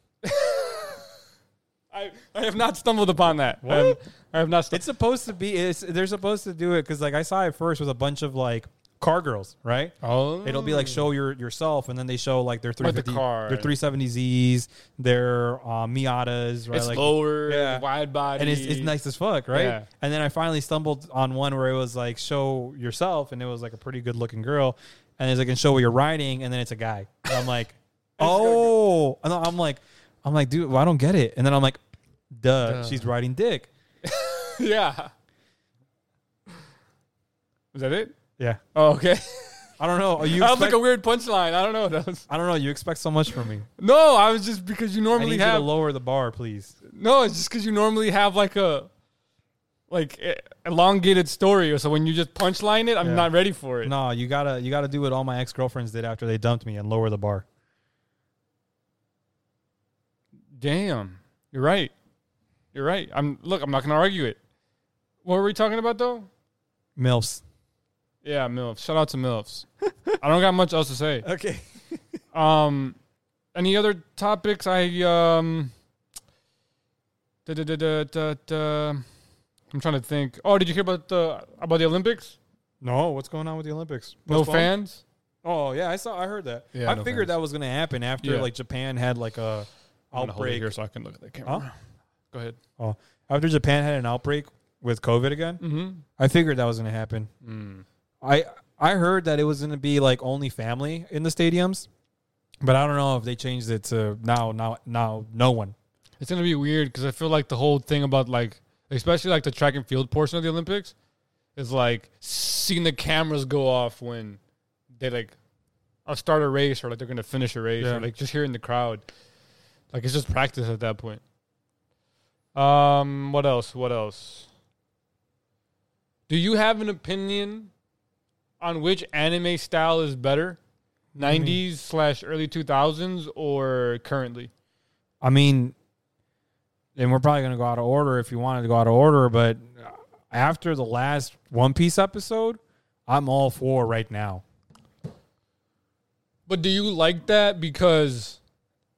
B: I, I have not stumbled upon that I, have, I have not stumbled
A: It's supposed to be. It's, they're supposed to do it because like I saw it first with a bunch of like car girls, right?
B: oh
A: It'll be like show your yourself, and then they show like their
B: Like the
A: 350,
B: car.
A: their 370zs, their uh, Miatas, right?
B: it's
A: like,
B: lower
A: yeah.
B: wide body
A: and it's, it's nice as fuck, right?
B: Yeah.
A: And then I finally stumbled on one where it was like show yourself, and it was like a pretty good looking girl, and it's like and show what you're riding, and then it's a guy. And I'm
B: *laughs*
A: like, oh, and I'm like, I'm like, dude, well, I don't get it. And then I'm like, duh,
B: Duh.
A: she's riding dick.
B: *laughs* yeah is that it
A: Yeah,
B: oh okay
A: I don't know. Oh, You
B: *laughs* that was
A: expect,
B: like a weird punchline I don't know that was
A: I don't know. You expect so much from me.
B: no I was just because you
A: I
B: normally
A: need you
B: have
A: to lower the bar, please.
B: No, it's just because you normally have like a like e- elongated story, so when you just punchline it, I'm
A: Yeah.
B: not ready for it.
A: No, you gotta you gotta do what all my ex girlfriends did after they dumped me and lower the bar.
B: Damn, you're right. You're right. I'm look. I'm not gonna argue it. What were we talking about though?
A: Milfs.
B: Yeah, milfs. Shout out to milfs.
A: *laughs*
B: I don't got much else to say.
A: Okay. *laughs*
B: Um, any other topics? I um, da, da, da, da, da, da. I'm trying to think. Oh, did you hear about the about the Olympics?
A: No, what's going on with the Olympics?
B: No
A: Postponed?
B: fans.
A: Oh yeah, I saw. I heard that.
B: Yeah,
A: I
B: no
A: figured
B: fans.
A: that was gonna happen after
B: Yeah.
A: like Japan had like a
B: I'm gonna hold it
A: outbreak.
B: here so I can look at the camera.
A: Huh?
B: Go ahead.
A: Oh, after Japan had an outbreak with COVID again,
B: Mm-hmm.
A: I figured that was gonna happen.
B: Mm.
A: I I heard that it was gonna be like only family in the stadiums, but I don't know if they changed it to now now now no one.
B: It's gonna be weird because I feel like the whole thing about like, especially like the track and field portion of the Olympics, is like seeing the cameras go off when they like uh, start a race or like they're gonna finish a race
A: Yeah.
B: or like just hearing the crowd. Like it's just practice at that point. Um, what else? What else? Do you have an opinion on which anime style is better, nineties slash early two thousands or currently?
A: I mean, and we're probably going to go out of order if you wanted to go out of order, but after the last One Piece episode, I'm all for right now.
B: But do you like that because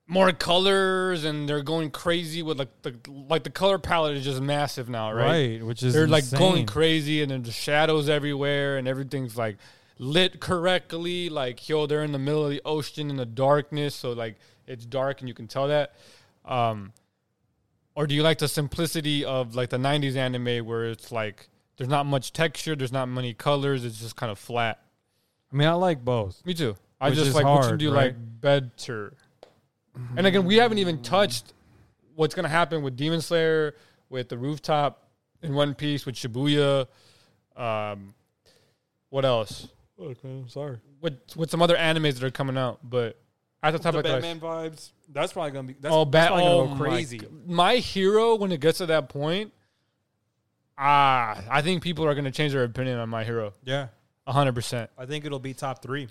B: more colors and they're going crazy with like the like the color palette is just massive now, right?
A: which is
B: They're like
A: insane.
B: going crazy and then the shadows everywhere and everything's like lit correctly. Like yo, they're in the middle of the ocean in the darkness, so like it's dark and you can tell that. Um, or do you like the simplicity of like the '90s anime where it's like there's not much texture, there's not many colors, it's just kind of flat.
A: I mean, I like both.
B: Me too. I
A: Which
B: just
A: is
B: like which one
A: hard,
B: do you
A: right? Mm-hmm.
B: like better? And again, we haven't even touched what's gonna happen with Demon Slayer, with the rooftop in One Piece, with Shibuya. Um, what else?
A: Okay, sorry.
B: With with some other animes that are coming out, but at the top
C: the
B: of that,
C: Batman vibes. That's probably gonna be. That's,
B: oh,
C: that's
B: bat,
C: probably
B: oh
C: gonna go crazy.
B: My, g- my hero, when it gets to that point, ah, I think people are gonna change their opinion on my hero,
A: Yeah,
B: hundred percent.
A: I think it'll be top three.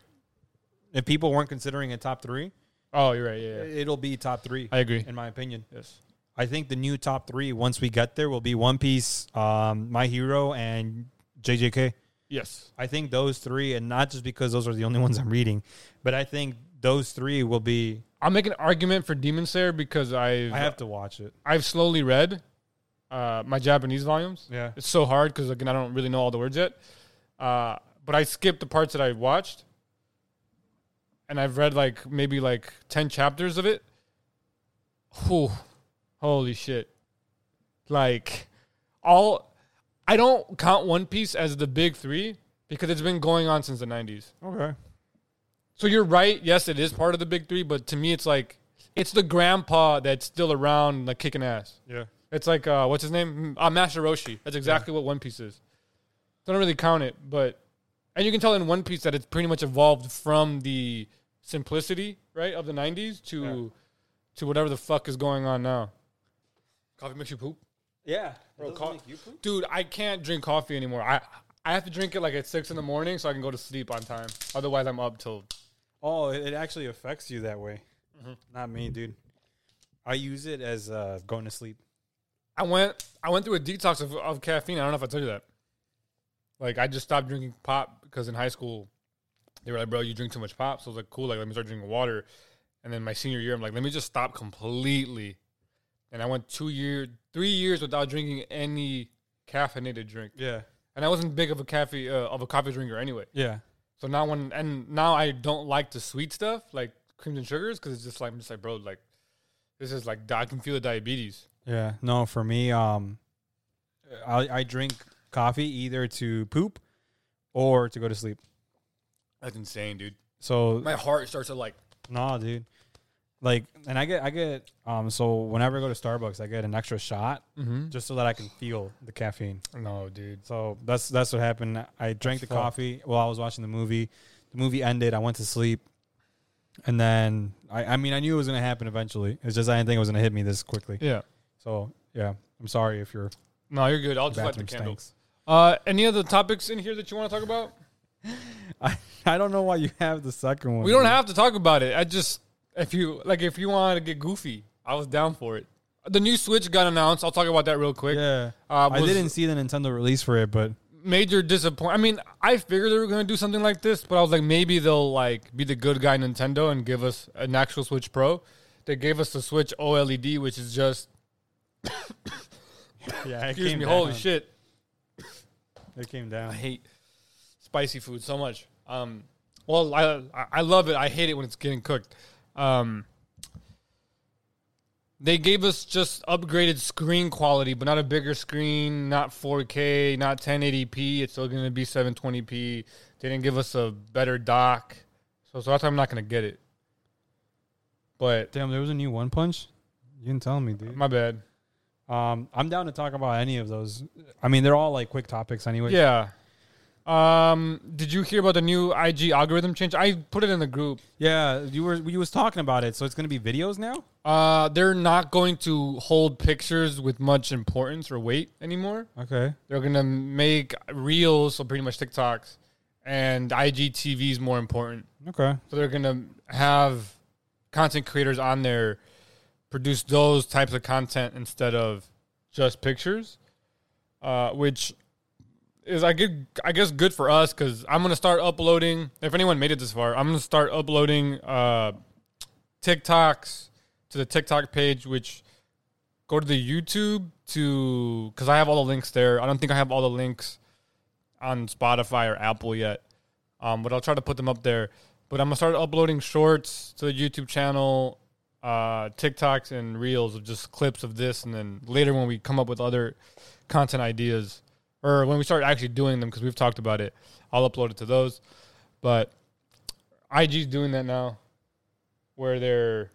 A: If people weren't considering it top three,
B: Oh, you're right. Yeah, yeah.
A: it'll be top three,
B: I agree.
A: in my opinion.
B: Yes.
A: I think the new top three, once we get there, will be One Piece, um, My Hero, and JJK.
B: Yes.
A: I think those three, and not just because those are the only ones I'm reading, but I think those three will be.
B: I'll make an argument for Demon Slayer because I've
A: I have to watch it.
B: I've slowly read uh, my Japanese volumes.
A: Yeah.
B: It's so hard because again I don't really know all the words yet. Uh, but I skipped the parts that I watched, and I've read like maybe like ten chapters of it. Whew. holy shit! Like all, I don't count One Piece as the big three because it's been going on since the nineties.
A: Okay.
B: So you're right. Yes, it is part of the big three, but to me, it's like it's the grandpa that's still around, like kicking ass.
A: Yeah.
B: It's like uh, what's his name? Mm, Uh, Master Roshi. That's exactly what One Piece is. Don't really count it, but and you can tell in One Piece that it's pretty much evolved from the simplicity right of the '90s to to whatever the fuck is going on now. Coffee makes you poop,
C: Yeah,
B: Bro, co- dude. I can't drink coffee anymore. I I have to drink it like at six in the morning so I can go to sleep on time. Otherwise, I'm up till
A: Oh, it it actually affects you that way. Not me, dude. I use it as uh, going to sleep.
B: I went I went through a detox of, of caffeine. I don't know if I told you that. Like I just stopped drinking pop because in high school they were like, "Bro, you drink too much pop." So I was like, "Cool, like let me start drinking water." And then my senior year, I'm like, "Let me just stop completely." And I went two year, three years without drinking any caffeinated drink.
A: Yeah.
B: And I wasn't big of a caffeine uh, of a coffee drinker anyway.
A: Yeah.
B: So now when and now I don't like the sweet stuff like creams and sugars because it's just like I'm just like, bro, like this is like I can feel the diabetes.
A: Yeah. No, for me, um, I, I drink coffee either to poop or to go to sleep.
B: That's insane, dude.
A: So
B: my heart starts to like
A: Nah, dude. Like, and I get, I get, um, so whenever I go to Starbucks, I get an extra shot just so that I can feel the caffeine.
B: no dude
A: So that's, that's what happened. I drank the
B: Fuck.
A: coffee while I was watching the movie. The movie ended. I went to sleep. And then, I, I mean, I knew it was going to happen eventually. It's just I didn't think it was going to hit me this quickly.
B: yeah
A: So, yeah, I'm sorry if your
B: no you're good i'll just light the
A: bathroom
B: candle
A: stinks. *laughs*
B: uh any other topics in here that you want to talk about
A: I, I don't know why you have the second one.
B: we don't
A: dude.
B: have to talk about it i just if you like if you want to get goofy i was down for it the new switch got announced i'll talk about that real quick
A: Yeah.
B: uh,
A: I
B: was
A: didn't see the Nintendo release for it,
B: *laughs*
A: but
B: major disappoint. I mean, I figured they were going to do something like this, but I was like, maybe they'll like be the good guy Nintendo and give us an actual Switch Pro. They gave us the Switch OLED, which is just
A: yeah, it
B: excuse
A: came
B: me, holy
A: down.
B: shit.
A: It came down.
B: I hate spicy food so much. Um, well, I I- I love it. I hate it when it's getting cooked. Um, they gave us just upgraded screen quality, but not a bigger screen, not 4K, not 1080p. It's still going to be 720p. They didn't give us a better dock, so so that's why I'm not going to get it. But
A: Damn, there was a new One Punch. You didn't tell me, dude.
B: my bad.
A: Um, I'm down to talk about any of those. I mean, they're all like quick topics anyway.
B: Yeah. Um, did you hear about the new IG algorithm change? I put it in the group.
A: yeah. You were you was talking about it, so it's gonna be videos now.
B: Uh, they're not going to hold pictures with much importance or weight anymore.
A: Okay.
B: They're gonna make reels, so pretty much TikToks, and IGTV is more important.
A: Okay.
B: So they're gonna have content creators on there produce those types of content instead of just pictures, uh, which is I get I guess good for us because I'm gonna start uploading. If anyone made it this far, I'm gonna start uploading uh, TikToks to the TikTok page, which go to the YouTube to because I have all the links there. I don't think I have all the links on Spotify or Apple yet, um, but I'll try to put them up there. But I'm gonna start uploading shorts to the YouTube channel, uh, TikToks and Reels of just clips of this, and then later when we come up with other content ideas or when we start actually doing them, because we've talked about it, I'll upload it to those. But IG's doing that now, where they're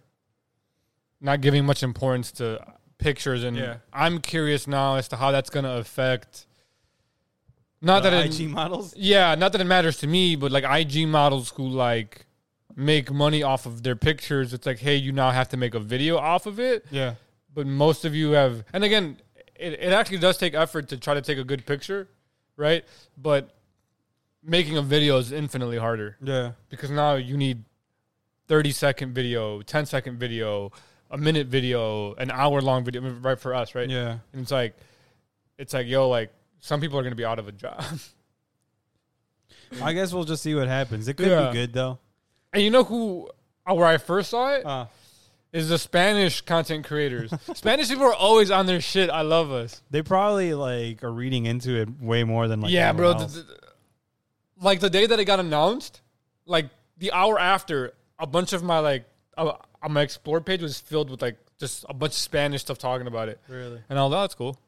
B: not giving much importance to pictures, and
C: Yeah.
B: I'm curious now as to how that's going to affect. Not that
A: The
B: it,
A: IG models.
B: yeah, not that it matters to me, but like IG models who like make money off of their pictures, it's like, hey, you now have to make a video off of it.
C: Yeah.
B: But most of you have, and again, it, it actually does take effort to try to take a good picture, right? But making a video is infinitely harder
C: Yeah.
B: because now you need 30 second video, 10 second video, a minute video, an hour long video, right? For us, right?
C: Yeah.
B: And it's like, it's like, yo, like some people are going to be out of a job. *laughs*
A: I guess we'll just see what happens. It could
B: Yeah.
A: be good though.
B: And you know who, uh, where I first saw it
A: Uh,
B: is the Spanish content creators. Spanish people are always on their shit. I love us.
A: they probably like are reading into it way more than like
B: yeah, bro.
A: anyone
B: th-
A: else.
B: th- like the day that it got announced, like the hour after, a bunch of my like, uh, uh, my explore page was filled with like just a bunch of Spanish stuff talking about it.
A: really.
B: And all "Oh, that's cool.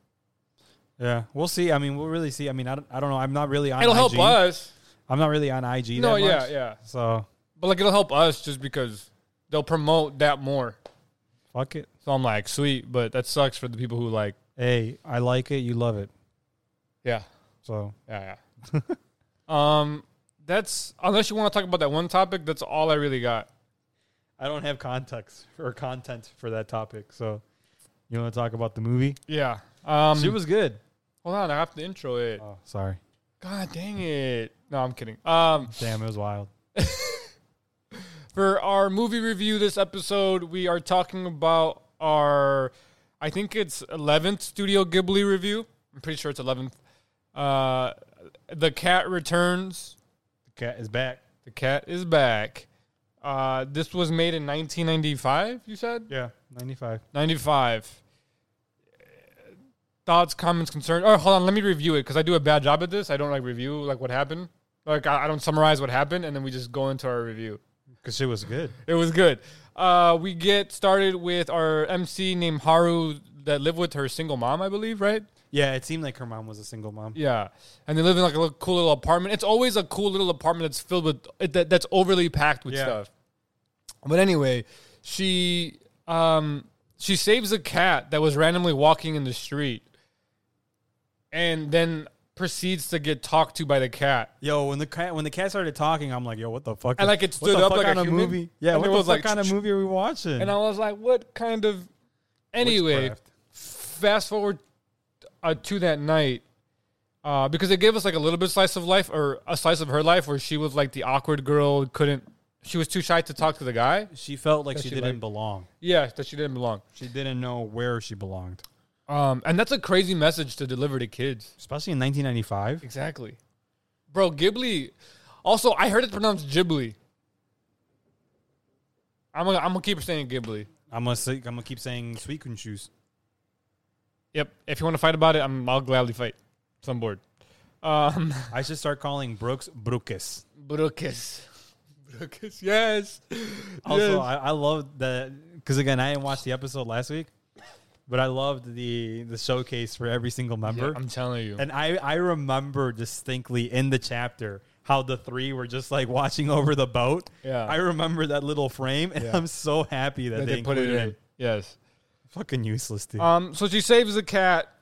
A: Yeah, we'll see. I mean, we'll really see. I mean, I don't, I don't know. I'm not really on.
B: It'll
A: IG.
B: help us.
A: I'm not really on IG.
B: No,
A: that much,
B: yeah, yeah.
A: So
B: But like it'll help us just because they'll promote that more.
A: fuck it.
B: So I'm like, sweet, but that sucks for the people who like,
A: Hey, I like it. You love it.
B: yeah.
A: So
B: Yeah, yeah. *laughs* um, that's unless you want to talk about that one topic. That's all I really got.
A: I don't have context or content for that topic. So you want to talk about the movie?
B: Yeah. Um,
A: she was good.
B: hold on, I have to intro it.
A: Oh, sorry.
B: God dang it! No, I'm kidding. Um,
A: Damn, it was wild.
B: for our movie review this episode, we are talking about our, I think it's 11th Studio Ghibli review. I'm pretty sure it's 11th. Uh, the Cat Returns.
A: The cat is back.
B: The cat is back. Uh, this was made in 1995. You said.
A: Yeah, 95.
B: 95. Thoughts, comments, concerns. Oh, hold on. Let me review it because I do a bad job at this. I don't like review like what happened. Like I, I don't summarize what happened, and then we just go into our review.
A: Because she was good.
B: It was good. Uh, we get started with our MC named Haru that lived with her single mom, I believe, right?
A: Yeah, it seemed like her mom was a single mom.
B: Yeah, and they live in like a little, cool little apartment. It's always a cool little apartment that's filled with it- that, that's overly packed with
A: Yeah.
B: stuff. But anyway, she um she saves a cat that was randomly walking in the street, and then proceeds to get talked to by the cat.
A: Yo, when the cat when the cat started talking, I'm like, yo, what the fuck?
B: And, like, it
A: what the
B: stood up
A: fuck
B: like a
A: kind of
B: human?
A: movie. Yeah,
B: And
A: what
B: it
A: the
B: was
A: fuck
B: like,
A: kind of movie are we watching?
B: And I was like, "What kind of?" Anyway,
A: Witchcraft.
B: fast forward uh, to that night uh, because it gave us like a little bit slice of life or a slice of her life where she was like the awkward girl who couldn't she was too shy to talk to the guy
A: she felt like she,
B: she
A: didn't
B: liked-
A: belong.
B: yeah that she didn't belong
A: She didn't know where she belonged,
B: um, and that's a crazy message to deliver to kids
A: especially in 1995.
B: exactly bro ghibli also i heard it pronounced ghibli i'm gonna, I'm gonna keep saying ghibli
A: I'm gonna say, I'm gonna keep saying sweet and shoes.
B: yep if you want to fight about it I'm, i'll gladly fight it's on board um, *laughs*
A: I should start calling Brooks Brookes.
B: Brookus. Brookus, yes.
A: Also,
B: Yes.
A: I, I loved the because again, I didn't watch the episode last week, but I loved the the showcase for every single member.
B: I'm telling you.
A: and I I remember distinctly in the chapter how the three were just like watching over the boat.
B: Yeah.
A: I remember that little frame, and
B: Yeah.
A: I'm so happy that, they, put it in. Uh,
B: Yes.
A: Fucking useless, dude.
B: Um, so she saves the cat,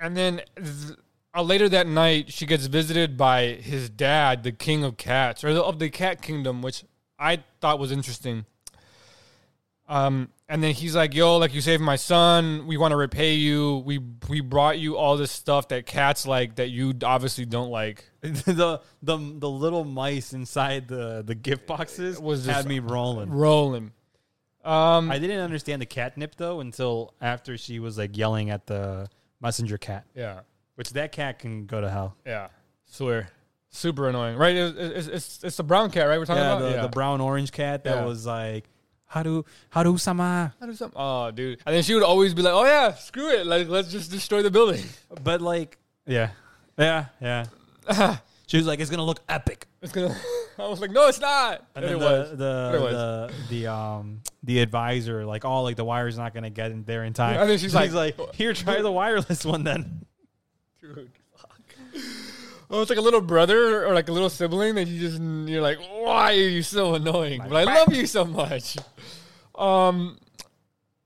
B: and then th- uh, later that night, she gets visited by his dad, the king of cats, or the, of the cat kingdom, which I thought was interesting. Um, and then he's like, "Yo, like you saved my son. We want to repay you. We we brought you all this stuff that cats like that you obviously don't like."
A: *laughs* the the the little mice inside the the gift boxes
B: was
A: was
B: just-
A: had me rolling.
B: Rolling. Um,
A: I didn't understand the catnip though until after she was like yelling at the messenger cat.
B: yeah.
A: Which that cat can go to hell.
B: Yeah, swear, super annoying, right? It, it, it's it's it's the brown cat, right? We're talking
A: Yeah,
B: about
A: the, the brown orange cat that
B: Yeah.
A: was like Haru Haru sama.
B: How do some- Oh, dude, and then she would always be like, "Oh yeah, screw it, like let's just destroy the building." *laughs*
A: But like Yeah. Yeah, yeah. *laughs* she was like, It's gonna look epic.
B: It's gonna. *laughs* I was like, "No, it's not."
A: And
B: And,
A: then
B: it
A: the,
B: was.
A: the,
B: But it was.
A: the the um the advisor, like, oh like the wire's not gonna get in there in time.
B: Yeah, and
A: *laughs*
B: then she's like-
A: here, try the wireless one then.
B: dude. Fuck. Oh, it's like a little brother or like a little sibling that you just you're like, why are you so annoying? But I love you so much. Um,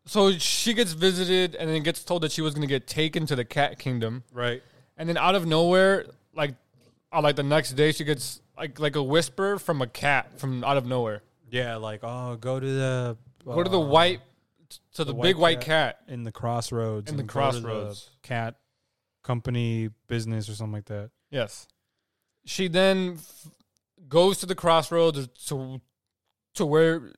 B: so she gets visited and then gets told that she was gonna get taken to the cat kingdom,
A: Right.
B: and then out of nowhere, like, uh, like the next day, she gets like like a whisper from a cat from out of nowhere.
A: Yeah, like oh, go to the
B: Go to the
A: uh,
B: white, to the,
A: the
B: big
A: white
B: white cat.
A: in the crossroads
B: In the
A: and go to
B: crossroads.
A: cat company business or something like that.
B: Yes. She then f- goes to the crossroads to to where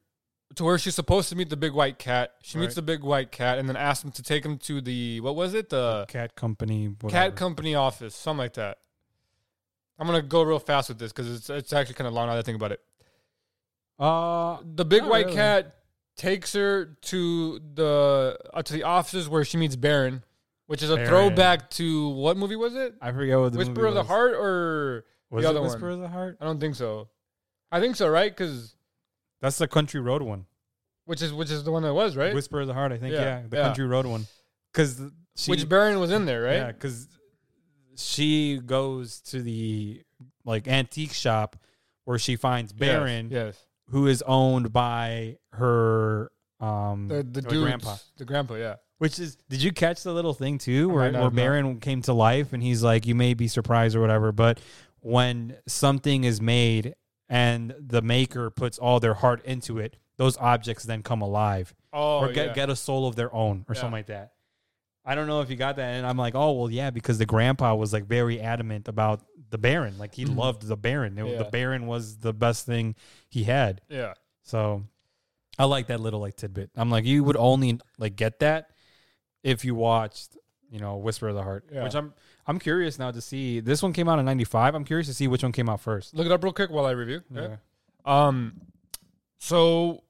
B: to where she's supposed to meet the big white cat. She meets
A: Right.
B: the big white cat and then asks him to take him to the what was it? The
A: Cat company. whatever.
B: Uh, cat company office, something like that. I'm gonna go real fast with this because it's it's actually kind of long now that I think about it.
A: Uh,
B: The big
A: Not
B: white
A: really.
B: cat takes her to the uh, to the offices where she meets Baron, which is a
A: Baron.
B: throwback to what movie was it?
A: I forget what the
B: Whisper
A: movie
B: of the
A: was.
B: Heart or
A: Was
B: the
A: it
B: other one.
A: Whisper of the Heart?
B: I don't think so. I think so, right? Because
A: That's the Country Road one.
B: which is which is the one that was right,
A: Whisper of the Heart, I think.
B: Yeah,
A: Yeah, the
B: yeah.
A: Country Road one. Because she,
B: which Baron was in there, right?
A: yeah, because she goes to the like antique shop where she finds
B: Yes,
A: Baron,
B: yes,
A: who is owned by her um
B: the the
A: her
B: dude,
A: grandpa.
B: the grandpa, yeah,
A: Which is, did you catch the little thing too,
B: might
A: where,
B: not
A: where
B: have not.
A: Baron came to life and he's like, you may be surprised or whatever, but when something is made and the maker puts all their heart into it, those objects then come alive
B: oh
A: or get
B: yeah.
A: get a soul of their own or
B: Yeah.
A: something like that. I don't know if you got that, and I'm like, oh well, yeah, because the grandpa was like very adamant about the Baron, like he
B: Mhm.
A: loved the Baron. It-
B: Yeah.
A: The Baron was the best thing he had.
B: yeah,
A: So I like that little like tidbit. I'm like, you would only like get that if you watched, you know, Whisper of the Heart.
B: Yeah.
A: Which I'm I'm curious now to see. This one came out in '95. I'm curious to see which one came out first.
B: Look it up real quick while I review.
A: Yeah.
B: Yeah. Um, so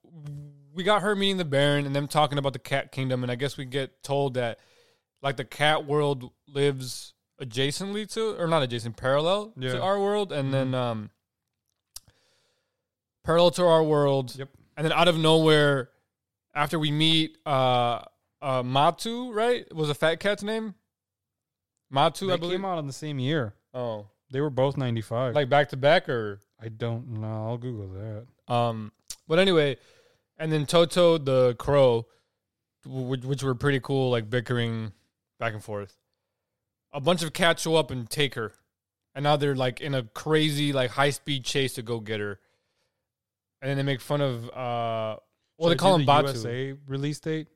B: we got her meeting the Baron and them talking about the Cat Kingdom, and I guess we get told that like the cat world lives adjacently to, or not adjacent, parallel
A: Yeah. Mm-hmm.
B: to our world, and then um, parallel to our world.
A: Yep.
B: And then out of nowhere, after we meet uh, uh, Matu, right, was a fat cat's name. Matu, I
A: They
B: believe.
A: came out in the same year.
B: Oh,
A: They were both '95.
B: like back to back or
A: I don't know. I'll Google that.
B: Um, but anyway, and then Toto the crow, w- which, which were pretty cool, like bickering back and forth. A bunch of cats show up and take her, and now they're like in a crazy, like high speed chase to go get her. And then they make fun of, uh, well,
A: Should I
B: they
A: do
B: call him
A: the
B: Batu
A: USA release date.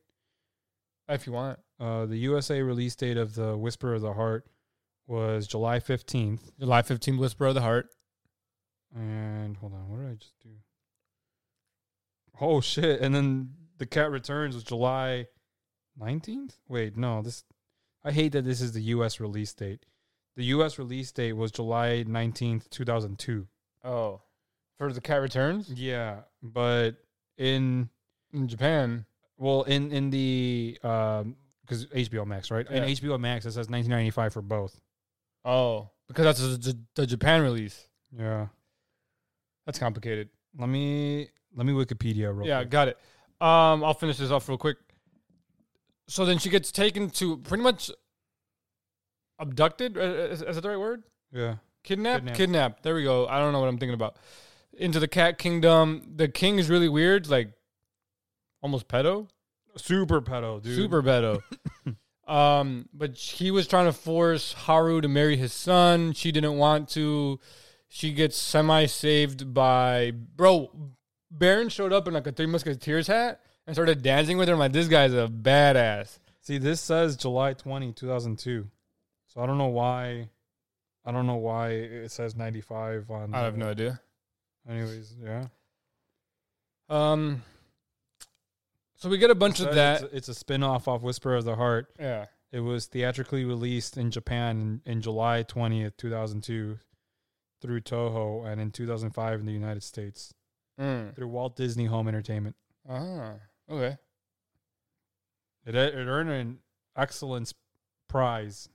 B: if you want,
A: Uh, the USA release date of the Whisper of the Heart was July 15th.
B: July 15th, Whisper of the Heart.
A: And hold on, what did I just do? Oh shit! And then the cat returns was July nineteenth. Wait, no, this. I hate that this is the U.S. release date. The U.S. release date was July nineteenth, two thousand two.
B: Oh, for the cat returns
A: Yeah, but in
B: in Japan,
A: well, in in the um because HBO Max, right?
B: Yeah.
A: In HBO Max, it says nineteen ninety five for both.
B: oh, because that's the, the Japan release.
A: Yeah.
B: That's complicated.
A: Let me let me Wikipedia real
B: yeah,
A: quick.
B: got it. Um, I'll finish this off real quick. So then she gets taken to pretty much abducted. uh, Is, is that the right word?
A: Yeah.
B: Kidnapped? Kidnapped.
A: Kidnapped.
B: There we go. I don't know what I'm thinking about. Into the cat kingdom. The king is really weird, like almost pedo,
A: Super pedo, dude.
B: super *laughs* pedo. um, but he was trying to force Haru to marry his son. She didn't want to. She gets semi saved by bro. Baron showed up in like a Three Musketeers hat and started dancing with her. I'm like, this guy's a badass.
A: See, this says July 20, 2002. So I don't know why. I don't know why it says 95 on.
B: I have no idea.
A: Anyways, yeah.
B: Um, so we get a bunch of
A: Says
B: that.
A: It's, it's a spin off of Whisper of the Heart.
B: Yeah,
A: It was theatrically released in Japan in, in July 20th, 2002 through Toho and in 2005 in the United States
B: mm.
A: through Walt Disney Home Entertainment.
B: ah, okay.
A: It, e-, it earned an excellence prize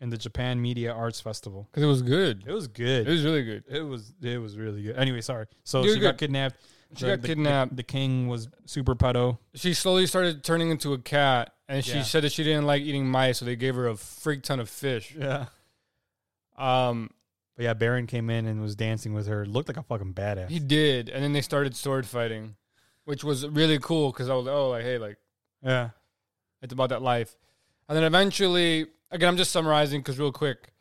A: in the Japan Media Arts Festival.
B: Because it was good.
A: It was good.
B: It was really good.
A: It was it was really good. Anyway, sorry. So
B: You're
A: she got
B: good.
A: kidnapped.
B: She
A: The-
B: got
A: the-
B: kidnapped.
A: The, the king was super pedo.
B: she slowly started turning into a cat, and she
A: Yeah.
B: said that she didn't like eating mice, so they gave her a freak ton of fish.
A: Yeah.
B: Um,
A: But yeah, Baron came in and was dancing with her. Looked like a fucking badass.
B: he did, and then they started sword fighting, which was really cool because I was like, oh, like hey, like
A: yeah.
B: it's about that life, and then eventually, again, I'm just summarizing because real quick,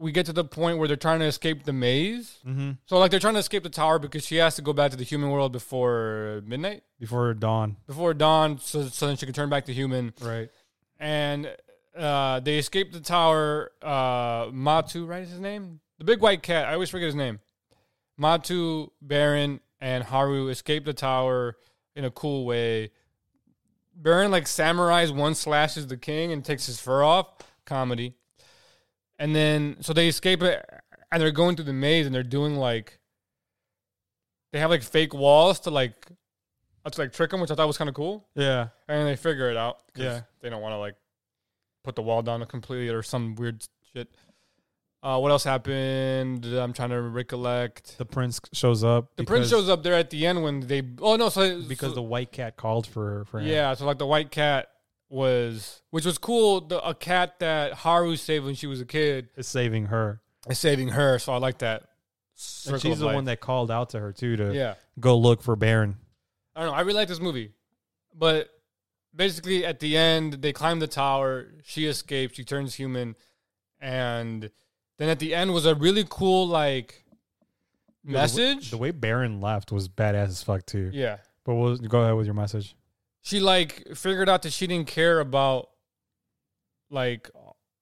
B: we get to the point where they're trying to escape the maze.
A: Mm-hmm.
B: So like they're trying to escape the tower because she has to go back to the human world before midnight,
A: Before dawn.
B: before dawn, so so then she can turn back to human.
A: Right.
B: and uh, they escaped the tower. Uh, Matu, right, is his name? The big white cat. I always forget his name. Matu, Baron, and Haru escaped the tower in a cool way. Baron, like, samurai's one slashes the king and takes his fur off. Comedy. And then, so they escape it, and they're going through the maze, and they're doing like, they have like fake walls to like, uh, to like trick them, which I thought was kind of cool
A: Yeah.
B: and they figure it out. 'cause
A: Yeah.
B: they don't want to like put the wall down completely or some weird shit. Uh, what else happened? I'm trying to recollect. The,
A: The prince shows up.
B: prince
A: because-
B: shows up there at the end when they. Oh no! So
A: because
B: so-
A: the white cat called for for him.
B: yeah, so like the white cat was, which was cool. The, a cat that Haru saved when she was a kid
A: It's saving her.
B: is saving her. So I like that.
A: And she's the one that called out to her too to
B: Yeah.
A: go look for Baron.
B: I don't know. I really like this movie, but basically at the end they climb the tower. She escapes. She turns human, and then at the end was a really cool like message.
A: The way Baron left was badass as fuck too.
B: yeah,
A: But we'll go ahead with your message.
B: she like figured out that she didn't care about like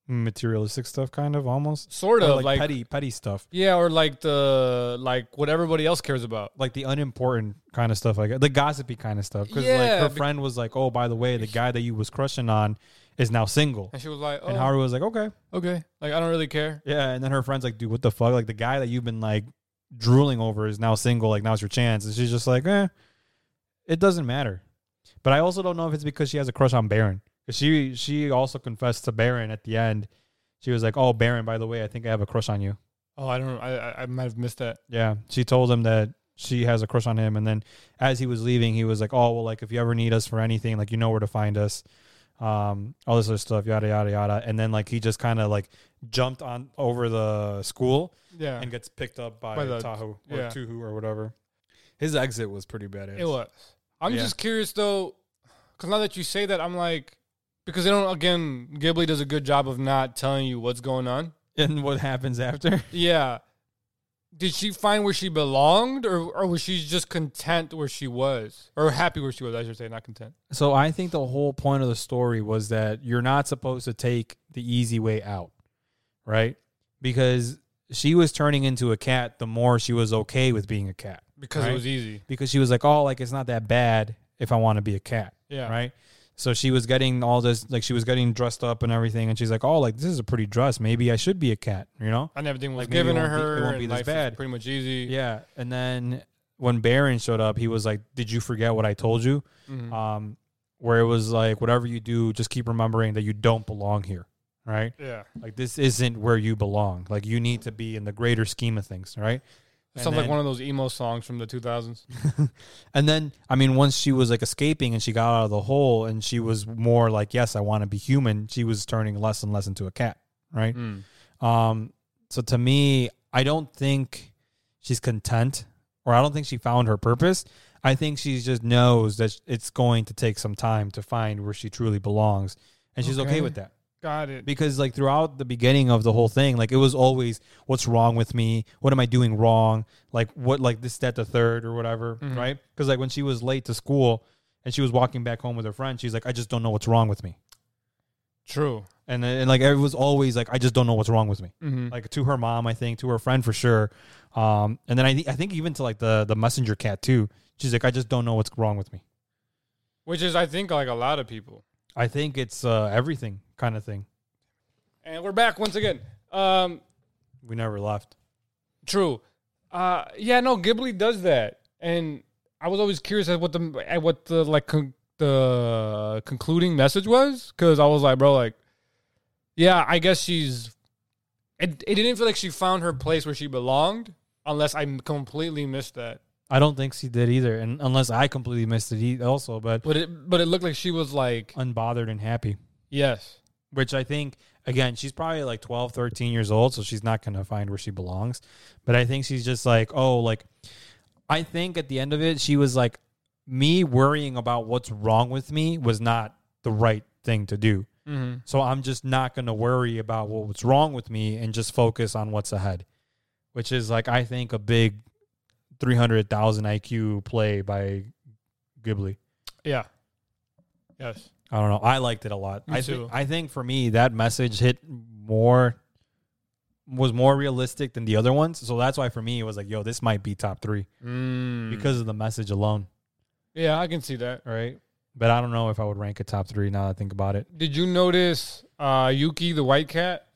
A: Materialistic stuff, kind of almost.
B: sort
A: Or
B: of
A: like,
B: like,
A: petty, petty stuff,
B: yeah, or like the like what everybody else cares about.
A: like the unimportant kind of stuff, like the gossipy kind of stuff. Because like
B: Yeah,
A: her
B: bec-
A: friend was like, "Oh, by the way, the guy that you was crushing on is now single,"
B: And she was like, oh,
A: and Haru was like, "Okay,
B: okay, like I don't really care.
A: yeah." And then her friend's like, "Dude, what the fuck? Like the guy that you've been like drooling over is now single. Like now's your chance." And she's just like, "Eh, it doesn't matter." But I also don't know if it's because she has a crush on Baron. 'Cause She she also confessed to Baron at the end. She was like, "Oh, Baron, by the way, I think I have a crush on you."
B: Oh, I don't. I I, I might have missed that.
A: Yeah, she told him that she has a crush on him, and then as he was leaving, he was like, "Oh well, like if you ever need us for anything, like you know where to find us." Um, all this other stuff, yada yada yada, and then like he just kind of like jumped on over the school
B: Yeah,
A: and gets picked up by,
B: By the-
A: Tahu or
B: yeah.
A: Tuhu or whatever. His exit was pretty badass.
B: It was. I'm
A: Yeah.
B: just curious though, because now that you say that, I'm like, because they don't. Again, Ghibli does a good job of not telling you what's going on.
A: And *laughs* what happens after?
B: Yeah. Did she find where she belonged, or or was she just content where she was, or happy where she was? I should say, not content.
A: So I think the whole point of the story was that you're not supposed to take the easy way out, right? Because she was turning into a cat the more she was okay with being a cat.
B: Because
A: Right.
B: it was easy.
A: Because she was like, oh, like it's not that bad if I want to be a cat,
B: Yeah.
A: right? So she was getting all this, like she was getting dressed up and everything, and she's like, oh, like this is a pretty dress. Maybe I should be a cat, you know?
B: And everything was
A: Like, maybe it
B: given her.
A: won't be- it
B: her
A: won't
B: and
A: be this
B: life was
A: bad.
B: Pretty much easy.
A: Yeah. And then when Baron showed up, he was like, did you forget what I told you?
B: Mhm.
A: Um, where it was like, whatever you do, just keep remembering that you don't belong here, right?
B: yeah.
A: Like this isn't where you belong. Like you need to be in the greater scheme of things, right?
B: It
A: And
B: sounds like
A: then-
B: one of those emo songs from the 2000s.
A: And then I mean, once she was like escaping and she got out of the hole and she was more like, yes, I want to be human. She was turning less and less into a cat, right?
B: Mm.
A: Um, so to me, I don't think she's content, or I don't think she found her purpose. I think she just knows that it's going to take some time to find where she truly belongs, and she's okay,
B: Okay.
A: with that
B: Got it.
A: because like throughout the beginning of the whole thing, like it was always what's wrong with me, what am I doing wrong, like what like this that the third or whatever,
B: Mhm.
A: right? Because like when she was late to school and she was walking back home with her friend, she's like, I just don't know what's wrong with me,
B: True.
A: and and like it was always like I just don't know what's wrong with me
B: Mm-hmm.
A: like to her mom, I think, to her friend for sure. Um, and then I, thi- I think even to like the the messenger cat too. She's like, I just don't know what's wrong with me.
B: Which is, I think, like a lot of people.
A: I think it's uh, everything kind of thing.
B: And we're back once again. Um,
A: We never left.
B: True. Uh, yeah, no, Ghibli does that, and I was always curious at what the at what the like con- the concluding message was because I was like, bro, like, yeah, I guess she's. It, it didn't feel like she found her place where she belonged, unless I m- completely missed that.
A: I don't think she did either, and unless I completely missed it e- also. But
B: But it but it looked like she was like
A: unbothered and happy,
B: yes,
A: which I think again, she's probably like 12, 13 years old, so she's not going to find where she belongs. But I think she's just like, oh, like, I think at the end of it, she was like, me worrying about what's wrong with me was not the right thing to do.
B: Mm-hmm.
A: So I'm just not going to worry about what's wrong with me and just focus on what's ahead, which is like, I think, a big 300,000 IQ play by Ghibli.
B: Yeah. Yes.
A: I don't know. I liked it a lot.
B: Me
A: I think
B: too.
A: I think for me that message hit more was more realistic than the other ones. So that's why for me it was like, yo, this might be top 3
B: Mm.
A: because of the message alone,
B: yeah, I can see that.
A: right? But I don't know if I would rank it top 3 now that I think about it.
B: Did you notice uh, Yuki the White Cat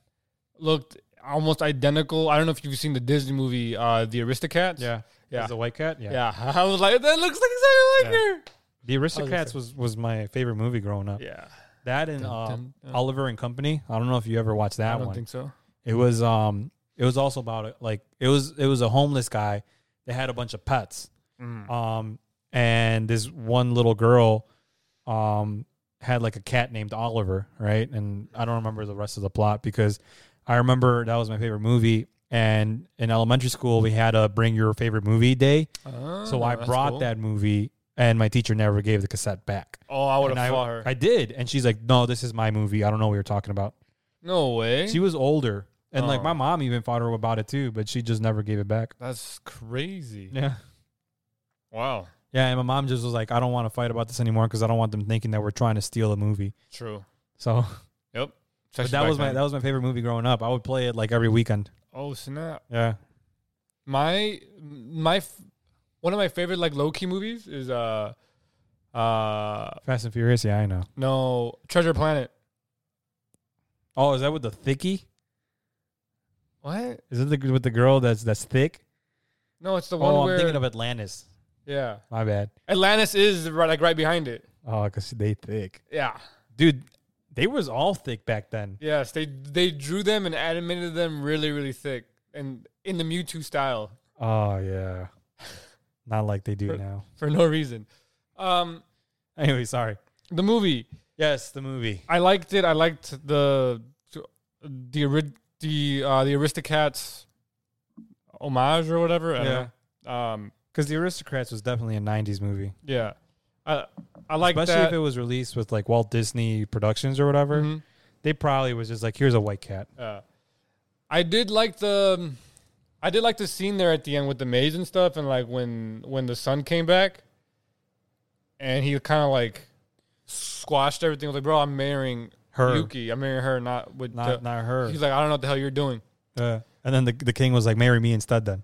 B: looked almost identical? I don't know if you've seen the Disney movie uh, The Aristocats.
A: Yeah.
B: Yeah.
A: The White Cat? Yeah.
B: Yeah. *laughs* I was like, that looks exactly like
A: Yeah.
B: her.
A: The Aristocrats was was my favorite movie growing up.
B: Yeah.
A: That and
B: Dun,
A: uh,
B: dun, dun.
A: Oliver and Company. I don't know if you ever watched that
B: I don't
A: one.
B: think so.
A: It was um it was also about it like it was it was a homeless guy that had a bunch of pets. Um and this one little girl um had like a cat named Oliver, right? And I don't remember the rest of the plot because I remember that was my favorite movie and in elementary school we had a bring your favorite movie day. So
B: Oh,
A: I
B: that's
A: brought
B: cool.
A: that movie and my teacher never gave the cassette back.
B: Oh, I would
A: And
B: have
A: I,
B: fought her.
A: I did. And she's like, No, this is my movie. I don't know what you're talking about.
B: no way.
A: She was older, and like
B: Oh.
A: my mom even fought her about it too, but she just never gave it back.
B: That's crazy.
A: Yeah,
B: Wow.
A: yeah. And my mom just was like, I don't want to fight about this anymore because I don't want them thinking that we're trying to steal a movie.
B: True.
A: So, but
B: Check you
A: that
B: back
A: was my
B: then.
A: that was my favorite movie growing up. I would play it like every weekend.
B: oh snap.
A: Yeah,
B: My my f- one of my favorite like low key movies is uh uh
A: Fast and Furious. Yeah, I know.
B: no Treasure Planet.
A: Oh, is that with the thicky?
B: What?
A: Is it the, with the girl that's that's thick?
B: No, it's the one
A: Oh, I'm
B: where
A: thinking of Atlantis.
B: yeah
A: My bad.
B: Atlantis is right, like right behind it.
A: Oh, because they thick,
B: Yeah.
A: dude. They was all thick back then.
B: Yes, they they drew them and animated them really really thick and in the Mewtwo style.
A: Oh yeah, not like they do now.
B: for no reason. Um,
A: Anyway, sorry.
B: the movie,
A: Yes, the movie.
B: I liked it. I liked the the ori- the uh, the Aristocats homage or whatever. I don't know. Um,
A: Because the Aristocrats was definitely a '90s movie,
B: yeah. I I like
A: especially
B: that.
A: if it was released with like Walt Disney Productions or whatever.
B: Mhm.
A: They probably was just like, "Here's a white cat."
B: Uh, I did like the. um, I did like the scene there at the end with the maze and stuff, and like when when the sun came back, and he kind of like squashed everything. I was like, bro, I'm marrying
A: Her,
B: Yuki. I'm marrying her, not with
A: not
B: the-
A: not her.
B: He's like, I don't know what the hell you're doing.
A: Uh, and then the the king was like, "Marry me instead." Then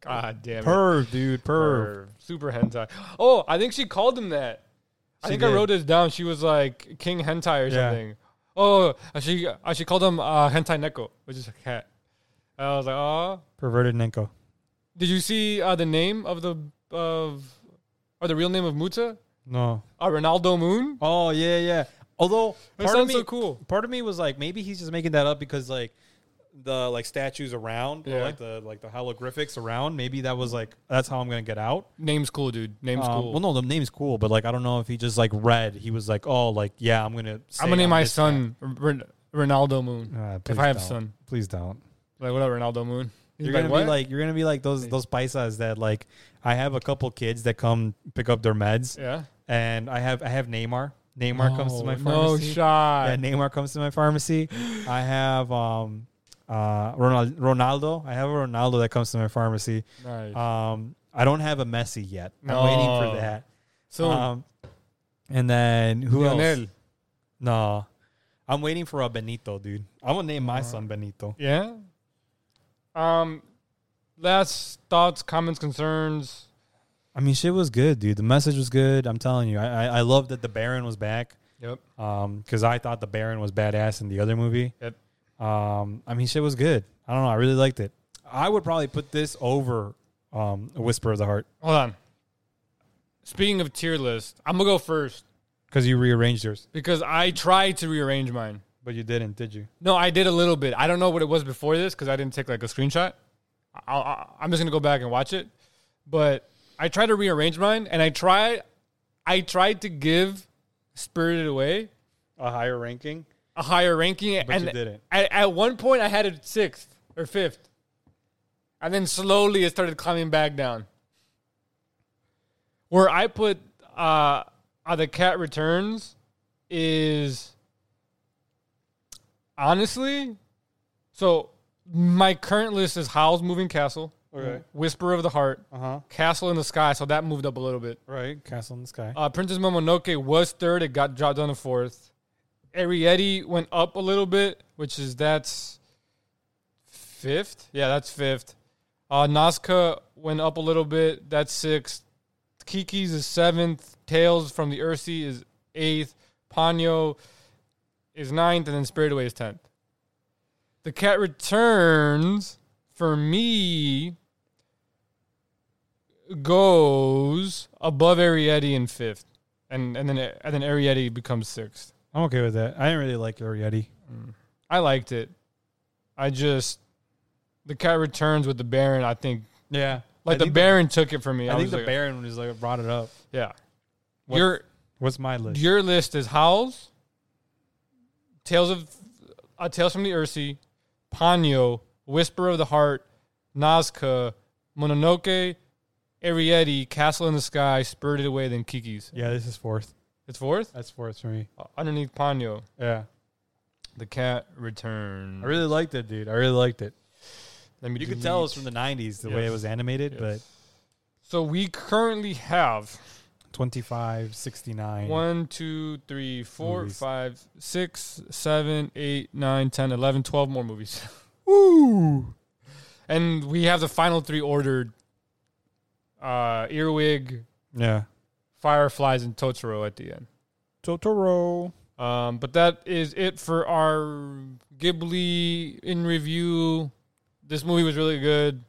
B: God damn it.
A: perv, dude, perv.
B: Perv. Super hentai. Oh, I think she called him that. I
A: She
B: think I
A: did.
B: wrote this down. She was like King Hentai or
A: Yeah.
B: something. Oh, uh, she uh, she called him uh, Hentai Neko, which is a cat. And I was like, oh.
A: Perverted Nenko.
B: Did you see uh, the name of the of or the real name of Muta?
A: No.
B: Uh, Ronaldo Moon.
A: Oh yeah, yeah. Although
B: That
A: part of
B: sounds
A: me,
B: so cool.
A: part of me was like, maybe he's just making that up because like the like statues around, or
B: Yeah.
A: like the like the holographics around. Maybe that was like that's how I'm gonna get out.
B: Name's cool, dude. Name's
A: Um,
B: cool.
A: Well, no, the name's cool, but like I don't know if he just like read. He was like, oh, like yeah, I'm gonna. Say
B: I'm gonna name my
A: this
B: son Ren- Ronaldo Moon.
A: guy. Uh,
B: if
A: please
B: I have
A: don't.
B: son,
A: please don't.
B: like what up, Ronaldo Moon? He's
A: You're
B: like,
A: gonna
B: "What?"
A: be like you're gonna be like those those paisas that like I have a couple kids that come pick up their meds,
B: yeah.
A: and I have I have Neymar. Neymar comes to my
B: Oh, No, No
A: pharmacy.
B: shot.
A: yeah, Neymar comes to my
B: *gasps*
A: pharmacy. I have um uh Ronald, Ronaldo. I have a Ronaldo that comes to my pharmacy.
B: Nice.
A: Um, I don't have a Messi yet. I'm waiting
B: No.
A: for that.
B: so
A: um, and then who else?
B: Lionel.
A: No. I'm waiting for a Benito, dude. I'm gonna name my son Benito.
B: Yeah. Um, last thoughts, comments, concerns.
A: I mean, shit was good, dude. The message was good. I'm telling you, I I, I love that the Baron was back.
B: Yep.
A: Um, because I thought the Baron was badass in the other movie.
B: Yep.
A: Um, I mean, shit was good. I don't know. I really liked it. I would probably put this over um a Whisper of the Heart
B: Hold on. Speaking of tier list, I'm gonna go first
A: because you rearranged yours,
B: because I tried to rearrange mine.
A: but you didn't, did you?
B: No, I did a little bit. I don't know what it was before this because I didn't take like a screenshot. I, I, I'm just gonna go back and watch it. But I tried to rearrange mine, and I tried, I tried to give Spirited Away
A: A higher ranking.
B: a higher ranking.
A: But
B: and
A: you didn't.
B: At, at one point, I had it sixth or fifth, and then slowly it started climbing back down. Where I put uh, uh the cat returns is honestly so my current list is Howl's Moving Castle,
A: Okay.
B: Whisper of the Heart,
A: Uh huh.
B: Castle in the Sky, so that moved up a little bit.
A: Right. Castle in the Sky.
B: Uh, Princess Momonoke was third. It got dropped down to fourth. Arietti went up a little bit, which is that's fifth. Yeah, that's fifth. Uh, Nazca went up a little bit. That's sixth. Kiki's is seventh. Tales from the Ursi is eighth. Ponyo is ninth, and then Spirit Away is tenth. The Cat Returns for me goes above Arietti in fifth, and and then and then Arietti becomes sixth.
A: I'm okay with that. I didn't really like your Yeti.
B: I liked it. I just the cat returns with the Baron. I think
A: Yeah.
B: like the Baron took it from me.
A: I,
B: I,
A: think
B: was
A: the
B: like,
A: Baron was like brought it up.
B: Yeah,
A: What-
B: your
A: What's my list?
B: your list is Howls, Tales of uh, Tales from the Ursi, Ponyo, Whisper of the Heart, Nazca, Mononoke, Arietti, Castle in the Sky, Spirited Away, then Kiki's.
A: Yeah, this is fourth.
B: It's fourth
A: That's fourth for me.
B: Uh, underneath Ponyo.
A: Yeah.
B: The cat returns.
A: I really liked it, dude. I really liked it.
B: Let me
A: You could
B: delete.
A: tell it's from the 90s the way it
B: Yes.
A: was animated, but
B: So we currently have
A: 25, 69.
B: one, two, three, four,
A: Movies.
B: five, six, seven, eight, nine, ten, eleven, twelve more movies. *laughs*
A: Ooh.
B: And we have the final three ordered uh, Earwig,
A: Yeah.
B: Fireflies, and Totoro at the end.
A: Totoro.
B: Um, but that is it for our Ghibli in review. This movie was really good.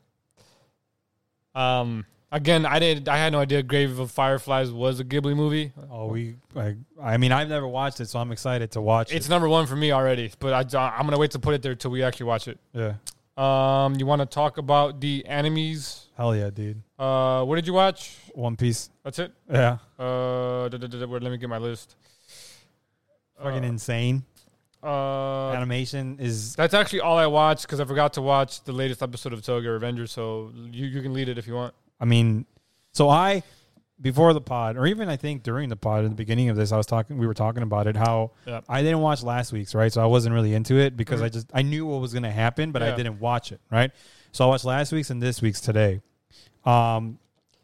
B: Um, again, I didn't. I had no idea Grave of Fireflies was a Ghibli movie.
A: Oh, we. I, I mean, I've never watched it, so I'm excited to watch
B: It's
A: it.
B: number one for me already, but I, I'm gonna wait to put it there till we actually watch it.
A: Yeah.
B: Um, you want to talk about the animes?
A: Hell yeah, dude.
B: Uh, what did you watch?
A: One Piece.
B: That's it.
A: Yeah.
B: Uh, da- da- da- da- wait, let me get my list.
A: Fucking
B: Uh,
A: insane.
B: Uh,
A: Animation is.
B: That's actually all I watched because I forgot to watch the latest episode of Toga Avengers. So you, you can lead it if you want.
A: I mean, so I before the pod, or even I think during the pod at the beginning of this, I was talking. We were talking about it. How
B: Yep.
A: I didn't watch last week's right, so I wasn't really into it because I
B: Mhm.
A: just I knew what was going to happen, but I
B: Yeah.
A: didn't watch it right. So I watched last week's and this week's today. Um,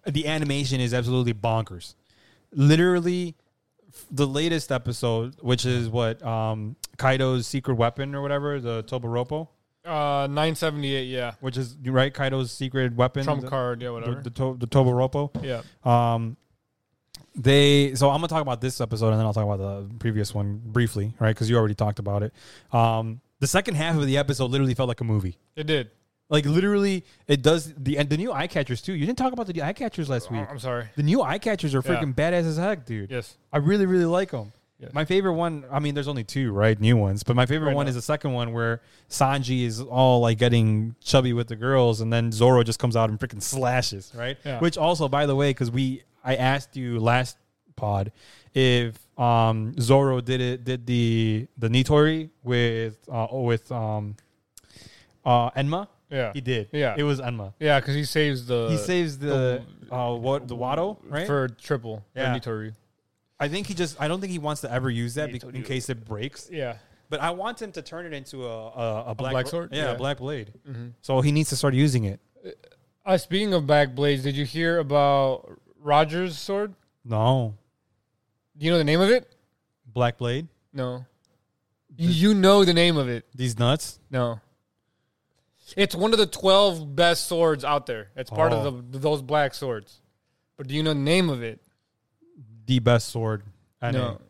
A: the animation is absolutely bonkers. Literally, f- the latest episode, which is what um, Kaido's secret weapon or whatever, the Toboropo,
B: Uh, 978, yeah.
A: which is right Kaido's secret weapon,
B: Trump
A: the,
B: card, yeah,
A: the,
B: whatever.
A: the, to- the Toboropo.
B: yeah.
A: Um, they so I'm gonna talk about this episode and then I'll talk about the previous one briefly, right? Because you already talked about it. Um, the second half of the episode literally felt like a movie.
B: It did.
A: Like literally, it does the and the new eye catchers too. You didn't talk about the new eye catchers last
B: Oh,
A: week.
B: I'm sorry.
A: The new eye catchers are freaking badass as heck, dude.
B: Yes.
A: I really really like them.
B: Yes.
A: My favorite one, I mean, there's only two, right? New ones, but my favorite
B: Right
A: one
B: now.
A: is the second one where Sanji is all like getting chubby with the girls, and then Zoro just comes out and freaking slashes, right?
B: Yeah.
A: Which also, by the way, because we, I asked you last pod if um Zoro did it, did the the Nitori with uh oh, with um uh Enma,
B: Yeah.
A: he did,
B: Yeah.
A: it was Enma.
B: Yeah, because he saves the.
A: He saves the uh what the Wado, right?
B: For triple.
A: Yeah.
B: Yeah. Nitori.
A: I think he just, I don't think he wants to ever use that bec- in case it breaks.
B: Yeah.
A: But I want him to turn it into a a, a, black, Mm-hmm.
B: black sword?
A: Yeah, a
B: Yeah.
A: black blade. So he needs to start using it.
B: Uh, speaking of back blades, did you hear about Roger's sword?
A: No,
B: Do you know the name of it?
A: black blade.
B: No. You, you know the name of it.
A: These nuts.
B: No. It's one of the 12 best swords out there. It's part
A: Oh.
B: of the, those black swords. But do you know the name of it?
A: The best sword. E I know.
B: No.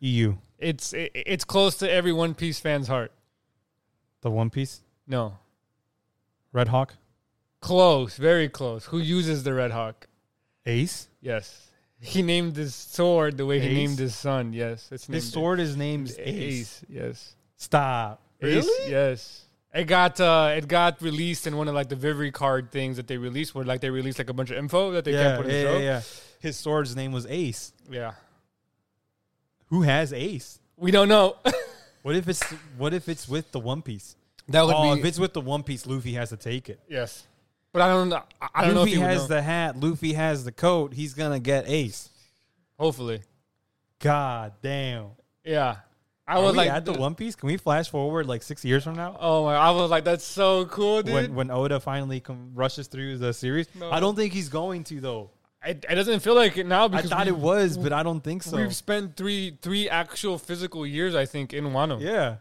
A: EU.
B: It's it, it's close to every One Piece fan's heart.
A: The One Piece.
B: No.
A: Red Hawk.
B: Close, very close. Who uses the Red Hawk?
A: Ace.
B: Yes. He named his sword the way
A: Ace?
B: he named his son. Yes. It's named
A: His sword is named Ace.
B: Ace. Yes.
A: Stop.
B: Ace, yes. It got uh, it got released in one of like the Vivri card things that they released, where like they released like a bunch of info that they
A: Yeah,
B: can't put in
A: yeah,
B: the show.
A: yeah, yeah. His sword's name was Ace.
B: yeah.
A: Who has Ace?
B: We don't know. *laughs*
A: What if it's what if it's with the One Piece?
B: That would
A: Oh,
B: be
A: if it's with the One Piece, Luffy has to take it.
B: yes. But I don't. I, I don't know if
A: Luffy
B: he would
A: has
B: know.
A: the hat. Luffy has the coat. He's gonna get Ace.
B: Hopefully,
A: God damn.
B: yeah. I
A: Are
B: was
A: we
B: like,
A: at the One Piece? Can we flash forward like six years from now?
B: oh my! I was like, that's so cool, dude.
A: When, when Oda finally com- rushes through the series,
B: No.
A: I don't think he's going to though.
B: it, it doesn't feel like it now
A: I
B: because
A: thought
B: we,
A: it was, but I don't think so.
B: we've spent three three actual physical years, I think, in Wano.
A: Yeah,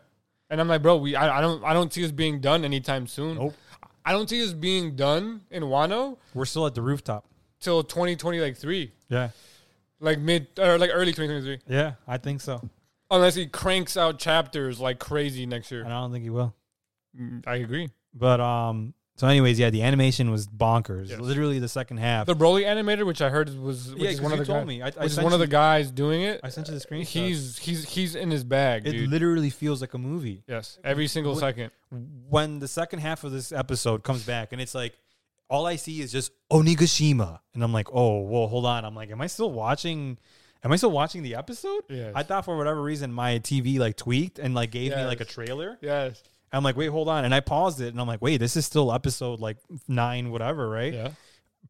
B: And I'm like, bro, we I, I don't I don't see us being done anytime soon.
A: Nope.
B: I don't see us being done in Wano
A: we're still at the rooftop.
B: till 2020 like three,
A: Yeah,
B: like mid or like early 2023,
A: yeah, I think so,
B: unless he cranks out chapters like crazy next
A: and
B: year.
A: I don't think he will.
B: Mm, I agree.
A: But um, so anyways, yeah, the animation was bonkers.
B: Yes.
A: Literally the second half.
B: The Broly animator, which I heard was which
A: yeah,
B: is
A: 'cause
B: one of
A: you
B: the
A: told
B: guys,
A: me. I, I
B: which is
A: sent
B: one of
A: you-
B: the guys doing it.
A: I sent you the screen.
B: He's he's he's in his bag,
A: it
B: dude.
A: literally feels like a movie.
B: yes, every single
A: What-
B: second.
A: When the second half of this episode comes back, and it's like all I see is just Onigashima, and I'm like, oh, whoa, hold on. I'm like, am I still watching? Am I still watching the episode?
B: Yes.
A: I thought for whatever reason my TV like tweaked and like gave me like a
B: Yes.
A: trailer.
B: Yes.
A: I'm like, wait, hold on, and I paused it, and I'm like, wait, this is still episode like nine, whatever, right?
B: Yeah.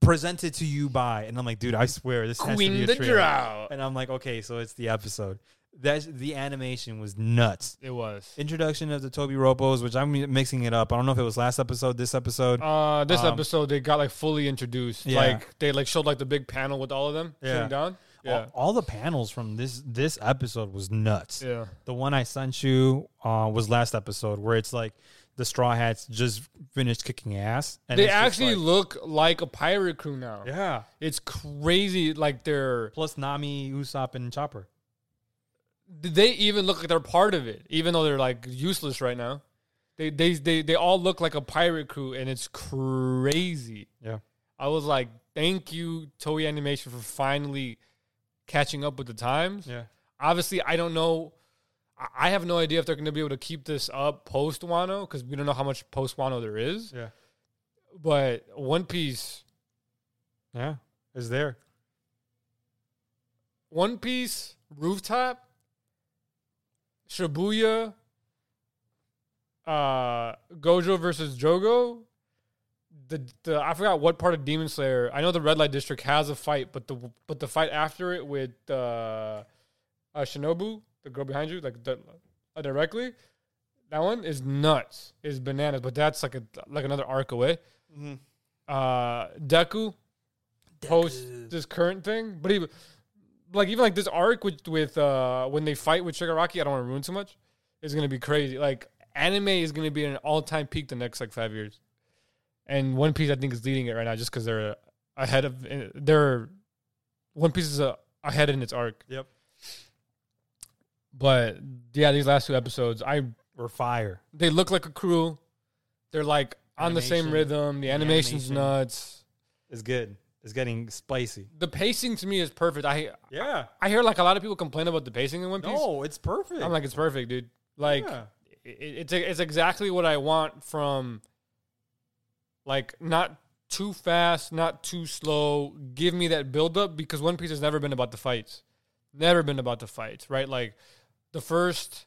A: Presented to you by, and I'm like, dude, I swear this has to be a
B: Queen the
A: trailer.
B: Drought.
A: And I'm like, okay, so it's the episode. That's the animation was nuts.
B: It was.
A: Introduction of the Toby Ropos, which I'm mixing it up. I don't know if it was last episode, this episode.
B: Uh, this
A: Um,
B: episode they got like fully introduced.
A: Yeah.
B: Like they like showed like the big panel with all of them
A: Yeah.
B: sitting down. Yeah,
A: all, all the panels from this this episode was nuts.
B: yeah.
A: The one I sent you uh, was last episode, where it's like the Straw Hats just finished kicking ass. And
B: they
A: it's just
B: actually
A: like-
B: look like a pirate crew now.
A: yeah.
B: It's crazy. Like they're
A: Plus Nami, Usopp, and Chopper.
B: they even look like they're part of it, even though they're like useless right now. They they they they all look like a pirate crew, and it's crazy.
A: Yeah.
B: I was like, thank you, Toei Animation, for finally catching up with the times.
A: Yeah.
B: obviously I don't know. I- I have no idea if they're going to be able to keep this up post Wano because we don't know how much post Wano there is.
A: Yeah.
B: But One Piece,
A: Yeah. It's there.
B: One Piece rooftop, Shibuya, uh, Gojo versus Jogo. The, the I forgot what part of Demon Slayer. I know the Red Light District has a fight, but the but the fight after it with uh, uh, Shinobu, the girl behind you, like the, uh, directly, that one is nuts, is bananas. But that's like a like another arc away. Mm-hmm. Uh, Deku, post this current thing, but even like even like this arc with with uh when they fight with Shigaraki, I don't want to ruin too much. Is gonna be crazy. Like anime is gonna be at an all time peak the next like five years, and One Piece I think is leading it right now just because they're ahead of eh, they're One Piece is uh, ahead in its arc.
A: Yep.
B: But yeah, these last two episodes, I
A: We're fire.
B: they look like a crew. They're like on the same
A: Animation.
B: rhythm. The animation's
A: animation.
B: nuts.
A: It's good. It's getting spicy.
B: The pacing to me is perfect. I
A: Yeah.
B: I hear like a lot of people complain about the pacing in One Piece.
A: No, it's perfect.
B: I'm like, it's perfect, dude. Like,
A: Yeah.
B: it, it's it's exactly what I want from, like, not too fast, not too slow. Give me that buildup because One Piece has never been about the fights, never been about the fights, right? Like, the first,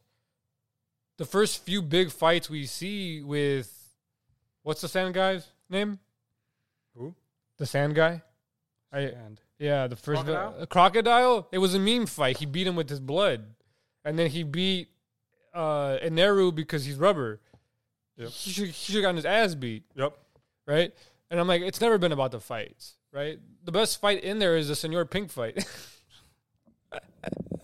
B: the first few big fights we see with, what's the sand guy's name?
A: Who?
B: The sand guy. I
A: and
B: yeah, the first
A: Crocodile?
B: uh, crocodile. It was a meme fight. He beat him with his blood, and then he beat uh, Ineru because he's rubber.
A: Yep.
B: He should he should have gotten his ass beat,
A: Yep.
B: right? And I'm like, it's never been about the fights, right? The best fight in there is the Senor Pink fight. *laughs*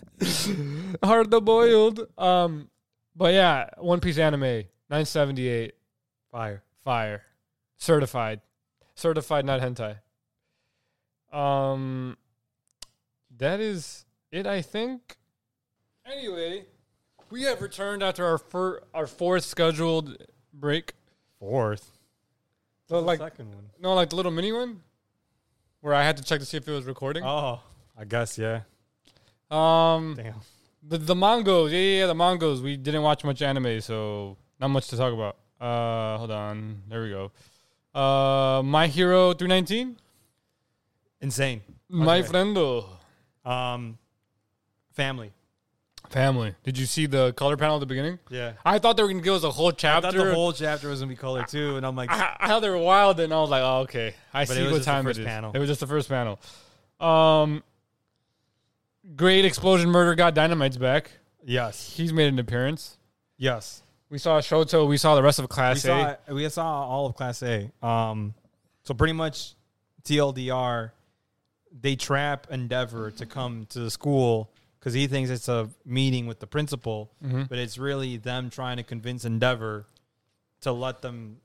B: Hard to boiled. Um, but yeah, One Piece anime, nine seventy eight,
A: Fire.
B: fire, certified, certified, not hentai. Um, that is it, I think. Anyway, we have returned after our fir- our fourth scheduled break.
A: Fourth.
B: The, like
A: second one.
B: no, like the little mini one, where I had to check to see if it was recording.
A: Oh, I guess yeah.
B: Um,
A: Damn.
B: the the mangos, yeah, yeah, yeah, the mangos. We didn't watch much anime, so not much to talk about. Uh, hold on, there we go. Uh, My Hero three nineteen.
A: Insane.
B: My
A: Okay.
B: friendo.
A: Um, family.
B: Family. Did you see the color panel at the beginning?
A: Yeah.
B: I thought they were gonna give us a whole
A: I
B: chapter.
A: thought the whole chapter was gonna be color too, and I'm like,
B: I, I thought they were wild, and I was like, oh, okay, I
A: But it
B: see
A: was
B: what
A: just the
B: time
A: first
B: it is.
A: panel.
B: It was just the first panel. Um, great explosion murder got dynamite's back.
A: yes,
B: He's made an appearance.
A: yes.
B: We saw Shoto. We saw the rest of
A: We
B: Class
A: saw
B: A.
A: we saw all of Class A. Um, so pretty much TLDR, they trap Endeavor to come to the school because he thinks it's a meeting with the principal, but it's really them trying to convince Endeavor to let them,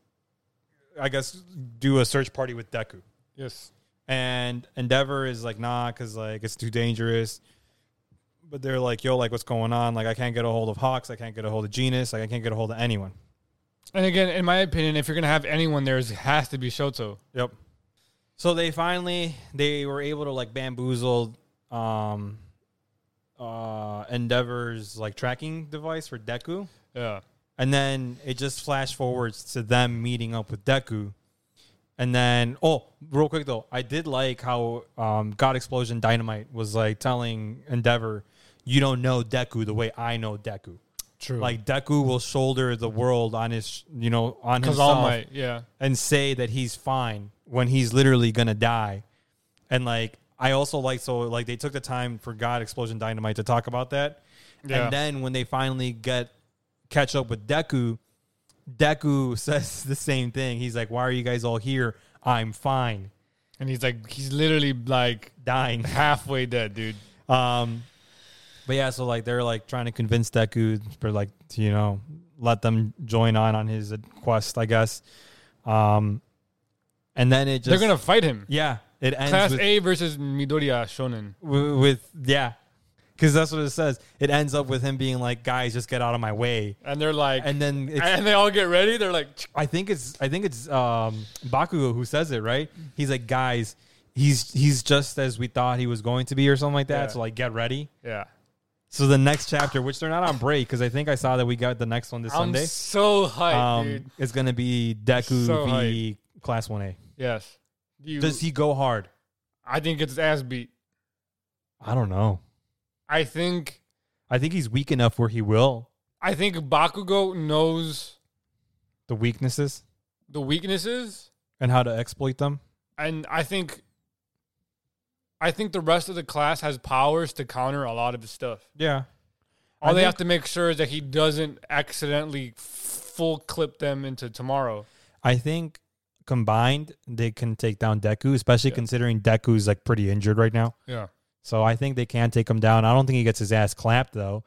A: I guess, do a search party with Deku.
B: Yes.
A: and Endeavor is like, nah, because like it's too dangerous. But they're like, yo, like what's going on? Like I can't get a hold of Hawks, I can't get a hold of Genus, like I can't get a hold of anyone.
B: And again, in my opinion, if you're gonna have anyone there, it has to be Shoto.
A: Yep. So they finally they were able to like bamboozle um uh Endeavor's like tracking device for Deku.
B: Yeah.
A: And then it just flash forwards to them meeting up with Deku. And then, oh, real quick though, I did like how um, God Explosion Dynamite was like telling Endeavor, you don't know Deku the way I know Deku.
B: True. Like
A: Like Deku will shoulder the world on his, you know, on
B: because
A: himself
B: All Might. Yeah.
A: and say that he's fine when he's literally gonna die. And like I also like so like they took the time for God Explosion Dynamite to talk about that.
B: Yeah.
A: And then when they finally get catch up with Deku, Deku *laughs* says the same thing. He's like, Why are you guys all here? I'm fine.
B: And he's like, he's literally like
A: Dying. *laughs*
B: halfway dead, dude.
A: Um but yeah, so like they're like trying to convince Deku for like to, you know let them join on on his quest, I guess. Um, and then it just
B: They're gonna fight him.
A: yeah it ends
B: Class
A: with,
B: A versus Midoriya Shonen.
A: w- with yeah because that's what it says it ends up with him being like guys just get out of my way
B: And they're like, and,
A: and then it's,
B: they all get ready. They're like,
A: i think it's i think it's um bakugo who says it right he's like guys he's he's just as we thought he was going to be or something like that
B: Yeah.
A: so like get ready
B: yeah.
A: so the next chapter which they're not on break because i think i saw that we got the next one this
B: I'm
A: sunday
B: so hyped,
A: um
B: dude.
A: it's gonna be deku
B: So
A: v class 1a
B: Yes. You,
A: does he go hard
B: I think it's ass beat.
A: i don't know
B: I think
A: i think he's weak enough where he will
B: I think Bakugo knows
A: the weaknesses
B: the weaknesses,
A: and how to exploit them
B: and I think I think the rest of the class has powers to counter a lot of his stuff.
A: yeah
B: All
A: I
B: they
A: think-
B: have to make sure is that he doesn't accidentally full clip them into tomorrow.
A: I think combined they can take down Deku, especially
B: Yeah.
A: considering Deku's like pretty injured right now.
B: Yeah.
A: So I think they can take him down. I don't think he gets his ass clapped though.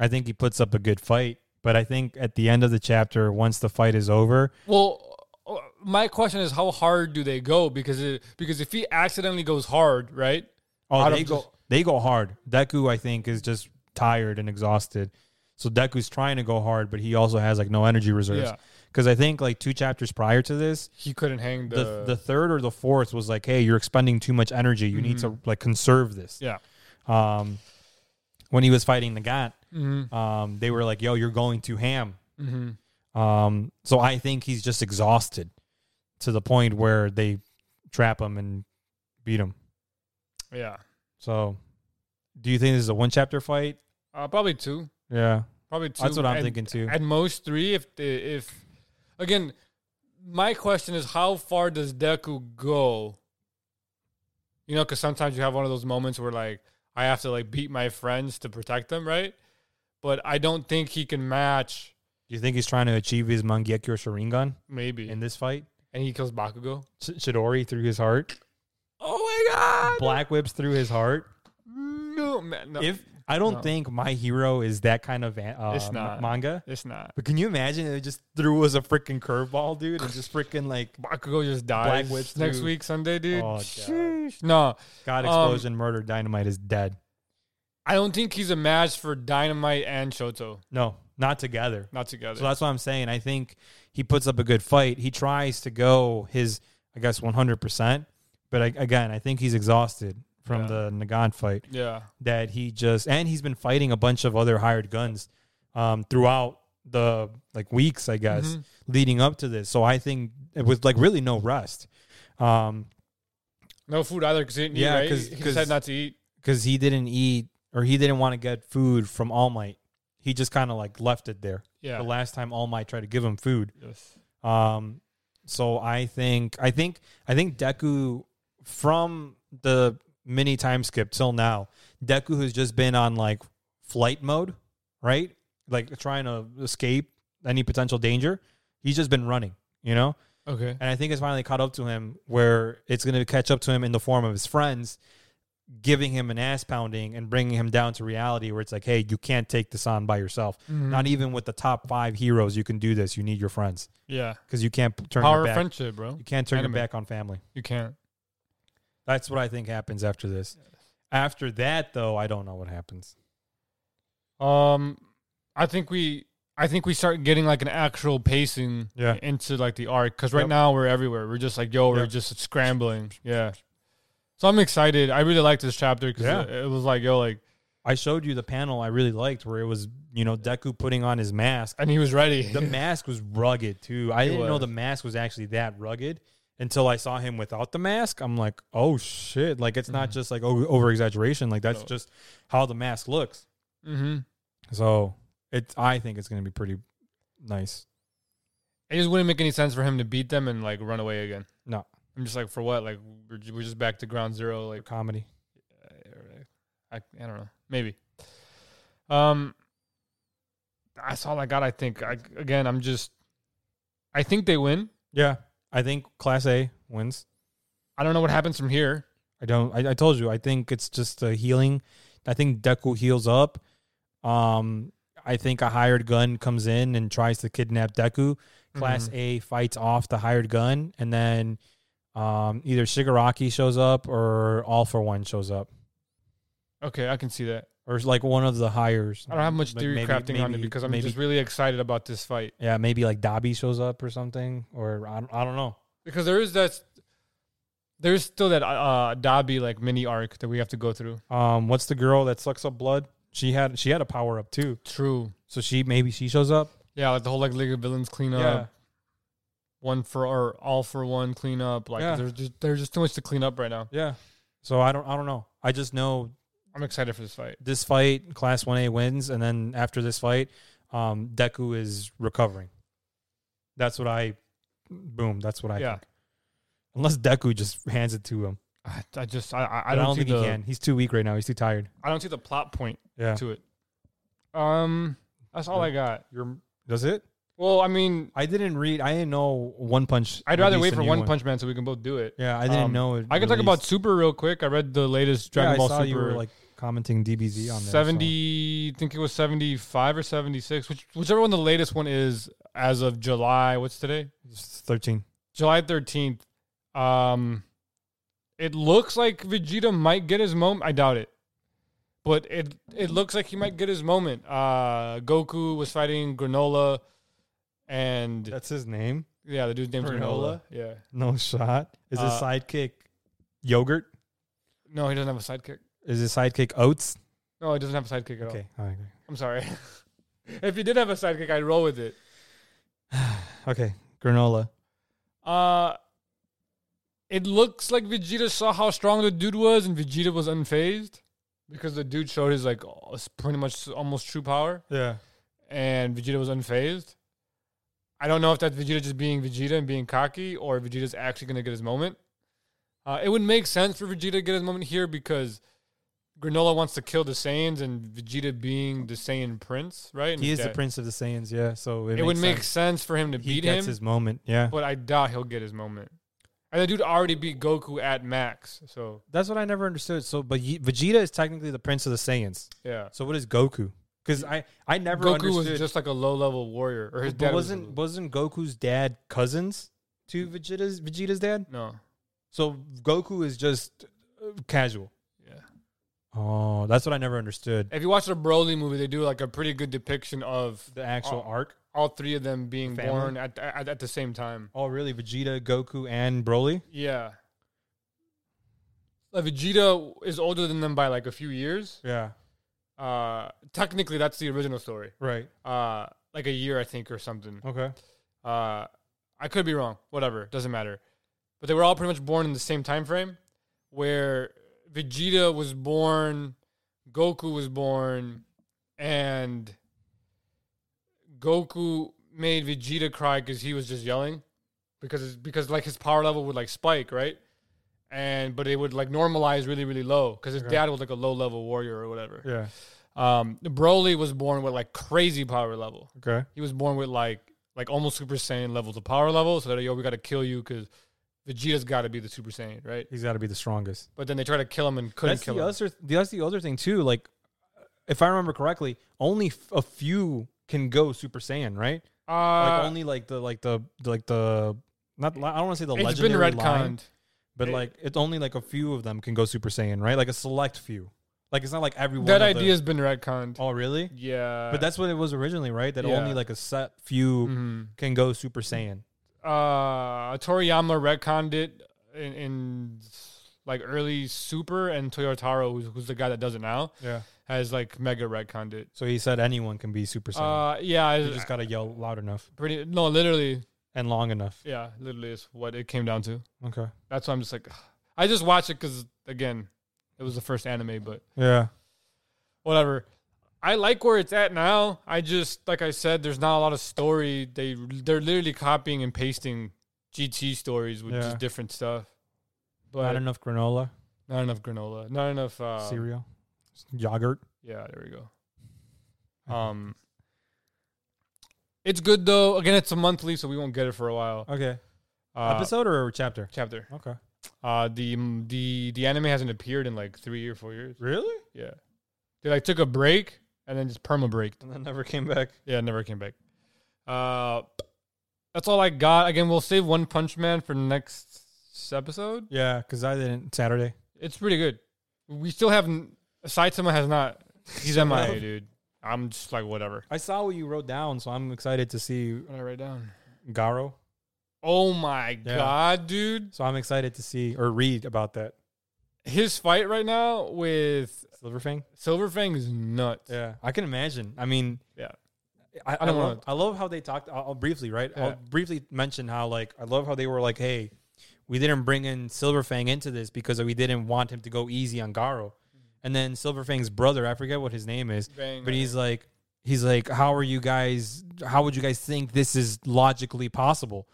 A: I think he puts up a good fight, but I think at the end of the chapter, once the fight is over,
B: Well, uh, my question is how hard do they go? Because it, because if he accidentally goes hard, right?
A: oh
B: Out
A: they
B: of
A: go
B: just-
A: they go hard. Deku I think is just tired and exhausted. So Deku's trying to go hard, but he also has like no energy reserves.
B: Yeah.
A: Because I think like two chapters prior to this,
B: He couldn't hang the,
A: the the third or the fourth was like, hey, you're expending too much energy. You need to like conserve this.
B: yeah.
A: um, when he was fighting the Gant,
B: Mm-hmm.
A: um, they were like, "Yo, you're going to ham."
B: Mm-hmm.
A: Um, so I think he's just exhausted to the point where they trap him and beat him.
B: Yeah.
A: So, do you think this is a one chapter fight?
B: Uh, probably two.
A: Yeah,
B: Probably two.
A: that's what I'm
B: and-
A: thinking too.
B: At most three. If the, if again, my question is how far does Deku go? You know, because sometimes you have one of those moments where like I have to like beat my friends to protect them, right? But I don't think he can match.
A: do you think he's trying to achieve his Mangekyo Sharingan
B: Maybe,
A: in this fight?
B: and he kills Bakugo.
A: Sh- Shidori through his heart,
B: Oh my god!
A: Black Whips through his heart.
B: No, man, no.
A: If I don't
B: No.
A: think My Hero is that kind of an- uh,
B: It's
A: ma-
B: not.
A: manga.
B: it's not.
A: But can you imagine it just threw us a freaking curveball, dude, and just freaking like
B: Bakugo just dies
A: Black Whips
B: next
A: through-
B: week Sunday, *laughs* dude.
A: Oh, God.
B: Sheesh. No,
A: God
B: Um,
A: explosion, murder, dynamite is dead.
B: I don't think he's a match for Dynamite and Shoto.
A: No, not together.
B: Not together.
A: So that's what I'm saying. I think he puts up a good fight. He tries to go his, I guess, 100. percent But I, again, I think he's exhausted from
B: Yeah.
A: the Nagant fight.
B: yeah.
A: That he just and he's been fighting a bunch of other hired guns um, throughout the like weeks, I guess,
B: Mhm.
A: leading up to this. So I think with like really no rest. Um,
B: No food either because he didn't
A: Yeah,
B: eat. Right?
A: 'cause-
B: he
A: 'cause-
B: decided not to eat.
A: because he didn't eat or he didn't want to get food from All Might. He just kind of like left it there.
B: Yeah.
A: The last time All Might tried to give him food.
B: Yes.
A: Um, so I think I think I think Deku from the mini time skip till now, Deku has just been on like flight mode, right? Like trying to escape any potential danger. He's just been running, you know.
B: Okay.
A: And I think it's finally caught up to him where it's going to catch up to him in the form of his friends giving him an ass pounding and bringing him down to reality where it's like, hey, you can't take this on by yourself. Not even with the top five heroes, you can do this. You need your friends
B: Yeah.
A: because you can't p- turn
B: Power
A: your
B: of
A: back.
B: friendship, bro.
A: you can't turn
B: anime.
A: your back on family.
B: You can't.
A: That's what I think happens after this. After that, though, I don't know what happens.
B: Um, I think we. I think we start getting like an actual pacing
A: Yeah.
B: into like the arc because right
A: Yep.
B: now we're everywhere. We're just like, yo, we're
A: Yep.
B: just scrambling. Yeah. So I'm excited. I really like this chapter because
A: Yeah.
B: it, it was like, yo, like,
A: I showed you the panel I really liked where it was, you know, Deku putting on his mask.
B: *laughs* and he was ready.
A: *laughs* The mask was rugged too. I
B: It
A: didn't know
B: was.
A: the mask was actually that rugged until I saw him without the mask. I'm like, oh shit! Like it's not just like over exaggeration. Like that's
B: Mm-hmm. No.
A: just how the mask looks.
B: mm-hmm.
A: So it's. I think it's gonna be pretty nice.
B: It just wouldn't make any sense for him to beat them and like run away again.
A: No.
B: I'm just like, for what? Like, we're, ju- we're just back to ground zero. Like,
A: Comedy.
B: I, I don't know. Maybe. Um, that's all I got. I think. I again, I'm just. I think they win.
A: Yeah, I think Class A wins.
B: I don't know what happens from here.
A: I don't. I, I told you. I think it's just a healing. I think Deku heals up. Um, I think a hired gun comes in and tries to kidnap Deku. Class
B: Mhm.
A: A fights off the hired gun, and then um, either Shigaraki shows up or All for One shows up,
B: Okay, I can see that.
A: or it's like one of the hires.
B: I don't have much
A: Like,
B: theory
A: maybe-
B: crafting on it
A: maybe-
B: because I'm
A: maybe-
B: just really excited about this fight
A: Yeah, maybe like Dabi shows up or something, or I don't, I don't know.
B: because there is that. There's still that uh Dabi like mini arc that we have to go through.
A: Um, what's the girl that sucks up blood? She had she had a power up too,
B: True.
A: so she maybe she shows up.
B: Yeah, like the whole like League of Villains cleanup. One for or all for one cleanup. Like
A: Yeah.
B: there's just, there's just too much to clean up right now.
A: yeah. So I don't I don't know. I just know
B: I'm excited for this fight.
A: this fight, Class 1A wins, and then after this fight, um, Deku is recovering. That's what I, boom, that's what I
B: Yeah.
A: think. Unless Deku just hands it to him.
B: I, I just I I,
A: But
B: I don't, see
A: think
B: the
A: he can. He's too weak right now. He's too tired.
B: I don't see the plot point
A: Yeah.
B: to it. Um, that's all I got.
A: You're, does it?
B: Well, I mean,
A: I didn't read, I didn't know One Punch.
B: I'd rather
A: released
B: wait
A: a
B: for
A: new
B: One Punch Man so we can both do it.
A: Yeah, I didn't
B: Um,
A: know it.
B: I can talk about
A: released.
B: Super real quick. I read the latest Dragon
A: yeah,
B: Ball
A: I saw
B: Super.
A: you were like commenting DBZ on there. so-
B: seventy, I think it was seventy five or seventy six, which whichever one the latest one is as of July. What's today?
A: It's 13.
B: July 13th. Um it looks like Vegeta might get his moment. I doubt it. But it it looks like he might get his moment. Uh Goku was fighting Granola and
A: That's his name.
B: yeah, the dude's name's Granola.
A: Granola.
B: Yeah.
A: No shot. Is his
B: Uh,
A: sidekick yogurt?
B: No, he doesn't have a sidekick.
A: Is his sidekick oats?
B: No, he doesn't have a sidekick at all.
A: Okay. All right.
B: I'm sorry. *laughs* if he did have a sidekick, I'd roll with it.
A: Okay. Granola.
B: Uh it looks like Vegeta saw how strong the dude was, and Vegeta was unfazed because the dude showed his like al- pretty much almost true power,
A: Yeah.
B: and Vegeta was unfazed. I don't know if that's Vegeta just being Vegeta and being cocky, or if Vegeta's actually gonna get his moment. Uh, it would make sense for Vegeta to get his moment here because Granola wants to kill the Saiyans, and Vegeta being the Saiyan prince, right? And
A: He is the
B: that-
A: prince of the Saiyans, yeah. So it,
B: It,
A: makes
B: would make
A: sense.
B: sense for him to
A: he
B: beat
A: gets
B: him
A: his moment, yeah.
B: but I doubt he'll get his moment. And the dude already beat Goku at max, so
A: That's what I never understood. So, but Ye- Vegeta is technically the prince of the Saiyans.
B: yeah.
A: So what is Goku? Because I I never
B: Goku
A: understood.
B: was just like a low level warrior, or his
A: but
B: dad was a
A: wasn't
B: low-
A: wasn't Goku's dad cousins to Vegeta's Vegeta's dad?
B: no,
A: So Goku is just uh, casual.
B: yeah.
A: Oh, that's what I never understood.
B: If you watch the Broly movie, they do like a pretty good depiction of
A: The actual
B: Oh.
A: arc.
B: all three of them being
A: Family?
B: born at, at at the same time.
A: Oh, really? Vegeta, Goku, and Broly.
B: Yeah. Like Vegeta is older than them by like a few years.
A: Yeah.
B: Uh, technically, that's the original story.
A: Right.
B: Uh, like a year, I think, or something.
A: Okay.
B: Uh, I could be wrong. Whatever, doesn't matter. But they were all pretty much born in the same time frame, where Vegeta was born. Goku was born, and Goku made Vegeta cry because he was just yelling, because because like his power level would like spike, right? And but it would like normalize really really low because his
A: Okay.
B: dad was like a low level warrior or whatever.
A: Yeah.
B: Um, Broly was born with like crazy power level
A: Okay.
B: he was born with like like almost Super Saiyan levels of power level. So they're like, yo, we gotta kill you because Vegeta's gotta be the Super Saiyan, right?
A: He's got to be the strongest.
B: But then they try to kill him and couldn't
A: that's
B: kill
A: the
B: him.
A: other. The, that's the other thing too. Like, if I remember correctly, only f- a few can go Super Saiyan, right? like
B: Uh,
A: only like the like the like the not. li- I don't want to say the
B: it's been
A: legendary line,
B: retconned.
A: but
B: It-
A: like it's only like a few of them can go Super Saiyan, right? Like a select few. Like it's not like everyone.
B: That idea has been retconned.
A: Oh really?
B: Yeah,
A: But that's what it was originally, right? That
B: Yeah.
A: only like a set few
B: Mhm.
A: can go Super Saiyan.
B: uh, Toriyama retconned it in, in like early Super, and Toyotaro, who's, who's the guy that does it now,
A: Yeah.
B: has like mega retconned it.
A: So he said anyone can be Super Saiyan.
B: Uh, yeah, I
A: you just gotta yell loud enough
B: pretty no, literally,
A: and long enough.
B: yeah, literally is what it came down to.
A: Okay.
B: That's why I'm just like, ugh. I just watched it because again, it was the first anime, but
A: Yeah.
B: whatever. I like where it's at now. I just like I said, there's not a lot of story. They they're literally copying and pasting GT stories with
A: Yeah.
B: just different stuff. But
A: Not enough granola.
B: not enough granola. Not enough. Uh,
A: cereal, yogurt.
B: yeah, there we
A: *laughs*
B: go. Um, it's good though. Again, it's a monthly, so we won't get it for a while.
A: Okay,
B: Uh,
A: episode or chapter?
B: chapter.
A: Okay,
B: Uh, the the the anime hasn't appeared in like three or four years.
A: really?
B: Yeah. They like took a break and then just perma break.
A: And then never came back.
B: Yeah, never came back. Uh that's all I got. Again, we'll save One Punch Man for next episode.
A: Yeah, because I didn't Saturday.
B: It's pretty good. We still haven't Saitama has not he's MIA, dude. I'm just like whatever.
A: I saw what you wrote down, so I'm excited to see
B: What did I write down?
A: Garo.
B: Oh my god, dude.
A: So I'm excited to see or read about that
B: His fight right now with
A: Silverfang.
B: Silverfang is nuts.
A: Yeah, I can imagine. I mean,
B: Yeah.
A: I, I,
B: don't
A: love,
B: wanna-
A: I love how they talked. I'll, I'll briefly, right?
B: Yeah.
A: I'll briefly mention how like I love how they were like, "Hey, we didn't bring in Silverfang into this because we didn't want him to go easy on Garo." And then Silverfang's brother, I forget what his name is,
B: Bang.
A: but he's like, he's like, "How are you guys? How would you guys think this is logically possible?"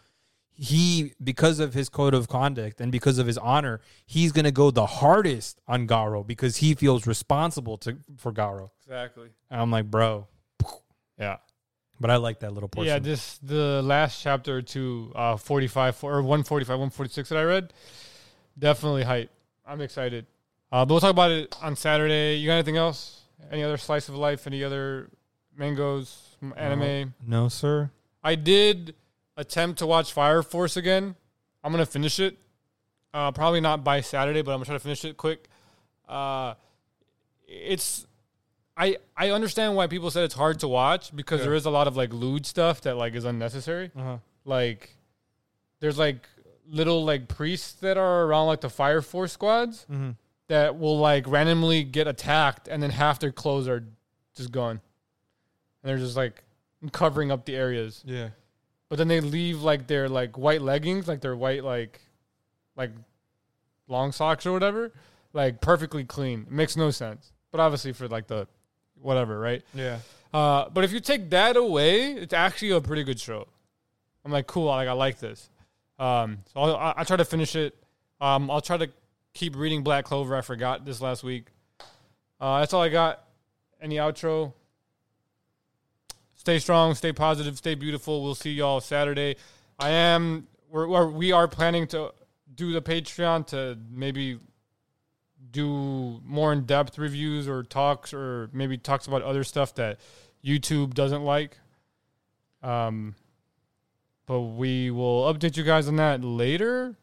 A: He, because of his code of conduct and because of his honor, he's gonna go the hardest on Garo because he feels responsible to for Garo.
B: exactly.
A: And I'm like, bro,
B: Yeah.
A: but I like that little portion.
B: Yeah, this the last chapter to uh 45 for- or 145 146 that I read. Definitely hype. I'm excited. Uh, but we'll talk about it on Saturday. You got anything else? Any other slice of life? Any other mangoes? m- Anime?
A: No, sir.
B: I did attempt to watch Fire Force again. I'm gonna finish it. Uh, probably not by Saturday, but I'm gonna try to finish it quick. Uh, it's I I understand why people said it's hard to watch because
A: Yeah.
B: there is a lot of like lewd stuff that like is unnecessary.
A: Uh-huh.
B: Like there's like little like priests that are around like the Fire Force squads
A: Mm-hmm.
B: that will like randomly get attacked and then half their clothes are just gone. And they're just like covering up the areas
A: Yeah.
B: but then they leave like their like white leggings, like their white like like long socks or whatever, like perfectly clean. makes no sense. But obviously for like the whatever, right?
A: Yeah.
B: Uh, but if you take that away, it's actually a pretty good show. I'm like, cool, like I like this. Um, so I'll, I, I try to finish it. Um, I'll try to keep reading Black Clover. I forgot this last week. Uh, that's all I got. Any outro? Stay strong, stay positive, stay beautiful. We'll see y'all Saturday. I am. We're, we're we are planning to do the Patreon to maybe do more in depth reviews or talks or maybe talks about other stuff that YouTube doesn't like. Um, but we will update you guys on that later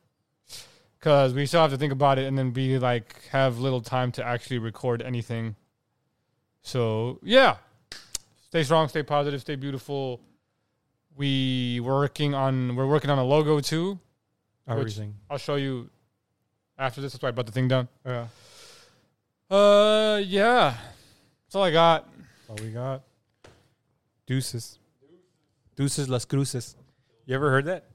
B: because we still have to think about it and then be like have little time to actually record anything. So yeah, stay strong, stay positive, stay beautiful. We working on we're working on a logo too.
A: Everything.
B: I'll show you after this. That's why I brought the thing down.
A: yeah.
B: Uh, yeah. That's all I got.
A: All we got. Deuces. Deuces las cruces. You ever heard that?